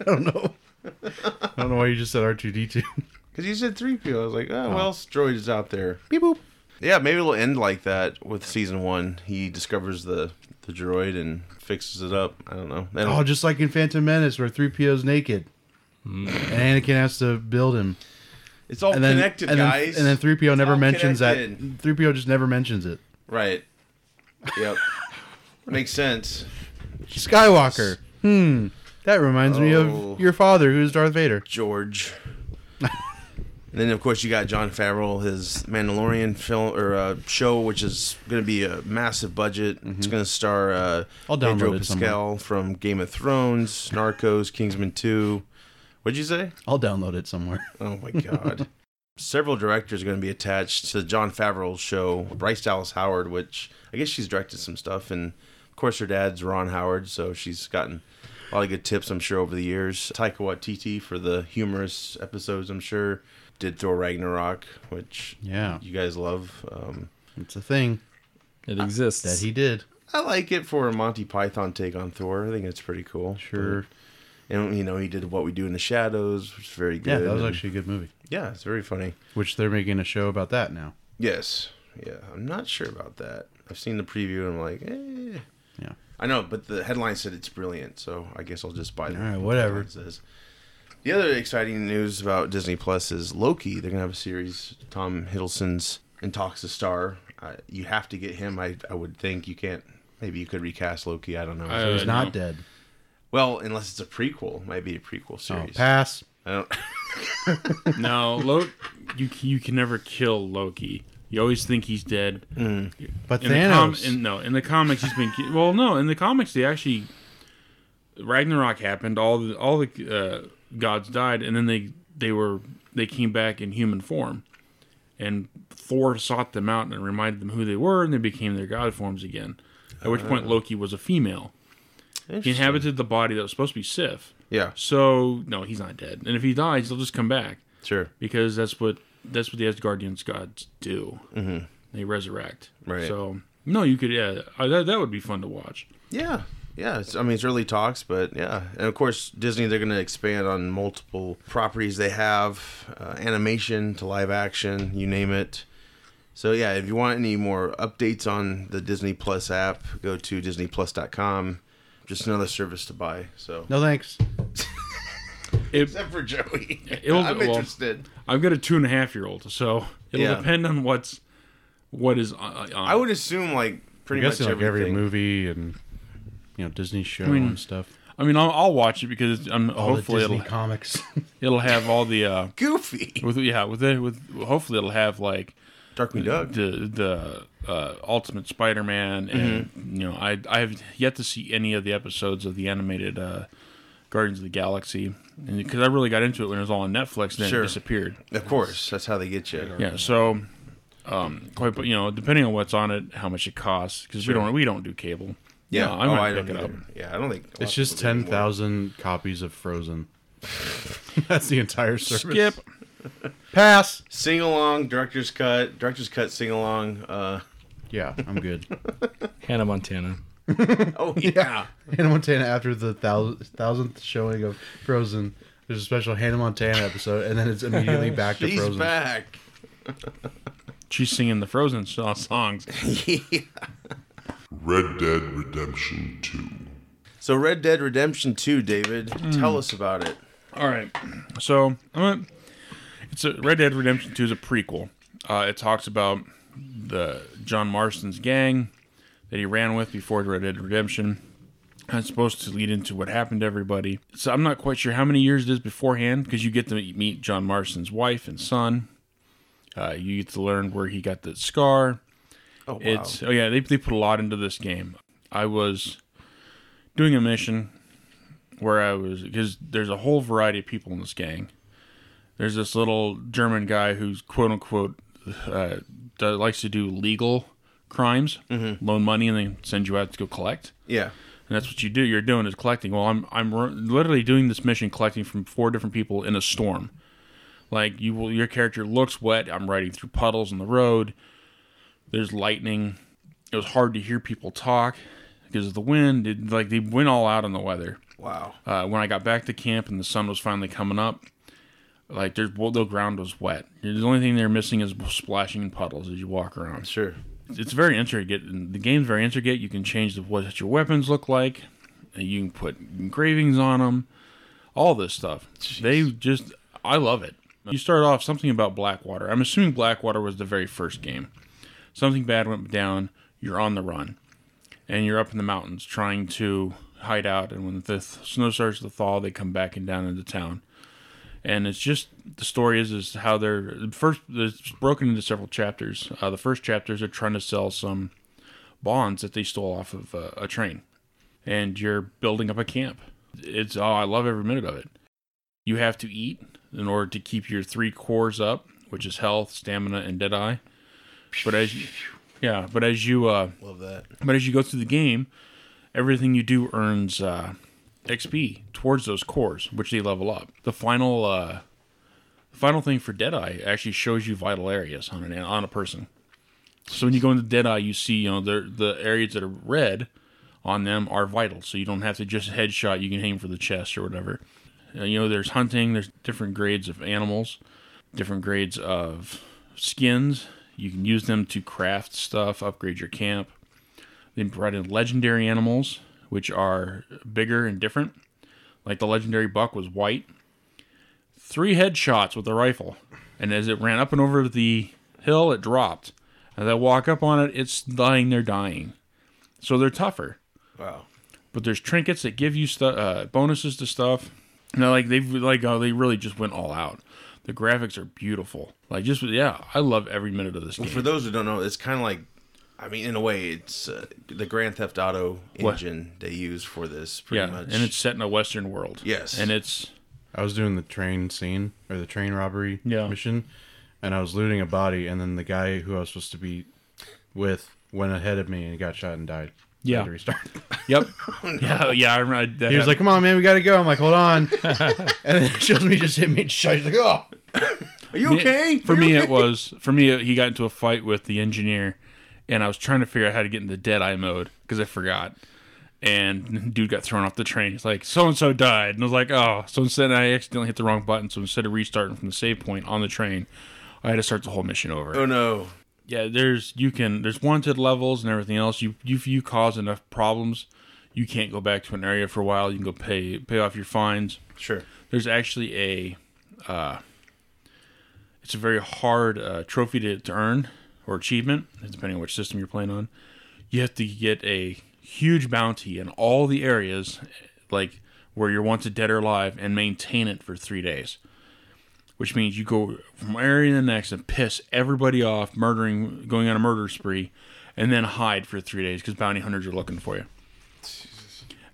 [SPEAKER 3] I don't know. I don't know why you just said R two D two.
[SPEAKER 1] Because you said three PO. I was like, oh, well, droid is out there. Beep boop. Yeah, maybe it'll end like that with season one. He discovers the the droid and fixes it up. I don't know. They don't-
[SPEAKER 3] Oh, just like in Phantom Menace, where three PO's naked, and Anakin has to build him.
[SPEAKER 1] it's all
[SPEAKER 3] and then
[SPEAKER 1] Oh, connected,
[SPEAKER 3] and then,
[SPEAKER 1] guys.
[SPEAKER 3] And then 3PO never
[SPEAKER 1] all
[SPEAKER 3] mentions
[SPEAKER 1] connected.
[SPEAKER 3] that. 3PO just never mentions it.
[SPEAKER 1] right.
[SPEAKER 3] [LAUGHS]
[SPEAKER 1] Yep. Makes sense.
[SPEAKER 3] Skywalker. Hmm. That reminds me
[SPEAKER 1] Oh.
[SPEAKER 3] of your father, who's Darth Vader. [LAUGHS]
[SPEAKER 1] George. and then of course you got John Favreau, his Mandalorian film or uh, show, which is going to be a massive budget. It's going to star uh,
[SPEAKER 3] Mm-hmm. I'll download
[SPEAKER 1] Pedro
[SPEAKER 3] it
[SPEAKER 1] Pascal from Game of Thrones, Narcos, Kingsman Two. What'd you say?
[SPEAKER 3] I'll download it somewhere.
[SPEAKER 1] Oh my God. Several directors are going to be attached to the John Favreau show, Bryce Dallas Howard, which I guess she's directed some stuff. And of course, her dad's Ron Howard, so she's gotten a lot of good tips, I'm sure, over the years. Taika Waititi for the humorous episodes, I'm sure. Did Thor Ragnarok, which
[SPEAKER 3] [LAUGHS] Yeah,
[SPEAKER 1] you guys love. Um,
[SPEAKER 3] it's a thing
[SPEAKER 5] It exists.
[SPEAKER 3] that he did.
[SPEAKER 1] I like it for a Monty Python take on Thor. I think it's pretty cool.
[SPEAKER 3] Sure.
[SPEAKER 1] And, you know, he did What We Do in the Shadows, which is very good.
[SPEAKER 3] Yeah, that was
[SPEAKER 1] And-
[SPEAKER 3] actually a good movie.
[SPEAKER 1] Yeah, it's very funny.
[SPEAKER 3] Which they're making a show about that now.
[SPEAKER 1] Yes. Yeah. I'm not sure about that. I've seen the preview and I'm like, eh.
[SPEAKER 3] Yeah.
[SPEAKER 1] I know, but the headline said it's brilliant, so I guess I'll just buy the
[SPEAKER 3] All right, whatever.
[SPEAKER 1] It says. The other exciting news about Disney Plus is Loki. They're gonna have a series. Tom Hiddleston's in talks to star. Uh, you have to get him. I I would think you can't. Maybe you could recast Loki. I don't know.
[SPEAKER 2] I-
[SPEAKER 3] He's
[SPEAKER 2] Uh,
[SPEAKER 3] not
[SPEAKER 2] no.
[SPEAKER 3] dead.
[SPEAKER 1] well, unless it's a prequel, might be a prequel
[SPEAKER 3] Oh,
[SPEAKER 1] series.
[SPEAKER 3] pass.
[SPEAKER 1] I don't.
[SPEAKER 2] No, Lo- you you can never kill Loki. You always think he's dead.
[SPEAKER 3] But
[SPEAKER 2] In the com-
[SPEAKER 3] Thanos.
[SPEAKER 2] in, no, in the comics he's been ki- well. No, in the comics they actually Ragnarok happened. All the all the uh, gods died, and then they they were they came back in human form, and Thor sought them out and reminded them who they were, and they became their god forms again. At which point Loki was a female. He inhabited the body that was supposed to be Sif.
[SPEAKER 1] [LAUGHS] yeah.
[SPEAKER 2] So no, he's not dead. And if he dies, he'll just come back
[SPEAKER 1] Sure.
[SPEAKER 2] because that's what that's what the Asgardians gods do. Mm-hmm. They resurrect.
[SPEAKER 1] Right.
[SPEAKER 2] So no, you could yeah, I, that that would be fun to watch.
[SPEAKER 1] Yeah, yeah. It's, I mean, it's early talks, but yeah, and of course Disney they're going to expand on multiple properties they have, uh, animation to live action, you name it. So yeah, if you want any more updates on the Disney Plus app, go to DisneyPlus.com. Just another service to buy. So
[SPEAKER 3] no thanks.
[SPEAKER 2] It,
[SPEAKER 1] except for Joey,
[SPEAKER 2] It'll-
[SPEAKER 1] [LAUGHS] I'm
[SPEAKER 2] well-
[SPEAKER 1] interested.
[SPEAKER 2] I've got a two and a half year old, so it'll
[SPEAKER 1] Yeah.
[SPEAKER 2] depend on what's what is uh, on.
[SPEAKER 1] I would assume like
[SPEAKER 3] I'm
[SPEAKER 1] pretty much
[SPEAKER 3] guessing like every
[SPEAKER 1] everything.
[SPEAKER 3] movie and you know Disney show
[SPEAKER 2] mean,
[SPEAKER 3] and stuff.
[SPEAKER 2] I mean, I'll, I'll watch it because it's- I'm
[SPEAKER 3] All
[SPEAKER 2] hopefully
[SPEAKER 3] the Disney
[SPEAKER 2] it'll
[SPEAKER 3] comics.
[SPEAKER 2] it'll have all the uh
[SPEAKER 1] Goofy.
[SPEAKER 2] with yeah with it with hopefully it'll have like
[SPEAKER 1] Darkwing Duck.
[SPEAKER 2] the the uh, Ultimate Spider-Man, and
[SPEAKER 1] Mm-hmm.
[SPEAKER 2] you know, I I have yet to see any of the episodes of the animated uh, Guardians of the Galaxy, and because I really got into it when it was all on Netflix, then
[SPEAKER 1] Sure.
[SPEAKER 2] it disappeared.
[SPEAKER 1] Of course, that's how they get you.
[SPEAKER 2] Yeah, so um, quite, but you know, depending on what's on it, how much it costs, because we don't we don't do cable.
[SPEAKER 1] Yeah,
[SPEAKER 2] No, I
[SPEAKER 1] oh,
[SPEAKER 2] might
[SPEAKER 1] don't
[SPEAKER 2] pick it up.
[SPEAKER 1] either. Yeah, I don't think
[SPEAKER 3] It's just ten thousand copies of Frozen. [LAUGHS] That's the entire service.
[SPEAKER 2] Skip.
[SPEAKER 1] [LAUGHS]
[SPEAKER 3] pass.
[SPEAKER 1] sing along, director's cut, director's cut sing along. Uh, [LAUGHS]
[SPEAKER 3] Yeah, I'm good.
[SPEAKER 5] Hannah Montana.
[SPEAKER 1] oh yeah,
[SPEAKER 3] [LAUGHS] Hannah Montana after the thousand, thousandth showing of Frozen. There's a special Hannah Montana episode, and then it's
[SPEAKER 2] [LAUGHS]
[SPEAKER 3] immediately back to
[SPEAKER 1] she's
[SPEAKER 3] Frozen.
[SPEAKER 1] back.
[SPEAKER 2] She's singing the Frozen [LAUGHS] so- songs.
[SPEAKER 6] Red Dead Redemption 2.
[SPEAKER 1] So Red Dead Redemption Two, David,
[SPEAKER 2] Hmm.
[SPEAKER 1] tell us about it.
[SPEAKER 2] All right, so I'm gonna, it's a Red Dead Redemption Two is a prequel. Uh, it talks about the John Marston's gang that he ran with before Red Dead Redemption. And It's supposed to lead into what happened to everybody. So I'm not quite sure how many years it is beforehand because you get to meet John Marston's wife and son. Uh, you get to learn where he got that scar.
[SPEAKER 1] Oh wow,
[SPEAKER 2] It's oh yeah, they they put a lot into this game. I was doing a mission where I was because there's a whole variety of people in this gang. There's this little German guy who's quote unquote uh, does, likes to do legal crimes, loan money, and they send you out to go collect.
[SPEAKER 1] yeah,
[SPEAKER 2] And that's what you do. You're doing is collecting. Well, I'm I'm r- literally doing this mission collecting from four different people in a storm. Like you will, your character looks wet. I'm riding through puddles on the road. There's lightning. It was hard to hear people talk because of the wind. It, like they went all out on the weather.
[SPEAKER 1] wow.
[SPEAKER 2] Uh, when I got back to camp and the sun was finally coming up, like there's well, the ground was wet. The only thing they're missing is splashing in puddles as you walk around
[SPEAKER 1] Sure.
[SPEAKER 2] it's very intricate. and The game's very intricate. You can change the, what your weapons look like. and You can put engravings on them. All this stuff. They just, I love it. You start off something about Blackwater. I'm assuming Blackwater was the very first game. Something bad went down. You're on the run, and you're up in the mountains trying to hide out. And when the th- snow starts to thaw, they come back and down into town. And it's just the story is is how they're first. It's broken into several chapters. Uh, the first chapters are trying to sell some bonds that they stole off of uh, a train, and you're building up a camp. It's oh, I love every minute of it. You have to eat in order to keep your three cores up, which is health, stamina, and deadeye. But as you, yeah, but as you uh,
[SPEAKER 1] Love that.
[SPEAKER 2] but as you go through the game, everything you do earns uh, XP towards those cores, which they level up. The final, uh, the final thing for Deadeye actually shows you vital areas on an on a person. So when you go into Deadeye, you see you know the the areas that are red on them are vital, so you don't have to just headshot. You can aim for the chest or whatever. Uh, You know, there's hunting. There's different grades of animals, different grades of skins. You can use them to craft stuff, upgrade your camp. They brought in legendary animals, which are bigger and different. Like the legendary buck was white. Three headshots with a rifle. And as it ran up and over the hill, it dropped. As I walk up on it, it's lying there dying. So they're tougher.
[SPEAKER 1] Wow.
[SPEAKER 2] But there's trinkets that give you stu- uh, bonuses to stuff. Now, like they've like oh, they really just went all out. The graphics are beautiful. Like just yeah, I love every minute of this game.
[SPEAKER 1] For those who don't know, it's kind of like, I mean, in a way, it's uh, the Grand Theft Auto
[SPEAKER 2] What?
[SPEAKER 1] engine they use for this, pretty
[SPEAKER 2] yeah,
[SPEAKER 1] much.
[SPEAKER 2] and it's set in a Western world.
[SPEAKER 1] Yes.
[SPEAKER 2] and it's
[SPEAKER 3] I was doing the train scene or the train robbery
[SPEAKER 2] Yeah.
[SPEAKER 3] mission, and I was looting a body, and then the guy who I was supposed to be with went ahead of me and got shot and died. I
[SPEAKER 2] Yeah.
[SPEAKER 3] had to restart.
[SPEAKER 2] Yep. Yeah, yeah. I remember. That
[SPEAKER 3] He was like, "Come on, man, we gotta go." I'm like, "Hold
[SPEAKER 2] [LAUGHS]
[SPEAKER 3] on," and then it shows me just hit me and shot. He's like, "Oh,
[SPEAKER 1] Are you okay?
[SPEAKER 2] For me, it was for me. He got into a fight with the engineer, and I was trying to figure out how to get into Deadeye mode because I forgot. And dude got thrown off the train. He's like, "So and so died," and I was like, "Oh." So instead, I accidentally hit the wrong button. So instead of restarting from the save point on the train, I had to start the whole mission over.
[SPEAKER 1] Oh no.
[SPEAKER 2] Yeah, there's you can there's wanted levels and everything else. You you if you cause enough problems, you can't go back to an area for a while. You can go pay pay off your fines.
[SPEAKER 1] Sure.
[SPEAKER 2] there's actually a uh, it's a very hard uh, trophy to, to earn or achievement depending on which system you're playing on you have to get a huge bounty in all the areas like where you're wanted dead or alive and maintain it for three days which means you go from area to the next and piss everybody off, murdering, going on a murder spree, and then hide for three days because bounty hunters are looking for you.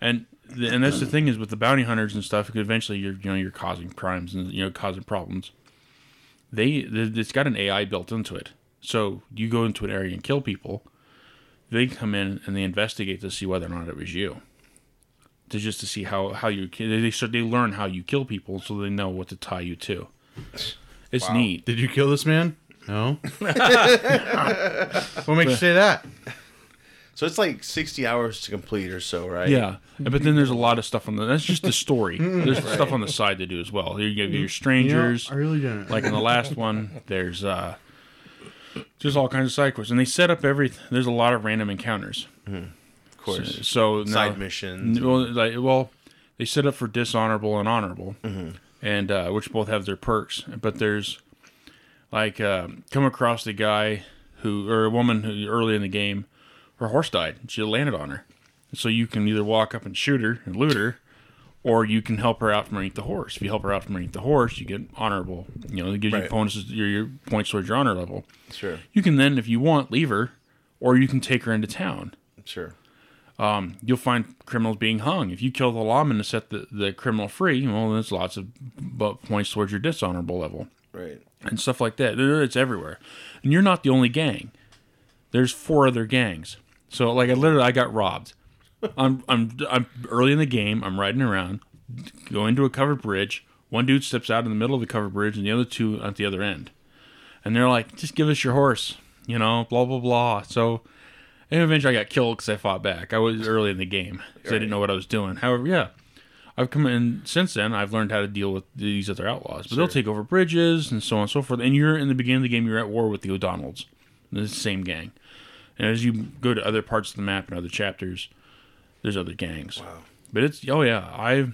[SPEAKER 2] And the, and that's the thing is with the bounty hunters and stuff. 'cause Eventually, you're you know you're causing crimes and you know causing problems. They th- it's got an AI built into it, so you go into an area and kill people. They come in and they investigate to see whether or not it was you. To just to see how how you ki- they they- so they learn how you kill people, so they know what to tie you to. It's neat.
[SPEAKER 3] Did you kill this man? [LAUGHS] No. what makes you say that?
[SPEAKER 1] So it's like 60 hours to complete or so, right?
[SPEAKER 2] Yeah, but then there's a lot of stuff on the. That's just
[SPEAKER 1] [LAUGHS]
[SPEAKER 2] the story. There's stuff on the side to do as well. You get
[SPEAKER 3] You
[SPEAKER 2] your
[SPEAKER 3] know,
[SPEAKER 2] strangers.
[SPEAKER 3] I really didn't.
[SPEAKER 2] like in the last one there's uh there's all kinds of side quests and they set up everything there's a lot of random encounters
[SPEAKER 1] Of course.
[SPEAKER 2] so now-
[SPEAKER 1] Side missions.
[SPEAKER 2] well, like, well they set up for dishonorable and honorable and uh which both have their perks but there's like uh, come across the guy who or a woman who early in the game her horse died and she landed on her so you can either walk up and shoot her and loot her or you can help her out from underneath the horse. If you help her out from underneath the horse, you get honorable. You know, it gives you
[SPEAKER 1] Right.
[SPEAKER 2] bonuses, your, your points towards your honor level.
[SPEAKER 1] Sure.
[SPEAKER 2] You can then, if you want, leave her, or you can take her into town.
[SPEAKER 1] Sure.
[SPEAKER 2] You'll find criminals being hung. If you kill the lawman to set the, the criminal free, well, there's lots of bu- points towards your dishonorable level
[SPEAKER 1] Right.
[SPEAKER 2] and stuff like that. There- It's everywhere, and you're not the only gang. There's four other gangs. So like I literally I got robbed. I'm I'm I'm early in the game. I'm riding around, going to a covered bridge. One dude steps out in the middle of the covered bridge, and the other two at the other end. And they're like, "Just give us your horse," you know, blah blah blah. So. And eventually, I got killed because I fought back. I was early in the game, so I didn't know what I was doing. However, yeah, I've come in since then. I've learned how to deal with these other outlaws, but they'll take over bridges and so on and so forth. And you're in the beginning of the game, you're at war with the O'Donnells, the same gang. And as you go to other parts of the map and other chapters, there's other gangs. Wow. But it's oh yeah, I,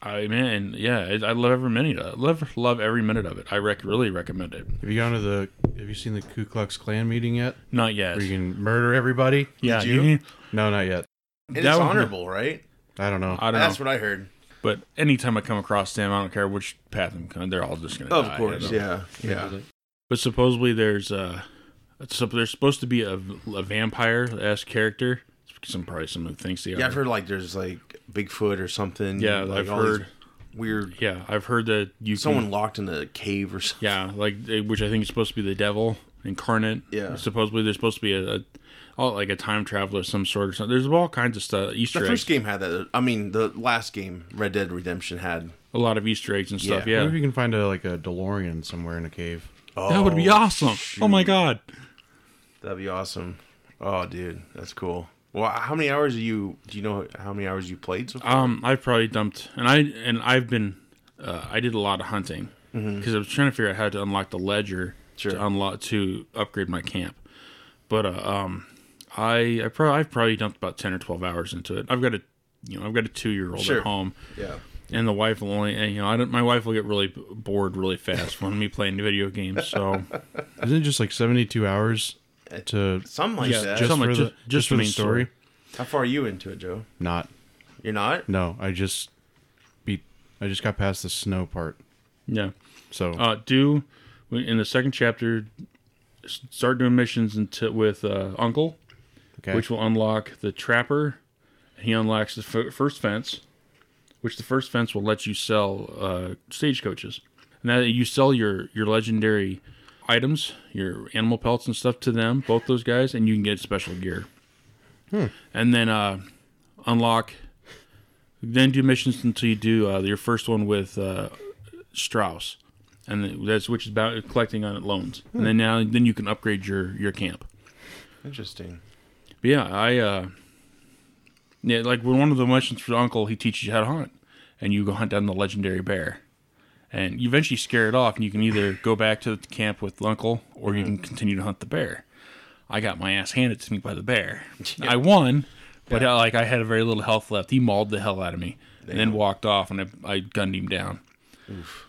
[SPEAKER 2] I man, yeah, it, I love every minute. of it. Love love every minute of it. I rec- really recommend it.
[SPEAKER 3] Have you gone to the? Have you seen the Ku Klux Klan meeting yet?
[SPEAKER 2] Not yet.
[SPEAKER 3] Where you can murder everybody?
[SPEAKER 2] yeah,
[SPEAKER 1] Did you?
[SPEAKER 2] need-
[SPEAKER 3] No, not yet.
[SPEAKER 1] And
[SPEAKER 2] That
[SPEAKER 1] it's
[SPEAKER 2] one-
[SPEAKER 1] honorable, right?
[SPEAKER 3] I don't know.
[SPEAKER 2] I don't know.
[SPEAKER 1] That's what I heard.
[SPEAKER 2] But anytime I come across them, I don't care which path I'm coming. They're all just gonna. die. You know?
[SPEAKER 1] Yeah. Yeah.
[SPEAKER 2] But supposedly there's uh, so there's supposed to be a, a vampire esque character. Some probably some of the things they
[SPEAKER 1] Yeah,
[SPEAKER 2] are.
[SPEAKER 1] I've heard like there's like Bigfoot or something.
[SPEAKER 2] Yeah,
[SPEAKER 1] like,
[SPEAKER 2] I've
[SPEAKER 1] all these
[SPEAKER 2] heard. Hmm.
[SPEAKER 1] weird
[SPEAKER 2] Yeah, I've heard that you can-
[SPEAKER 1] someone locked in a cave or something.
[SPEAKER 2] yeah, like they- which I think is supposed to be the devil incarnate.
[SPEAKER 1] Yeah.
[SPEAKER 2] Supposedly there's supposed to be a, a oh, like a time traveler of some sort or something. There's all kinds of stuff.
[SPEAKER 1] [LAUGHS] The
[SPEAKER 2] Easter eggs.
[SPEAKER 1] first game had that. I mean, the last game, Red Dead Redemption, had.
[SPEAKER 2] A lot of Easter eggs and stuff.
[SPEAKER 1] Yeah.
[SPEAKER 3] What
[SPEAKER 2] Yeah.
[SPEAKER 3] if you can find a like a DeLorean somewhere in a cave?
[SPEAKER 1] Oh,
[SPEAKER 2] that would be awesome. Oh my god.
[SPEAKER 1] That'd be awesome. Oh, dude, that's cool. Well, how many hours are you? Do you know how many hours you played so far?
[SPEAKER 2] Um, I've probably dumped, and I and I've been, uh, I did a lot of hunting because I was trying to figure out how to unlock the ledger
[SPEAKER 1] Mm-hmm. Sure.
[SPEAKER 2] to unlock to upgrade my camp. But uh, um, I I probably I've probably dumped about ten or twelve hours into it. I've got a you know I've got a two year old
[SPEAKER 1] Sure.
[SPEAKER 2] at home,
[SPEAKER 1] yeah.
[SPEAKER 2] and the wife will only and, you know I don't my wife will get really b- bored really fast when me playing video games.
[SPEAKER 1] [LAUGHS]
[SPEAKER 2] So
[SPEAKER 3] Isn't it just like seventy-two hours to
[SPEAKER 1] Something like
[SPEAKER 2] Yeah,
[SPEAKER 1] that.
[SPEAKER 3] just
[SPEAKER 2] Something
[SPEAKER 3] for
[SPEAKER 2] like
[SPEAKER 3] the
[SPEAKER 2] ju-
[SPEAKER 3] just,
[SPEAKER 2] just
[SPEAKER 3] for
[SPEAKER 2] the
[SPEAKER 3] the
[SPEAKER 2] main
[SPEAKER 3] story?
[SPEAKER 2] story.
[SPEAKER 1] How far are you into it, Joe?
[SPEAKER 3] Not.
[SPEAKER 1] You're not.
[SPEAKER 3] No, I just beat. I just got past the snow part.
[SPEAKER 2] yeah.
[SPEAKER 3] So
[SPEAKER 2] Uh, do in the second chapter s- start doing missions until with uh, Uncle,
[SPEAKER 3] Okay.
[SPEAKER 2] which will unlock the Trapper. He unlocks the f- first fence, which the first fence will let you sell uh, stagecoaches. And that you sell your your legendary items, your animal pelts and stuff to them, both those guys, and you can get special gear. And then uh, unlock. Then do missions until you do uh, your first one with uh, Strauss, and that's which is about collecting on loans. And then now, then you can upgrade your your camp.
[SPEAKER 1] Interesting.
[SPEAKER 2] But yeah, I uh yeah, like when one of the missions for Uncle, he teaches you how to hunt, and you go hunt down the legendary bear, and you eventually scare it off, and you can either go back to the camp with Uncle or you can continue to hunt the bear. I got my ass handed to me by
[SPEAKER 3] [LAUGHS]
[SPEAKER 2] the bear. I won, but uh, like I had very little health left. He mauled the hell out of me, and then walked off, and I, I gunned him down.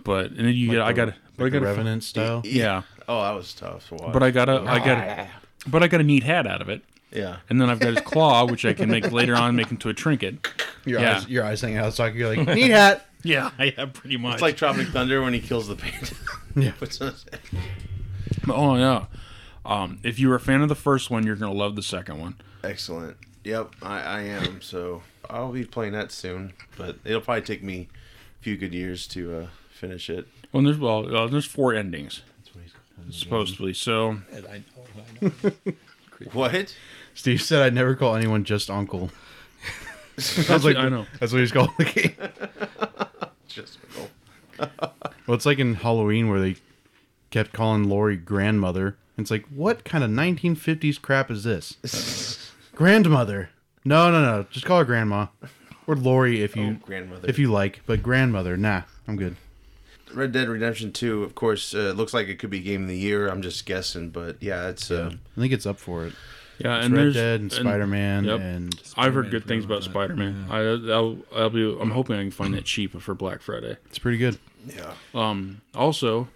[SPEAKER 2] But and then you get I got but I
[SPEAKER 3] like
[SPEAKER 2] got
[SPEAKER 3] a
[SPEAKER 2] a-
[SPEAKER 3] Revenant style.
[SPEAKER 2] yeah,
[SPEAKER 1] Oh, that was tough to watch.
[SPEAKER 2] but I got a I got a, but I got a neat hat out of it.
[SPEAKER 1] yeah.
[SPEAKER 2] And then I've got his claw, which I can make later on make into a trinket.
[SPEAKER 3] Your
[SPEAKER 2] Yeah.
[SPEAKER 3] eyes, your eyes hanging out. So I could [LAUGHS] go like neat hat.
[SPEAKER 2] Yeah, [LAUGHS] yeah, pretty much.
[SPEAKER 1] It's like Tropic Thunder when he kills the panda. [LAUGHS]
[SPEAKER 3] Yeah.
[SPEAKER 1] Puts on-
[SPEAKER 2] oh yeah. Um, if you were a fan of the first one, you're gonna love the second one.
[SPEAKER 1] Excellent. Yep, I, I am. So I'll be playing that soon, but it'll probably take me a few good years to uh, finish it.
[SPEAKER 2] Well, there's well, uh, there's four endings supposedly. So
[SPEAKER 1] What?
[SPEAKER 3] Steve said I'd never call anyone just
[SPEAKER 2] [LAUGHS]
[SPEAKER 3] uncle. I was like,
[SPEAKER 2] I know.
[SPEAKER 3] That's what he's called. [LAUGHS] in the game.
[SPEAKER 1] Just go.
[SPEAKER 3] Well, it's like in Halloween where they kept calling Lori grandmother. It's like, what kind of 1950s crap is this?
[SPEAKER 2] [LAUGHS]
[SPEAKER 3] grandmother. No, no, no. Just call her grandma or Lori if you
[SPEAKER 1] Oh, grandmother.
[SPEAKER 3] if you like, but grandmother. Nah, I'm good.
[SPEAKER 1] Red Dead Redemption Two, of course, uh, looks like it could be game of the year. I'm just guessing, but yeah, it's uh,
[SPEAKER 3] I think it's up for it.
[SPEAKER 2] yeah,
[SPEAKER 3] It's
[SPEAKER 2] and
[SPEAKER 3] Red
[SPEAKER 2] there's
[SPEAKER 3] Dead and Spider Man
[SPEAKER 2] yep.
[SPEAKER 3] and
[SPEAKER 2] I've heard good things about Spider Man. I I'll, I'll be I'm hoping I can find that cheap for Black Friday.
[SPEAKER 3] it's pretty good.
[SPEAKER 2] Um, also,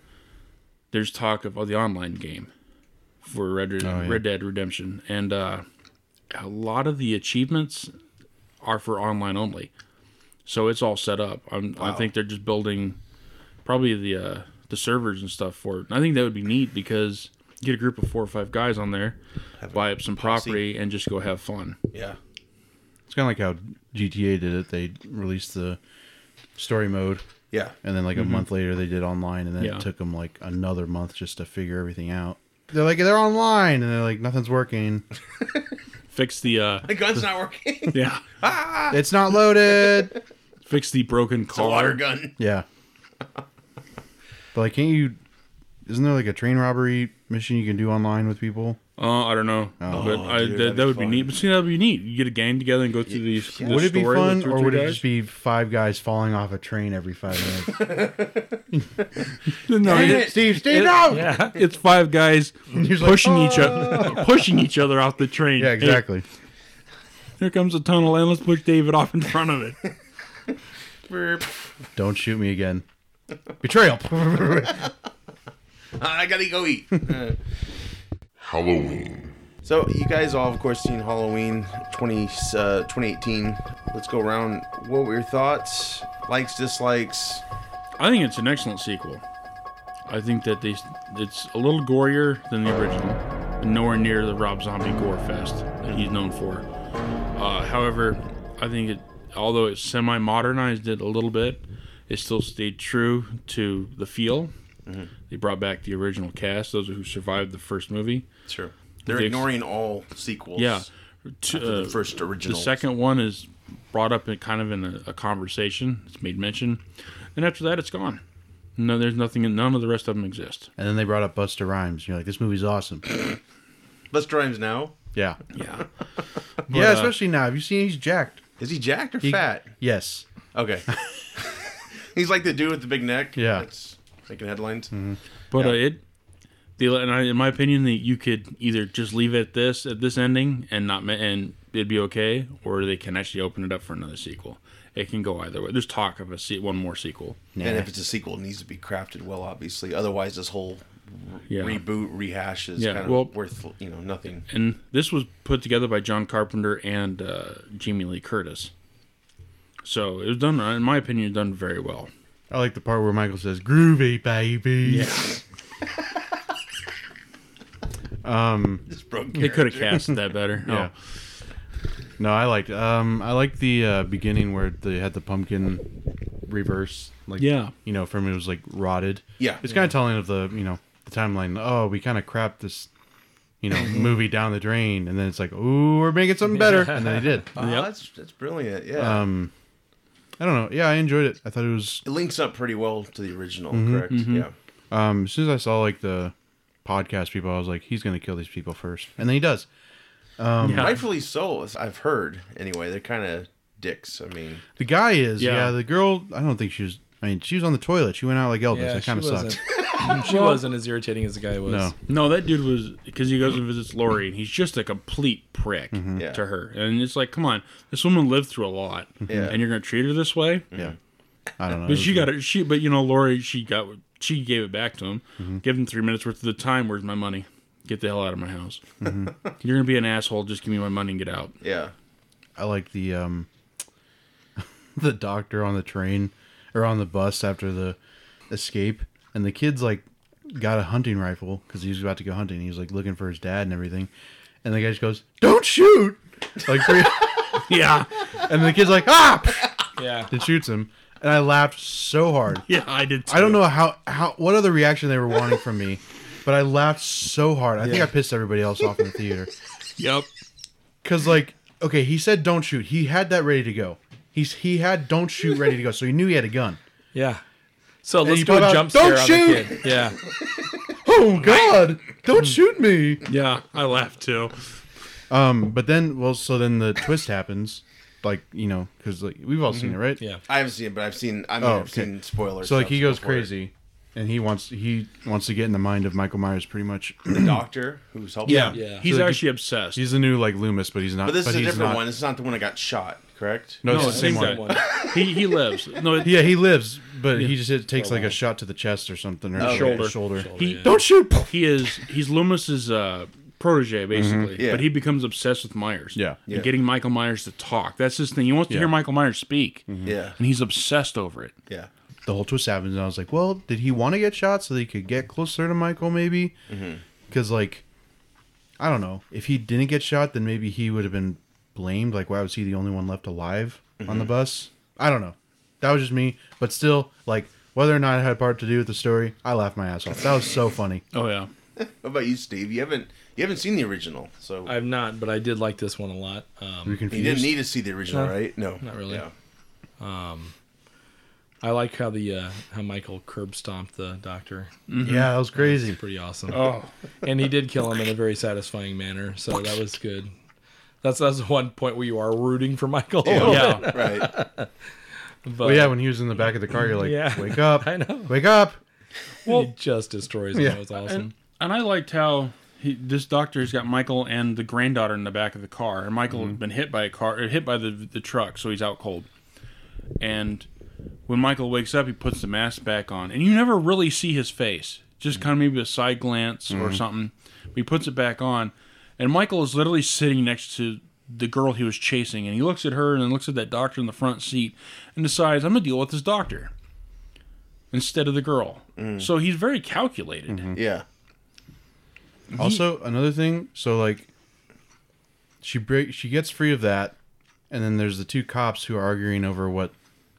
[SPEAKER 2] there's talk of the online game for Red,
[SPEAKER 3] yeah.
[SPEAKER 2] Red Dead Redemption, and uh, a lot of the achievements are for online only. So it's all set up. I'm, I think they're just building probably the uh, the servers and stuff for it. And I think that would be neat because you get a group of four or five guys on there, buy up some property, and just go have fun.
[SPEAKER 1] yeah.
[SPEAKER 3] It's kind of like how GTA did it. They released the story mode,
[SPEAKER 1] Yeah, [LAUGHS]
[SPEAKER 3] and then like a month later they did online, and then
[SPEAKER 2] Mm-hmm. Yeah.
[SPEAKER 3] it took them like another month just to figure everything out. They're like they're online, and they're like nothing's
[SPEAKER 2] [LAUGHS]
[SPEAKER 3] working.
[SPEAKER 2] Fix the uh,
[SPEAKER 1] [LAUGHS] the gun's not working.
[SPEAKER 2] yeah,
[SPEAKER 3] It's not loaded.
[SPEAKER 2] fix the broken
[SPEAKER 1] the water
[SPEAKER 2] collar.
[SPEAKER 1] gun.
[SPEAKER 3] yeah. But like, can't you? Isn't there like a train robbery mission you can do online with people?
[SPEAKER 2] Uh, I don't know,
[SPEAKER 3] Oh,
[SPEAKER 2] but I,
[SPEAKER 1] dude,
[SPEAKER 2] that,
[SPEAKER 1] that'd
[SPEAKER 2] that
[SPEAKER 1] be
[SPEAKER 2] would be
[SPEAKER 1] fun.
[SPEAKER 2] neat. But see, that would be neat. You get a gang together and go through these. the
[SPEAKER 3] would it be
[SPEAKER 2] story with
[SPEAKER 3] fun,
[SPEAKER 2] two
[SPEAKER 3] or
[SPEAKER 2] three
[SPEAKER 3] would it
[SPEAKER 2] guys?
[SPEAKER 3] just be five guys falling off a train every five minutes?
[SPEAKER 1] [LAUGHS]
[SPEAKER 2] No,
[SPEAKER 3] [LAUGHS]
[SPEAKER 2] it-
[SPEAKER 3] Steve, Steve, no!
[SPEAKER 5] Yeah.
[SPEAKER 2] [LAUGHS] it's
[SPEAKER 3] [LAUGHS]
[SPEAKER 2] five guys
[SPEAKER 3] He's like, "Oh."
[SPEAKER 2] pushing each other, pushing each other off the train.
[SPEAKER 3] Yeah,
[SPEAKER 2] Hey,
[SPEAKER 3] exactly.
[SPEAKER 2] here comes a tunnel, and let's push David off in front of it.
[SPEAKER 1] Burp.
[SPEAKER 3] Don't shoot me again.
[SPEAKER 2] [LAUGHS]
[SPEAKER 3] Betrayal.
[SPEAKER 1] I gotta go eat.
[SPEAKER 6] Halloween.
[SPEAKER 1] So you guys all, of course, seen Halloween 20, uh, 2018. Let's go around. What were your thoughts? Likes, dislikes?
[SPEAKER 2] I think it's an excellent sequel. I think that they it's a little gorier than the original, but nowhere near the Rob Zombie gore fest that he's known for. Uh, however, I think it, although it semi modernized it a little bit, it still stayed true to the feel.
[SPEAKER 1] Mm-hmm.
[SPEAKER 2] They brought back the original cast, those who survived the first movie.
[SPEAKER 1] Sure. They're
[SPEAKER 2] The ex-
[SPEAKER 1] ignoring all sequels.
[SPEAKER 2] Yeah,
[SPEAKER 1] After
[SPEAKER 2] Uh,
[SPEAKER 1] the first original.
[SPEAKER 2] The second one is brought up in kind of in a, a conversation. It's made mention, and after that, it's gone. No, there's nothing. None of the rest of them exist.
[SPEAKER 3] And then they brought up Buster Rhymes. You're like, this movie's [COUGHS] awesome.
[SPEAKER 1] Let's Rhymes now.
[SPEAKER 3] Yeah. [LAUGHS] uh,
[SPEAKER 2] Yeah,
[SPEAKER 3] yeah, especially now. Have you seen he's jacked?
[SPEAKER 1] Is he jacked or
[SPEAKER 3] He-
[SPEAKER 1] fat?
[SPEAKER 3] Yes.
[SPEAKER 1] Okay.
[SPEAKER 2] [LAUGHS]
[SPEAKER 1] He's like the dude with the big neck.
[SPEAKER 3] Yeah.
[SPEAKER 1] That's making headlines.
[SPEAKER 2] but Uh, it. The, and I, in my opinion, that you could either just leave it at this at this ending and not ma- and it'd be okay, or they can actually open it up for another sequel. It can go either way. There's talk of a se- one more sequel.
[SPEAKER 1] And if it's a sequel, it needs to be crafted well, obviously. Otherwise, this whole
[SPEAKER 2] Yeah.
[SPEAKER 1] reboot, rehash is
[SPEAKER 2] Yeah,
[SPEAKER 1] kind of
[SPEAKER 2] well-
[SPEAKER 1] worth, you know, nothing.
[SPEAKER 2] and this was put together by John Carpenter and uh, Jamie Lee Curtis. So it was done, uh, in my opinion, done very well.
[SPEAKER 3] I like the part where Michael says, groovy, baby.
[SPEAKER 1] Just broke
[SPEAKER 2] They could have cast that better.
[SPEAKER 3] [LAUGHS]
[SPEAKER 2] Oh.
[SPEAKER 3] Yeah.
[SPEAKER 2] yeah.
[SPEAKER 3] No, I liked um I liked the uh, beginning where they had the pumpkin reverse like
[SPEAKER 2] Yeah.
[SPEAKER 3] you know from it was like rotted.
[SPEAKER 1] Yeah.
[SPEAKER 3] It's kind of telling of the, you know, the timeline. Oh, we kind of crapped this you [LAUGHS] know, movie down the drain and then it's like, "Ooh, we're making something better." And then they [LAUGHS] did.
[SPEAKER 1] Oh,
[SPEAKER 2] Yep. Um,
[SPEAKER 1] that's, that's brilliant. Yeah.
[SPEAKER 3] I don't know. Yeah, I enjoyed it. I thought it was
[SPEAKER 1] it links up pretty well to the original,
[SPEAKER 2] Mm-hmm,
[SPEAKER 1] correct? Yeah.
[SPEAKER 3] um as soon as I saw like the podcast people, I was like, "He's going to kill these people first. And then he does.
[SPEAKER 2] Yeah.
[SPEAKER 1] Rightfully so, as I've heard. Anyway, they're kind of dicks. I mean,
[SPEAKER 3] The guy is, yeah.
[SPEAKER 2] Yeah.
[SPEAKER 3] The girl, I don't think she was. I mean, she was on the toilet. She went out like Elvis.
[SPEAKER 5] Yeah,
[SPEAKER 3] that kind of
[SPEAKER 5] she
[SPEAKER 3] sucks.
[SPEAKER 2] [LAUGHS]
[SPEAKER 5] [LAUGHS] wasn't- she wasn't as irritating as the guy was.
[SPEAKER 3] No.
[SPEAKER 2] No, that dude was because he goes and visits Lori, and he's just a complete prick
[SPEAKER 3] Mm-hmm.
[SPEAKER 1] Yeah.
[SPEAKER 2] to her. And it's like, come on, this woman lived through a lot,
[SPEAKER 3] Mm-hmm.
[SPEAKER 1] Yeah.
[SPEAKER 2] and you're gonna treat her this way?
[SPEAKER 3] Yeah, I don't know.
[SPEAKER 2] But she got it. She, but you know, Lori, she got she gave it back to him.
[SPEAKER 3] Mm-hmm.
[SPEAKER 2] Give him three minutes worth of the time. Where's my money? Get the hell out of my house.
[SPEAKER 3] Mm-hmm.
[SPEAKER 2] [LAUGHS]
[SPEAKER 3] [LAUGHS]
[SPEAKER 2] You're gonna be an asshole. Just give me my money and get out.
[SPEAKER 1] yeah.
[SPEAKER 3] I like the um, [LAUGHS] the doctor on the train or on the bus after the escape, and the kid's like got a hunting rifle because he was about to go hunting. He was like looking for his dad and everything, and the guy just goes, "Don't shoot!" Like, [LAUGHS] three,
[SPEAKER 2] Yeah.
[SPEAKER 3] and the kid's like, "Ah!" [LAUGHS]
[SPEAKER 5] Yeah.
[SPEAKER 3] and shoots him. And I laughed so hard.
[SPEAKER 2] Yeah, I did.
[SPEAKER 3] I don't know how how what other reaction they were wanting from me, but I laughed so hard. I think I pissed everybody else off in the [LAUGHS] theater.
[SPEAKER 2] Yep.
[SPEAKER 3] Cause like, okay, he said don't shoot. He had that ready to go. He's he had don't shoot ready to go, so he knew he had a gun.
[SPEAKER 5] Yeah. So let's
[SPEAKER 3] you
[SPEAKER 5] do
[SPEAKER 3] pop
[SPEAKER 5] a
[SPEAKER 3] out,
[SPEAKER 5] jump
[SPEAKER 3] "Don't
[SPEAKER 5] scare on
[SPEAKER 3] shoot!"
[SPEAKER 5] the kid. [LAUGHS] Yeah.
[SPEAKER 3] Oh God! Don't shoot me.
[SPEAKER 2] Yeah, I laughed too.
[SPEAKER 3] Um, but then, well, so then the twist happens, like you know, because like we've all seen it, right?
[SPEAKER 5] Yeah.
[SPEAKER 1] I haven't seen it, but I've seen. I mean,
[SPEAKER 3] Oh,
[SPEAKER 1] I've
[SPEAKER 3] okay.
[SPEAKER 1] seen spoilers.
[SPEAKER 3] So like he
[SPEAKER 1] stuff
[SPEAKER 3] goes
[SPEAKER 1] before.
[SPEAKER 3] crazy, and he wants he wants to get in the mind of Michael Myers, pretty much.
[SPEAKER 1] The doctor who's helping.
[SPEAKER 3] Yeah.
[SPEAKER 1] him.
[SPEAKER 5] Yeah.
[SPEAKER 2] He's
[SPEAKER 3] So they
[SPEAKER 2] actually obsessed.
[SPEAKER 3] He's the new like Loomis, but he's not.
[SPEAKER 1] But this is a
[SPEAKER 3] he's
[SPEAKER 1] different
[SPEAKER 3] not-
[SPEAKER 1] one. This is not the one that got shot, correct?
[SPEAKER 3] No, it's
[SPEAKER 2] no,
[SPEAKER 3] the same one.
[SPEAKER 2] that one. he he lives. No,
[SPEAKER 3] [LAUGHS]
[SPEAKER 2] it,
[SPEAKER 3] Yeah, he lives, but he just hit, takes like a shot to the chest or something or
[SPEAKER 1] okay.
[SPEAKER 3] shoulder.
[SPEAKER 2] Shoulder.
[SPEAKER 3] shoulder.
[SPEAKER 2] He-
[SPEAKER 3] Don't shoot.
[SPEAKER 2] he is he's Loomis's uh, protege basically,
[SPEAKER 1] Yeah.
[SPEAKER 2] but he becomes obsessed with Myers.
[SPEAKER 3] Yeah.
[SPEAKER 2] And
[SPEAKER 1] Yeah.
[SPEAKER 2] getting Michael Myers to talk. That's his thing. He wants to hear Michael Myers speak,
[SPEAKER 1] Yeah.
[SPEAKER 2] and he's obsessed over it.
[SPEAKER 1] Yeah.
[SPEAKER 3] The whole twist happens, and I was like, well, did he want to get shot so that he could get closer to Michael, maybe?
[SPEAKER 1] Mm-hmm.
[SPEAKER 3] Because like, I don't know. If he didn't get shot, then maybe he would have been blamed. Like, why was he the only one left alive on
[SPEAKER 1] Mm-hmm.
[SPEAKER 3] the bus? I don't know. That was just me, but still, like, whether or not it had part to do with the story, I laughed my ass off. That was so funny.
[SPEAKER 2] Oh yeah.
[SPEAKER 1] What about you, Steve? You haven't you haven't seen the original, so
[SPEAKER 5] I've not, but I did like this one a lot. Um,
[SPEAKER 3] You
[SPEAKER 1] you
[SPEAKER 3] confused?
[SPEAKER 1] didn't need to see the original,
[SPEAKER 5] No,
[SPEAKER 1] right? No,
[SPEAKER 5] not really.
[SPEAKER 1] Yeah.
[SPEAKER 5] I like how the uh, how Michael curb stomped the doctor.
[SPEAKER 3] Yeah, that was crazy.
[SPEAKER 5] Pretty awesome.
[SPEAKER 2] Oh.
[SPEAKER 5] And he did kill him in a very satisfying manner, so that was good. That's that's one point where you are rooting for Michael.
[SPEAKER 2] Yeah.
[SPEAKER 1] [LAUGHS] Right.
[SPEAKER 5] [LAUGHS] but
[SPEAKER 3] Well, yeah, when he was in the back of the car, you're like,
[SPEAKER 5] Yeah.
[SPEAKER 3] wake up,
[SPEAKER 5] [LAUGHS] I know.
[SPEAKER 3] wake up.
[SPEAKER 5] he just destroys him.
[SPEAKER 3] Yeah.
[SPEAKER 5] That was awesome.
[SPEAKER 2] And I liked how he, this doctor's got Michael and the granddaughter in the back of the car, and Michael had been hit by a car, or hit by the the truck, so he's out cold. And when Michael wakes up, he puts the mask back on, and you never really see his face, just kind of maybe a side glance or something. But he puts it back on, and Michael is literally sitting next to the girl he was chasing, and he looks at her and then looks at that doctor in the front seat, and decides I'm gonna deal with this doctor instead of the girl. So he's very calculated.
[SPEAKER 1] Yeah.
[SPEAKER 3] Also, another thing, so like she break she gets free of that, and then there's the two cops who are arguing over what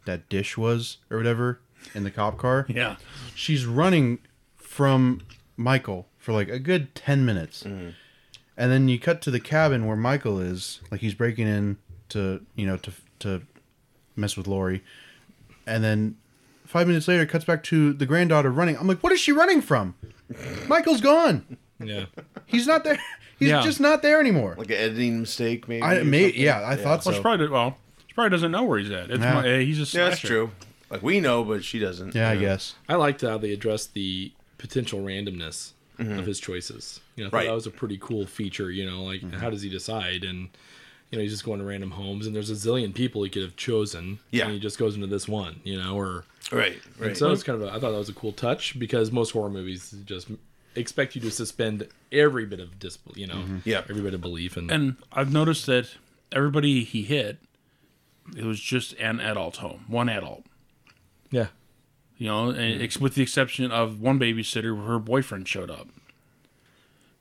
[SPEAKER 3] that dish was or whatever in the cop car.
[SPEAKER 2] Yeah.
[SPEAKER 3] She's running from Michael for like a good ten minutes. And then you cut to the cabin where Michael is, like he's breaking in to you know, to to mess with Lori. And then five minutes later it cuts back to the granddaughter running. I'm like, what is she running [LAUGHS] from? Michael's gone.
[SPEAKER 5] Yeah.
[SPEAKER 3] He's not there. He's
[SPEAKER 2] Yeah.
[SPEAKER 3] just not there anymore.
[SPEAKER 1] Like an editing mistake, maybe.
[SPEAKER 3] I
[SPEAKER 1] or
[SPEAKER 3] may,
[SPEAKER 1] something?
[SPEAKER 3] yeah, I thought so.
[SPEAKER 2] Well, she probably well, she probably doesn't know where he's at. It's
[SPEAKER 3] Yeah.
[SPEAKER 2] my, uh, he's a
[SPEAKER 1] Yeah, that's
[SPEAKER 2] slasher.
[SPEAKER 1] true. Like we know, but she doesn't.
[SPEAKER 3] yeah, I guess.
[SPEAKER 5] I liked how they addressed the potential randomness of his choices. You know, I thought
[SPEAKER 1] Mm-hmm. Right. Mm-hmm.
[SPEAKER 5] that was a pretty cool feature. You know, like how does he decide? And you know, he's just going to random homes, and there's a zillion people he could have chosen.
[SPEAKER 1] Yeah.
[SPEAKER 5] and he just goes into this one. You know, or
[SPEAKER 1] Right. Right.
[SPEAKER 5] so it's kind of a, I thought that was a cool touch because most horror movies just expect you to suspend every bit of dis, you know,
[SPEAKER 1] Mm-hmm. Yeah.
[SPEAKER 5] every bit of belief, and,
[SPEAKER 2] And I've noticed that everybody he hit, it was just an adult home, one adult.
[SPEAKER 5] yeah,
[SPEAKER 2] You know, and ex- with the exception of one babysitter, where her boyfriend showed up.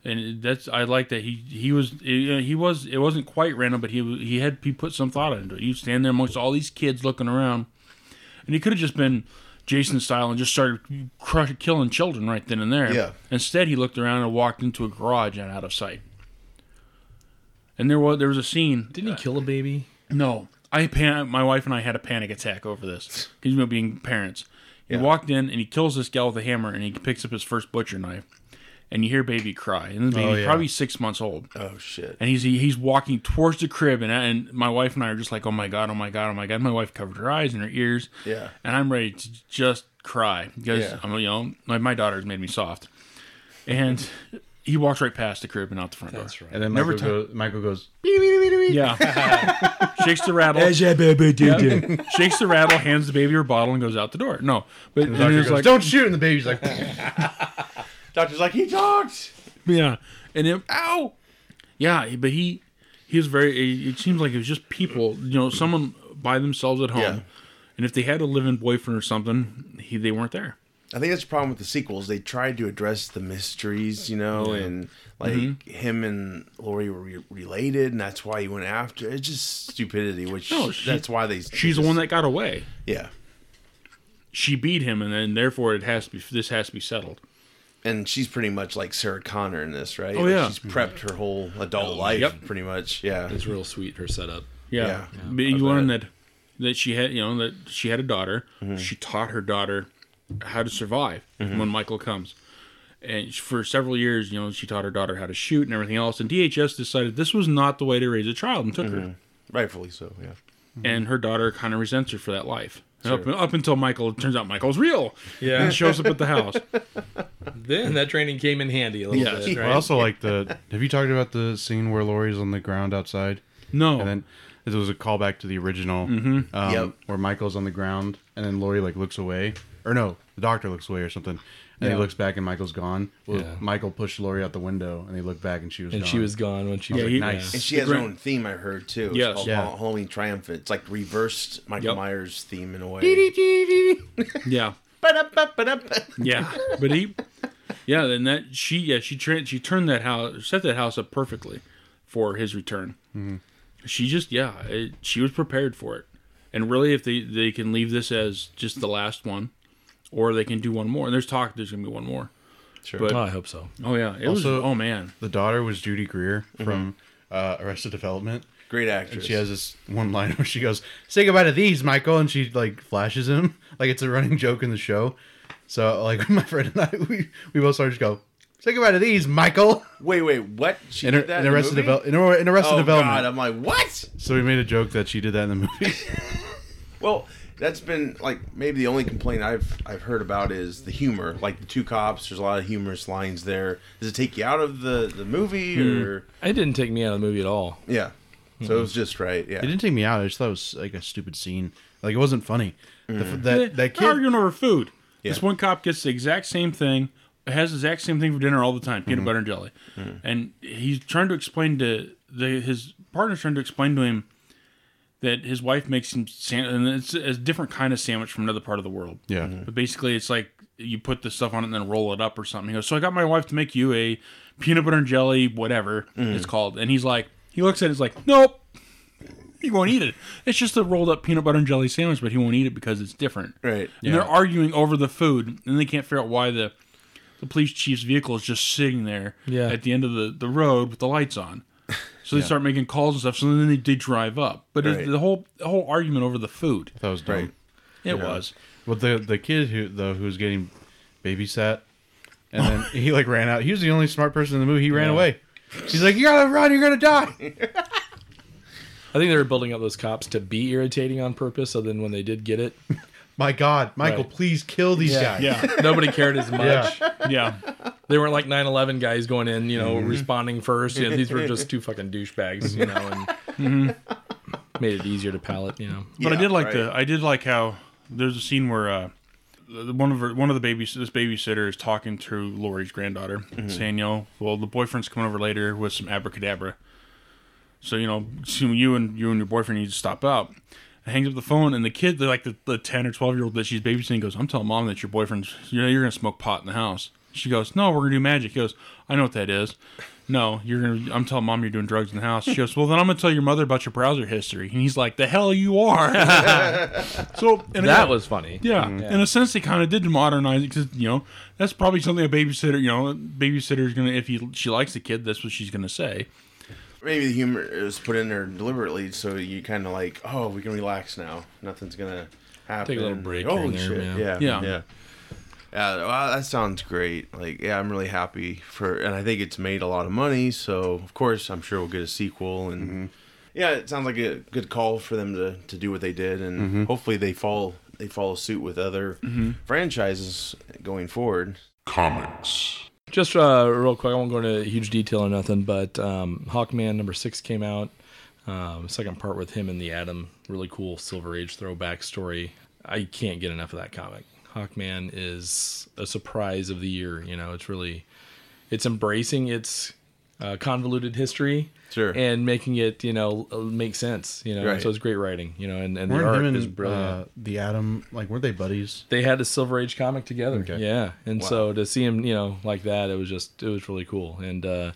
[SPEAKER 2] And that's I like that he he was he was it wasn't quite random, but he he had he put some thought into it. You stand there amongst all these kids looking around, and he could have just been Jason style and just started crush, killing children right then and there.
[SPEAKER 1] Yeah.
[SPEAKER 2] Instead, he looked around and walked into a garage and out of sight. And there was there was a scene.
[SPEAKER 5] didn't he kill a baby?
[SPEAKER 2] No, I pan- my wife and I had a panic attack over this because you know being parents. He walked in and he kills this gal with a hammer and he picks up his first butcher knife, and you hear baby cry and the baby's
[SPEAKER 3] yeah.
[SPEAKER 2] probably six months old
[SPEAKER 1] oh shit.
[SPEAKER 2] and he's he, he's walking towards the crib and I- and my wife and I are just like oh my god oh my god oh my god my wife covered her eyes and her ears
[SPEAKER 1] Yeah.
[SPEAKER 2] and I'm ready to just cry because
[SPEAKER 1] Yeah.
[SPEAKER 2] I'm you know my, my daughter's made me soft and he walks right past the crib and out the front That's door
[SPEAKER 3] And then
[SPEAKER 2] Never
[SPEAKER 3] Michael, goes, Michael goes,
[SPEAKER 2] yeah [LAUGHS] shakes the rattle
[SPEAKER 5] Yeah.
[SPEAKER 2] [LAUGHS] shakes the rattle, hands the baby her bottle, and goes out the door. No, but and
[SPEAKER 3] the doctor
[SPEAKER 2] it was
[SPEAKER 3] goes,
[SPEAKER 2] like,
[SPEAKER 3] don't shoot. And the baby's like,
[SPEAKER 1] Doctor's like he talked.
[SPEAKER 2] yeah, and it, ow, yeah, but he he was very. It, it seems like it was just people, you know, someone by themselves at home.
[SPEAKER 1] Yeah.
[SPEAKER 2] And if they had a living boyfriend or something, he they weren't there.
[SPEAKER 1] I think that's the problem with the sequels. They tried to address the mysteries, you know, and like
[SPEAKER 2] Mm-hmm.
[SPEAKER 1] him and Lori were re- related, and that's why he went after. It's just stupidity, which
[SPEAKER 2] No, she-
[SPEAKER 1] that's why they.
[SPEAKER 2] She's the one that got away.
[SPEAKER 1] yeah,
[SPEAKER 2] She beat him, and then therefore it has to be. This has to be settled.
[SPEAKER 1] and she's pretty much like Sarah Connor in this, right?
[SPEAKER 2] Oh,
[SPEAKER 1] Like,
[SPEAKER 2] yeah.
[SPEAKER 1] she's prepped her whole adult life,
[SPEAKER 2] Yep.
[SPEAKER 1] pretty much. Yeah,
[SPEAKER 5] It's real sweet her setup.
[SPEAKER 2] Yeah,
[SPEAKER 1] Yeah.
[SPEAKER 2] but you learn that that she had you know that she had a daughter.
[SPEAKER 1] Mm-hmm.
[SPEAKER 2] She taught her daughter how to survive when Michael comes. And for several years, you know, she taught her daughter how to shoot and everything else. And DHS decided this was not the way to raise a child and took
[SPEAKER 1] Mm-hmm.
[SPEAKER 2] her.
[SPEAKER 1] rightfully so. Yeah,
[SPEAKER 2] and her daughter kind of resents her for that life. Up, up until Michael, it turns out Michael's real. Yeah, and shows up at the
[SPEAKER 1] [LAUGHS]
[SPEAKER 2] house.
[SPEAKER 5] Then that training came in handy a little
[SPEAKER 2] Yes.
[SPEAKER 5] bit.
[SPEAKER 3] I also like the. Have you talked about the scene where Lori's on the ground outside?
[SPEAKER 2] No,
[SPEAKER 3] And then it was a callback to the original,
[SPEAKER 5] Mm-hmm.
[SPEAKER 3] um,
[SPEAKER 1] Yep.
[SPEAKER 3] where Michael's on the ground and then Lori like looks away, or no, the doctor looks away or something, and he looks back and Michael's gone. Well,
[SPEAKER 5] Yeah.
[SPEAKER 3] Michael pushed Lori out the window and they looked back and she was
[SPEAKER 5] And
[SPEAKER 3] gone.
[SPEAKER 5] she was gone when she was
[SPEAKER 2] he-
[SPEAKER 5] like,
[SPEAKER 3] nice.
[SPEAKER 1] and
[SPEAKER 5] nice.
[SPEAKER 1] she
[SPEAKER 2] The
[SPEAKER 1] has
[SPEAKER 2] grand-
[SPEAKER 1] her own theme. I heard too. It's
[SPEAKER 2] Yes.
[SPEAKER 1] called
[SPEAKER 3] Yeah.
[SPEAKER 1] Ha- Halloween Triumphant. It's like reversed Michael
[SPEAKER 5] Yep.
[SPEAKER 1] Myers theme in a way.
[SPEAKER 2] yeah, yeah, but he, yeah, then that she, yeah, she tra- she turned that house, set that house up perfectly for his return. She just, yeah, it, she was prepared for it. And really, if they they can leave this as just the last one, or they can do one more. And there's talk there's gonna be one more.
[SPEAKER 5] Oh, I hope so.
[SPEAKER 2] Oh yeah, it
[SPEAKER 3] Also-
[SPEAKER 2] was. Oh man,
[SPEAKER 3] the daughter was Judy Greer from
[SPEAKER 5] Mm-hmm.
[SPEAKER 3] uh, Arrested Development.
[SPEAKER 1] Great actress.
[SPEAKER 3] And she has this one line where she goes, "Say goodbye to these, Michael," and she like flashes him, [LAUGHS] like it's a running joke in the show. So like [LAUGHS] my friend and I, we, we both started to go, "Say goodbye to these, Michael."
[SPEAKER 1] Wait, wait, what? She
[SPEAKER 3] In,
[SPEAKER 1] did that
[SPEAKER 3] in
[SPEAKER 1] in the
[SPEAKER 3] Arrested
[SPEAKER 1] movie?
[SPEAKER 3] Development, in, Ar- in Arrested
[SPEAKER 1] Oh
[SPEAKER 3] Development.
[SPEAKER 1] God, I'm like, what?
[SPEAKER 3] So we made a joke that she did that in the movie. [LAUGHS]
[SPEAKER 1] Well, that's been like maybe the only complaint I've I've heard about is the humor. Like the two cops, there's a lot of humorous lines there. Does it take you out of the the movie
[SPEAKER 3] Hmm.
[SPEAKER 1] or
[SPEAKER 5] It didn't take me out of the movie at all.
[SPEAKER 1] yeah? So it was just right. Yeah,
[SPEAKER 3] It didn't take me out. I just thought it was like a stupid scene. Like it wasn't funny. The f that that
[SPEAKER 2] They're
[SPEAKER 3] kid.
[SPEAKER 2] arguing over food. This
[SPEAKER 1] Yeah.
[SPEAKER 2] one cop gets the exact same thing, has the exact same thing for dinner all the time,
[SPEAKER 1] Mm-hmm.
[SPEAKER 2] peanut butter and jelly. And he's trying to explain to the his partner's trying to explain to him that his wife makes him san- and it's a different kind of sandwich from another part of the world.
[SPEAKER 3] Yeah.
[SPEAKER 2] But basically, it's like you put the stuff on it and then roll it up or something. He goes, "So I got my wife to make you a peanut butter and jelly, whatever
[SPEAKER 1] Mm-hmm.
[SPEAKER 2] it's called." And he's like, he looks at it, he's like, "Nope." He won't eat it. It's just a rolled up peanut butter and jelly sandwich, but he won't eat it because it's different.
[SPEAKER 1] Right.
[SPEAKER 2] And they're arguing over the food, and they can't figure out why the, the police chief's vehicle is just sitting there
[SPEAKER 5] Yeah.
[SPEAKER 2] at the end of the, the road with the lights on. So they start making calls and stuff. So then they, they drive up. But it's
[SPEAKER 1] Right.
[SPEAKER 2] the whole the whole argument over the food,
[SPEAKER 3] That was dumb.
[SPEAKER 2] it was.
[SPEAKER 3] But the the kid who though who was getting babysat, and
[SPEAKER 5] [LAUGHS]
[SPEAKER 3] then he like ran out. He was the only smart person in the movie. He ran away. He's like, "You gotta run. You're gonna die."
[SPEAKER 5] I think they were building up those cops to be irritating on purpose. So then when they did get it,
[SPEAKER 3] My God, Michael,
[SPEAKER 5] Right.
[SPEAKER 3] please kill these
[SPEAKER 5] Yeah.
[SPEAKER 3] guys.
[SPEAKER 2] Yeah,
[SPEAKER 5] nobody cared as much.
[SPEAKER 2] [LAUGHS] yeah.
[SPEAKER 5] They weren't like 9 11 guys going in, you
[SPEAKER 2] Mm-hmm.
[SPEAKER 5] know, responding first. You know,
[SPEAKER 2] [LAUGHS]
[SPEAKER 5] these were just two fucking douchebags, you know, and
[SPEAKER 2] Mm-hmm.
[SPEAKER 5] made it easier to palate, you know.
[SPEAKER 2] But I
[SPEAKER 1] Yeah,
[SPEAKER 2] did like
[SPEAKER 1] right.
[SPEAKER 2] the I did like how there's a scene where uh, the- one of her, one of the babies this babysitter is talking to Lori's granddaughter,
[SPEAKER 1] Mm-hmm.
[SPEAKER 2] saying, "You know, well the boyfriend's coming over later with some abracadabra, so you know, soon you and you and your boyfriend need to stop out." I hangs up the phone and the kid, the- like the, the ten or twelve year old that she's babysitting, goes, "I'm telling mom that your boyfriend's you know you're gonna smoke pot in the house." She goes, "No, we're gonna do magic." He goes, "I know what that is." No, you're gonna. I'm telling mom you're doing drugs in the house. She goes, "Well, then I'm gonna tell your mother about your browser history." And he's like, "The hell you are." So and
[SPEAKER 5] That
[SPEAKER 2] again,
[SPEAKER 5] was funny.
[SPEAKER 2] yeah. In a sense, they kind of did modernize it because you know that's probably something a babysitter. You know, a babysitter's gonna if he she likes the kid, that's what she's gonna say.
[SPEAKER 1] maybe the humor is put in there deliberately so you kind of like, oh, we can relax now. Nothing's gonna happen.
[SPEAKER 5] Take a little break here
[SPEAKER 1] Holy
[SPEAKER 5] and there,
[SPEAKER 1] shit!
[SPEAKER 5] yeah.
[SPEAKER 1] Yeah,
[SPEAKER 2] Yeah.
[SPEAKER 1] yeah, yeah. well, that sounds great. Like, yeah, I'm really happy for, and I think it's made a lot of money. So, of course, I'm sure we'll get a sequel. And
[SPEAKER 5] Mm-hmm.
[SPEAKER 1] yeah, it sounds like a good call for them to, to do what they did, and
[SPEAKER 5] Mm-hmm.
[SPEAKER 1] hopefully they fall they follow suit with other franchises going forward.
[SPEAKER 6] Comics.
[SPEAKER 5] Just uh, real quick, I won't go into huge detail or nothing, but um, Hawkman number six came out. Um, second part with him and the Atom. Really cool Silver Age throwback story. I can't get enough of that comic. Hawkman is a surprise of the year. You know, it's really, it's embracing its uh, convoluted history
[SPEAKER 1] Sure.
[SPEAKER 5] and making it, you know, uh, make sense. You know,
[SPEAKER 1] Right.
[SPEAKER 5] so it's great writing. You know, and, and the
[SPEAKER 3] Weren't
[SPEAKER 5] art
[SPEAKER 3] him and
[SPEAKER 5] is brilliant.
[SPEAKER 3] uh, the Atom like weren't they buddies?
[SPEAKER 5] they had a Silver Age comic together.
[SPEAKER 1] Okay.
[SPEAKER 5] Yeah, and so to see him, you know, like that, it was just it was really cool. And uh,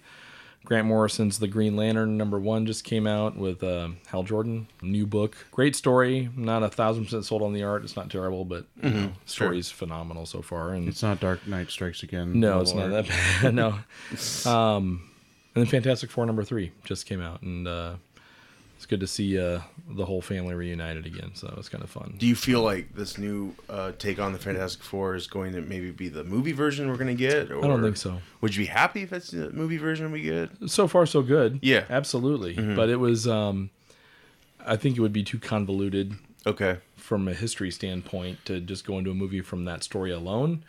[SPEAKER 5] Grant Morrison's The Green Lantern number one just came out with uh, Hal Jordan, new book, great story. Not a thousand percent sold on the art. It's not terrible, but you
[SPEAKER 1] Mm-hmm.
[SPEAKER 5] know, story's phenomenal so far. And
[SPEAKER 3] It's not Dark Knight Strikes Again.
[SPEAKER 5] no, it's not
[SPEAKER 3] Lord.
[SPEAKER 5] that bad. [LAUGHS]
[SPEAKER 1] [LAUGHS]
[SPEAKER 5] no. Um, and then Fantastic Four number three just came out, and uh, it's good to see uh, the whole family reunited again. So it's kind of fun.
[SPEAKER 1] Do you feel like this new uh, take on the Fantastic Four is going to maybe be the movie version we're going to get? Or
[SPEAKER 5] I don't think so.
[SPEAKER 1] Would you be happy if it's the movie version we get?
[SPEAKER 5] so far so good
[SPEAKER 1] Yeah. Mm-hmm.
[SPEAKER 5] absolutely but it was um i think it would be too convoluted
[SPEAKER 1] Okay.
[SPEAKER 5] from a history standpoint to just go into a movie from that story alone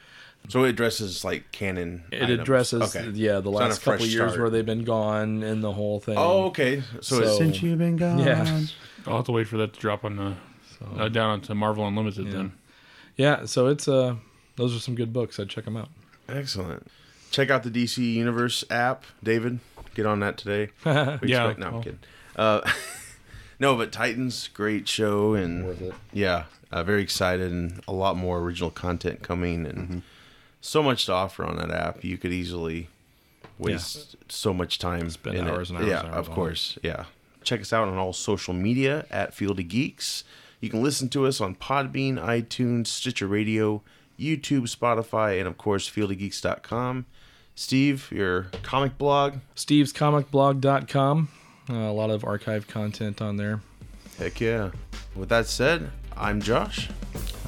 [SPEAKER 1] So it addresses like canon.
[SPEAKER 5] it
[SPEAKER 1] items.
[SPEAKER 5] addresses
[SPEAKER 1] Okay.
[SPEAKER 5] yeah
[SPEAKER 1] It's
[SPEAKER 5] the
[SPEAKER 1] not a
[SPEAKER 5] last couple
[SPEAKER 1] fresh
[SPEAKER 5] years
[SPEAKER 1] start.
[SPEAKER 5] where they've been gone and the whole thing
[SPEAKER 1] Oh, okay. So,
[SPEAKER 5] So-
[SPEAKER 1] it's
[SPEAKER 3] Since you've been gone.
[SPEAKER 5] yeah
[SPEAKER 2] I'll have to wait for that to drop on the uh, down onto Marvel Unlimited then.
[SPEAKER 5] yeah so it's uh those are some good books i'd check them out
[SPEAKER 1] excellent. Check out the DC Universe app, David. Get on that
[SPEAKER 5] [LAUGHS]
[SPEAKER 1] today. We
[SPEAKER 2] Yeah.
[SPEAKER 1] expect- no,
[SPEAKER 2] Oh.
[SPEAKER 1] I'm kidding. Uh, [LAUGHS] no, but Titans, great show, and yeah, uh, very excited, and a lot more original content coming, and so much to offer on that app. You could easily waste so much time.
[SPEAKER 5] Spend
[SPEAKER 1] in it.
[SPEAKER 5] hours and hours
[SPEAKER 1] Yeah,
[SPEAKER 5] and hours
[SPEAKER 1] of
[SPEAKER 5] on it.
[SPEAKER 1] course. Yeah. Check us out on all social media at Field of Geeks. You can listen to us on Podbean, iTunes, Stitcher Radio, YouTube, Spotify, and of course, fieldofgeeks.com. Steve, your comic blog.
[SPEAKER 5] steve's comicblog.com uh, a lot of archive content on there
[SPEAKER 1] Heck yeah. With that said, I'm Josh.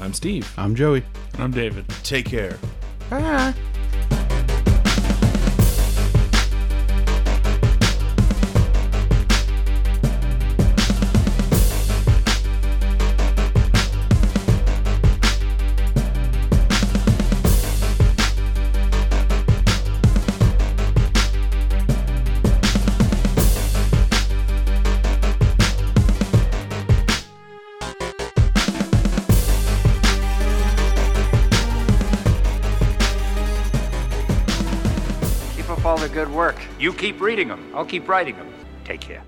[SPEAKER 5] i'm steve
[SPEAKER 3] I'm Joey.
[SPEAKER 2] I'm David.
[SPEAKER 1] Take care.
[SPEAKER 4] Keep up all the good work. You keep reading them. I'll keep writing them. Take care.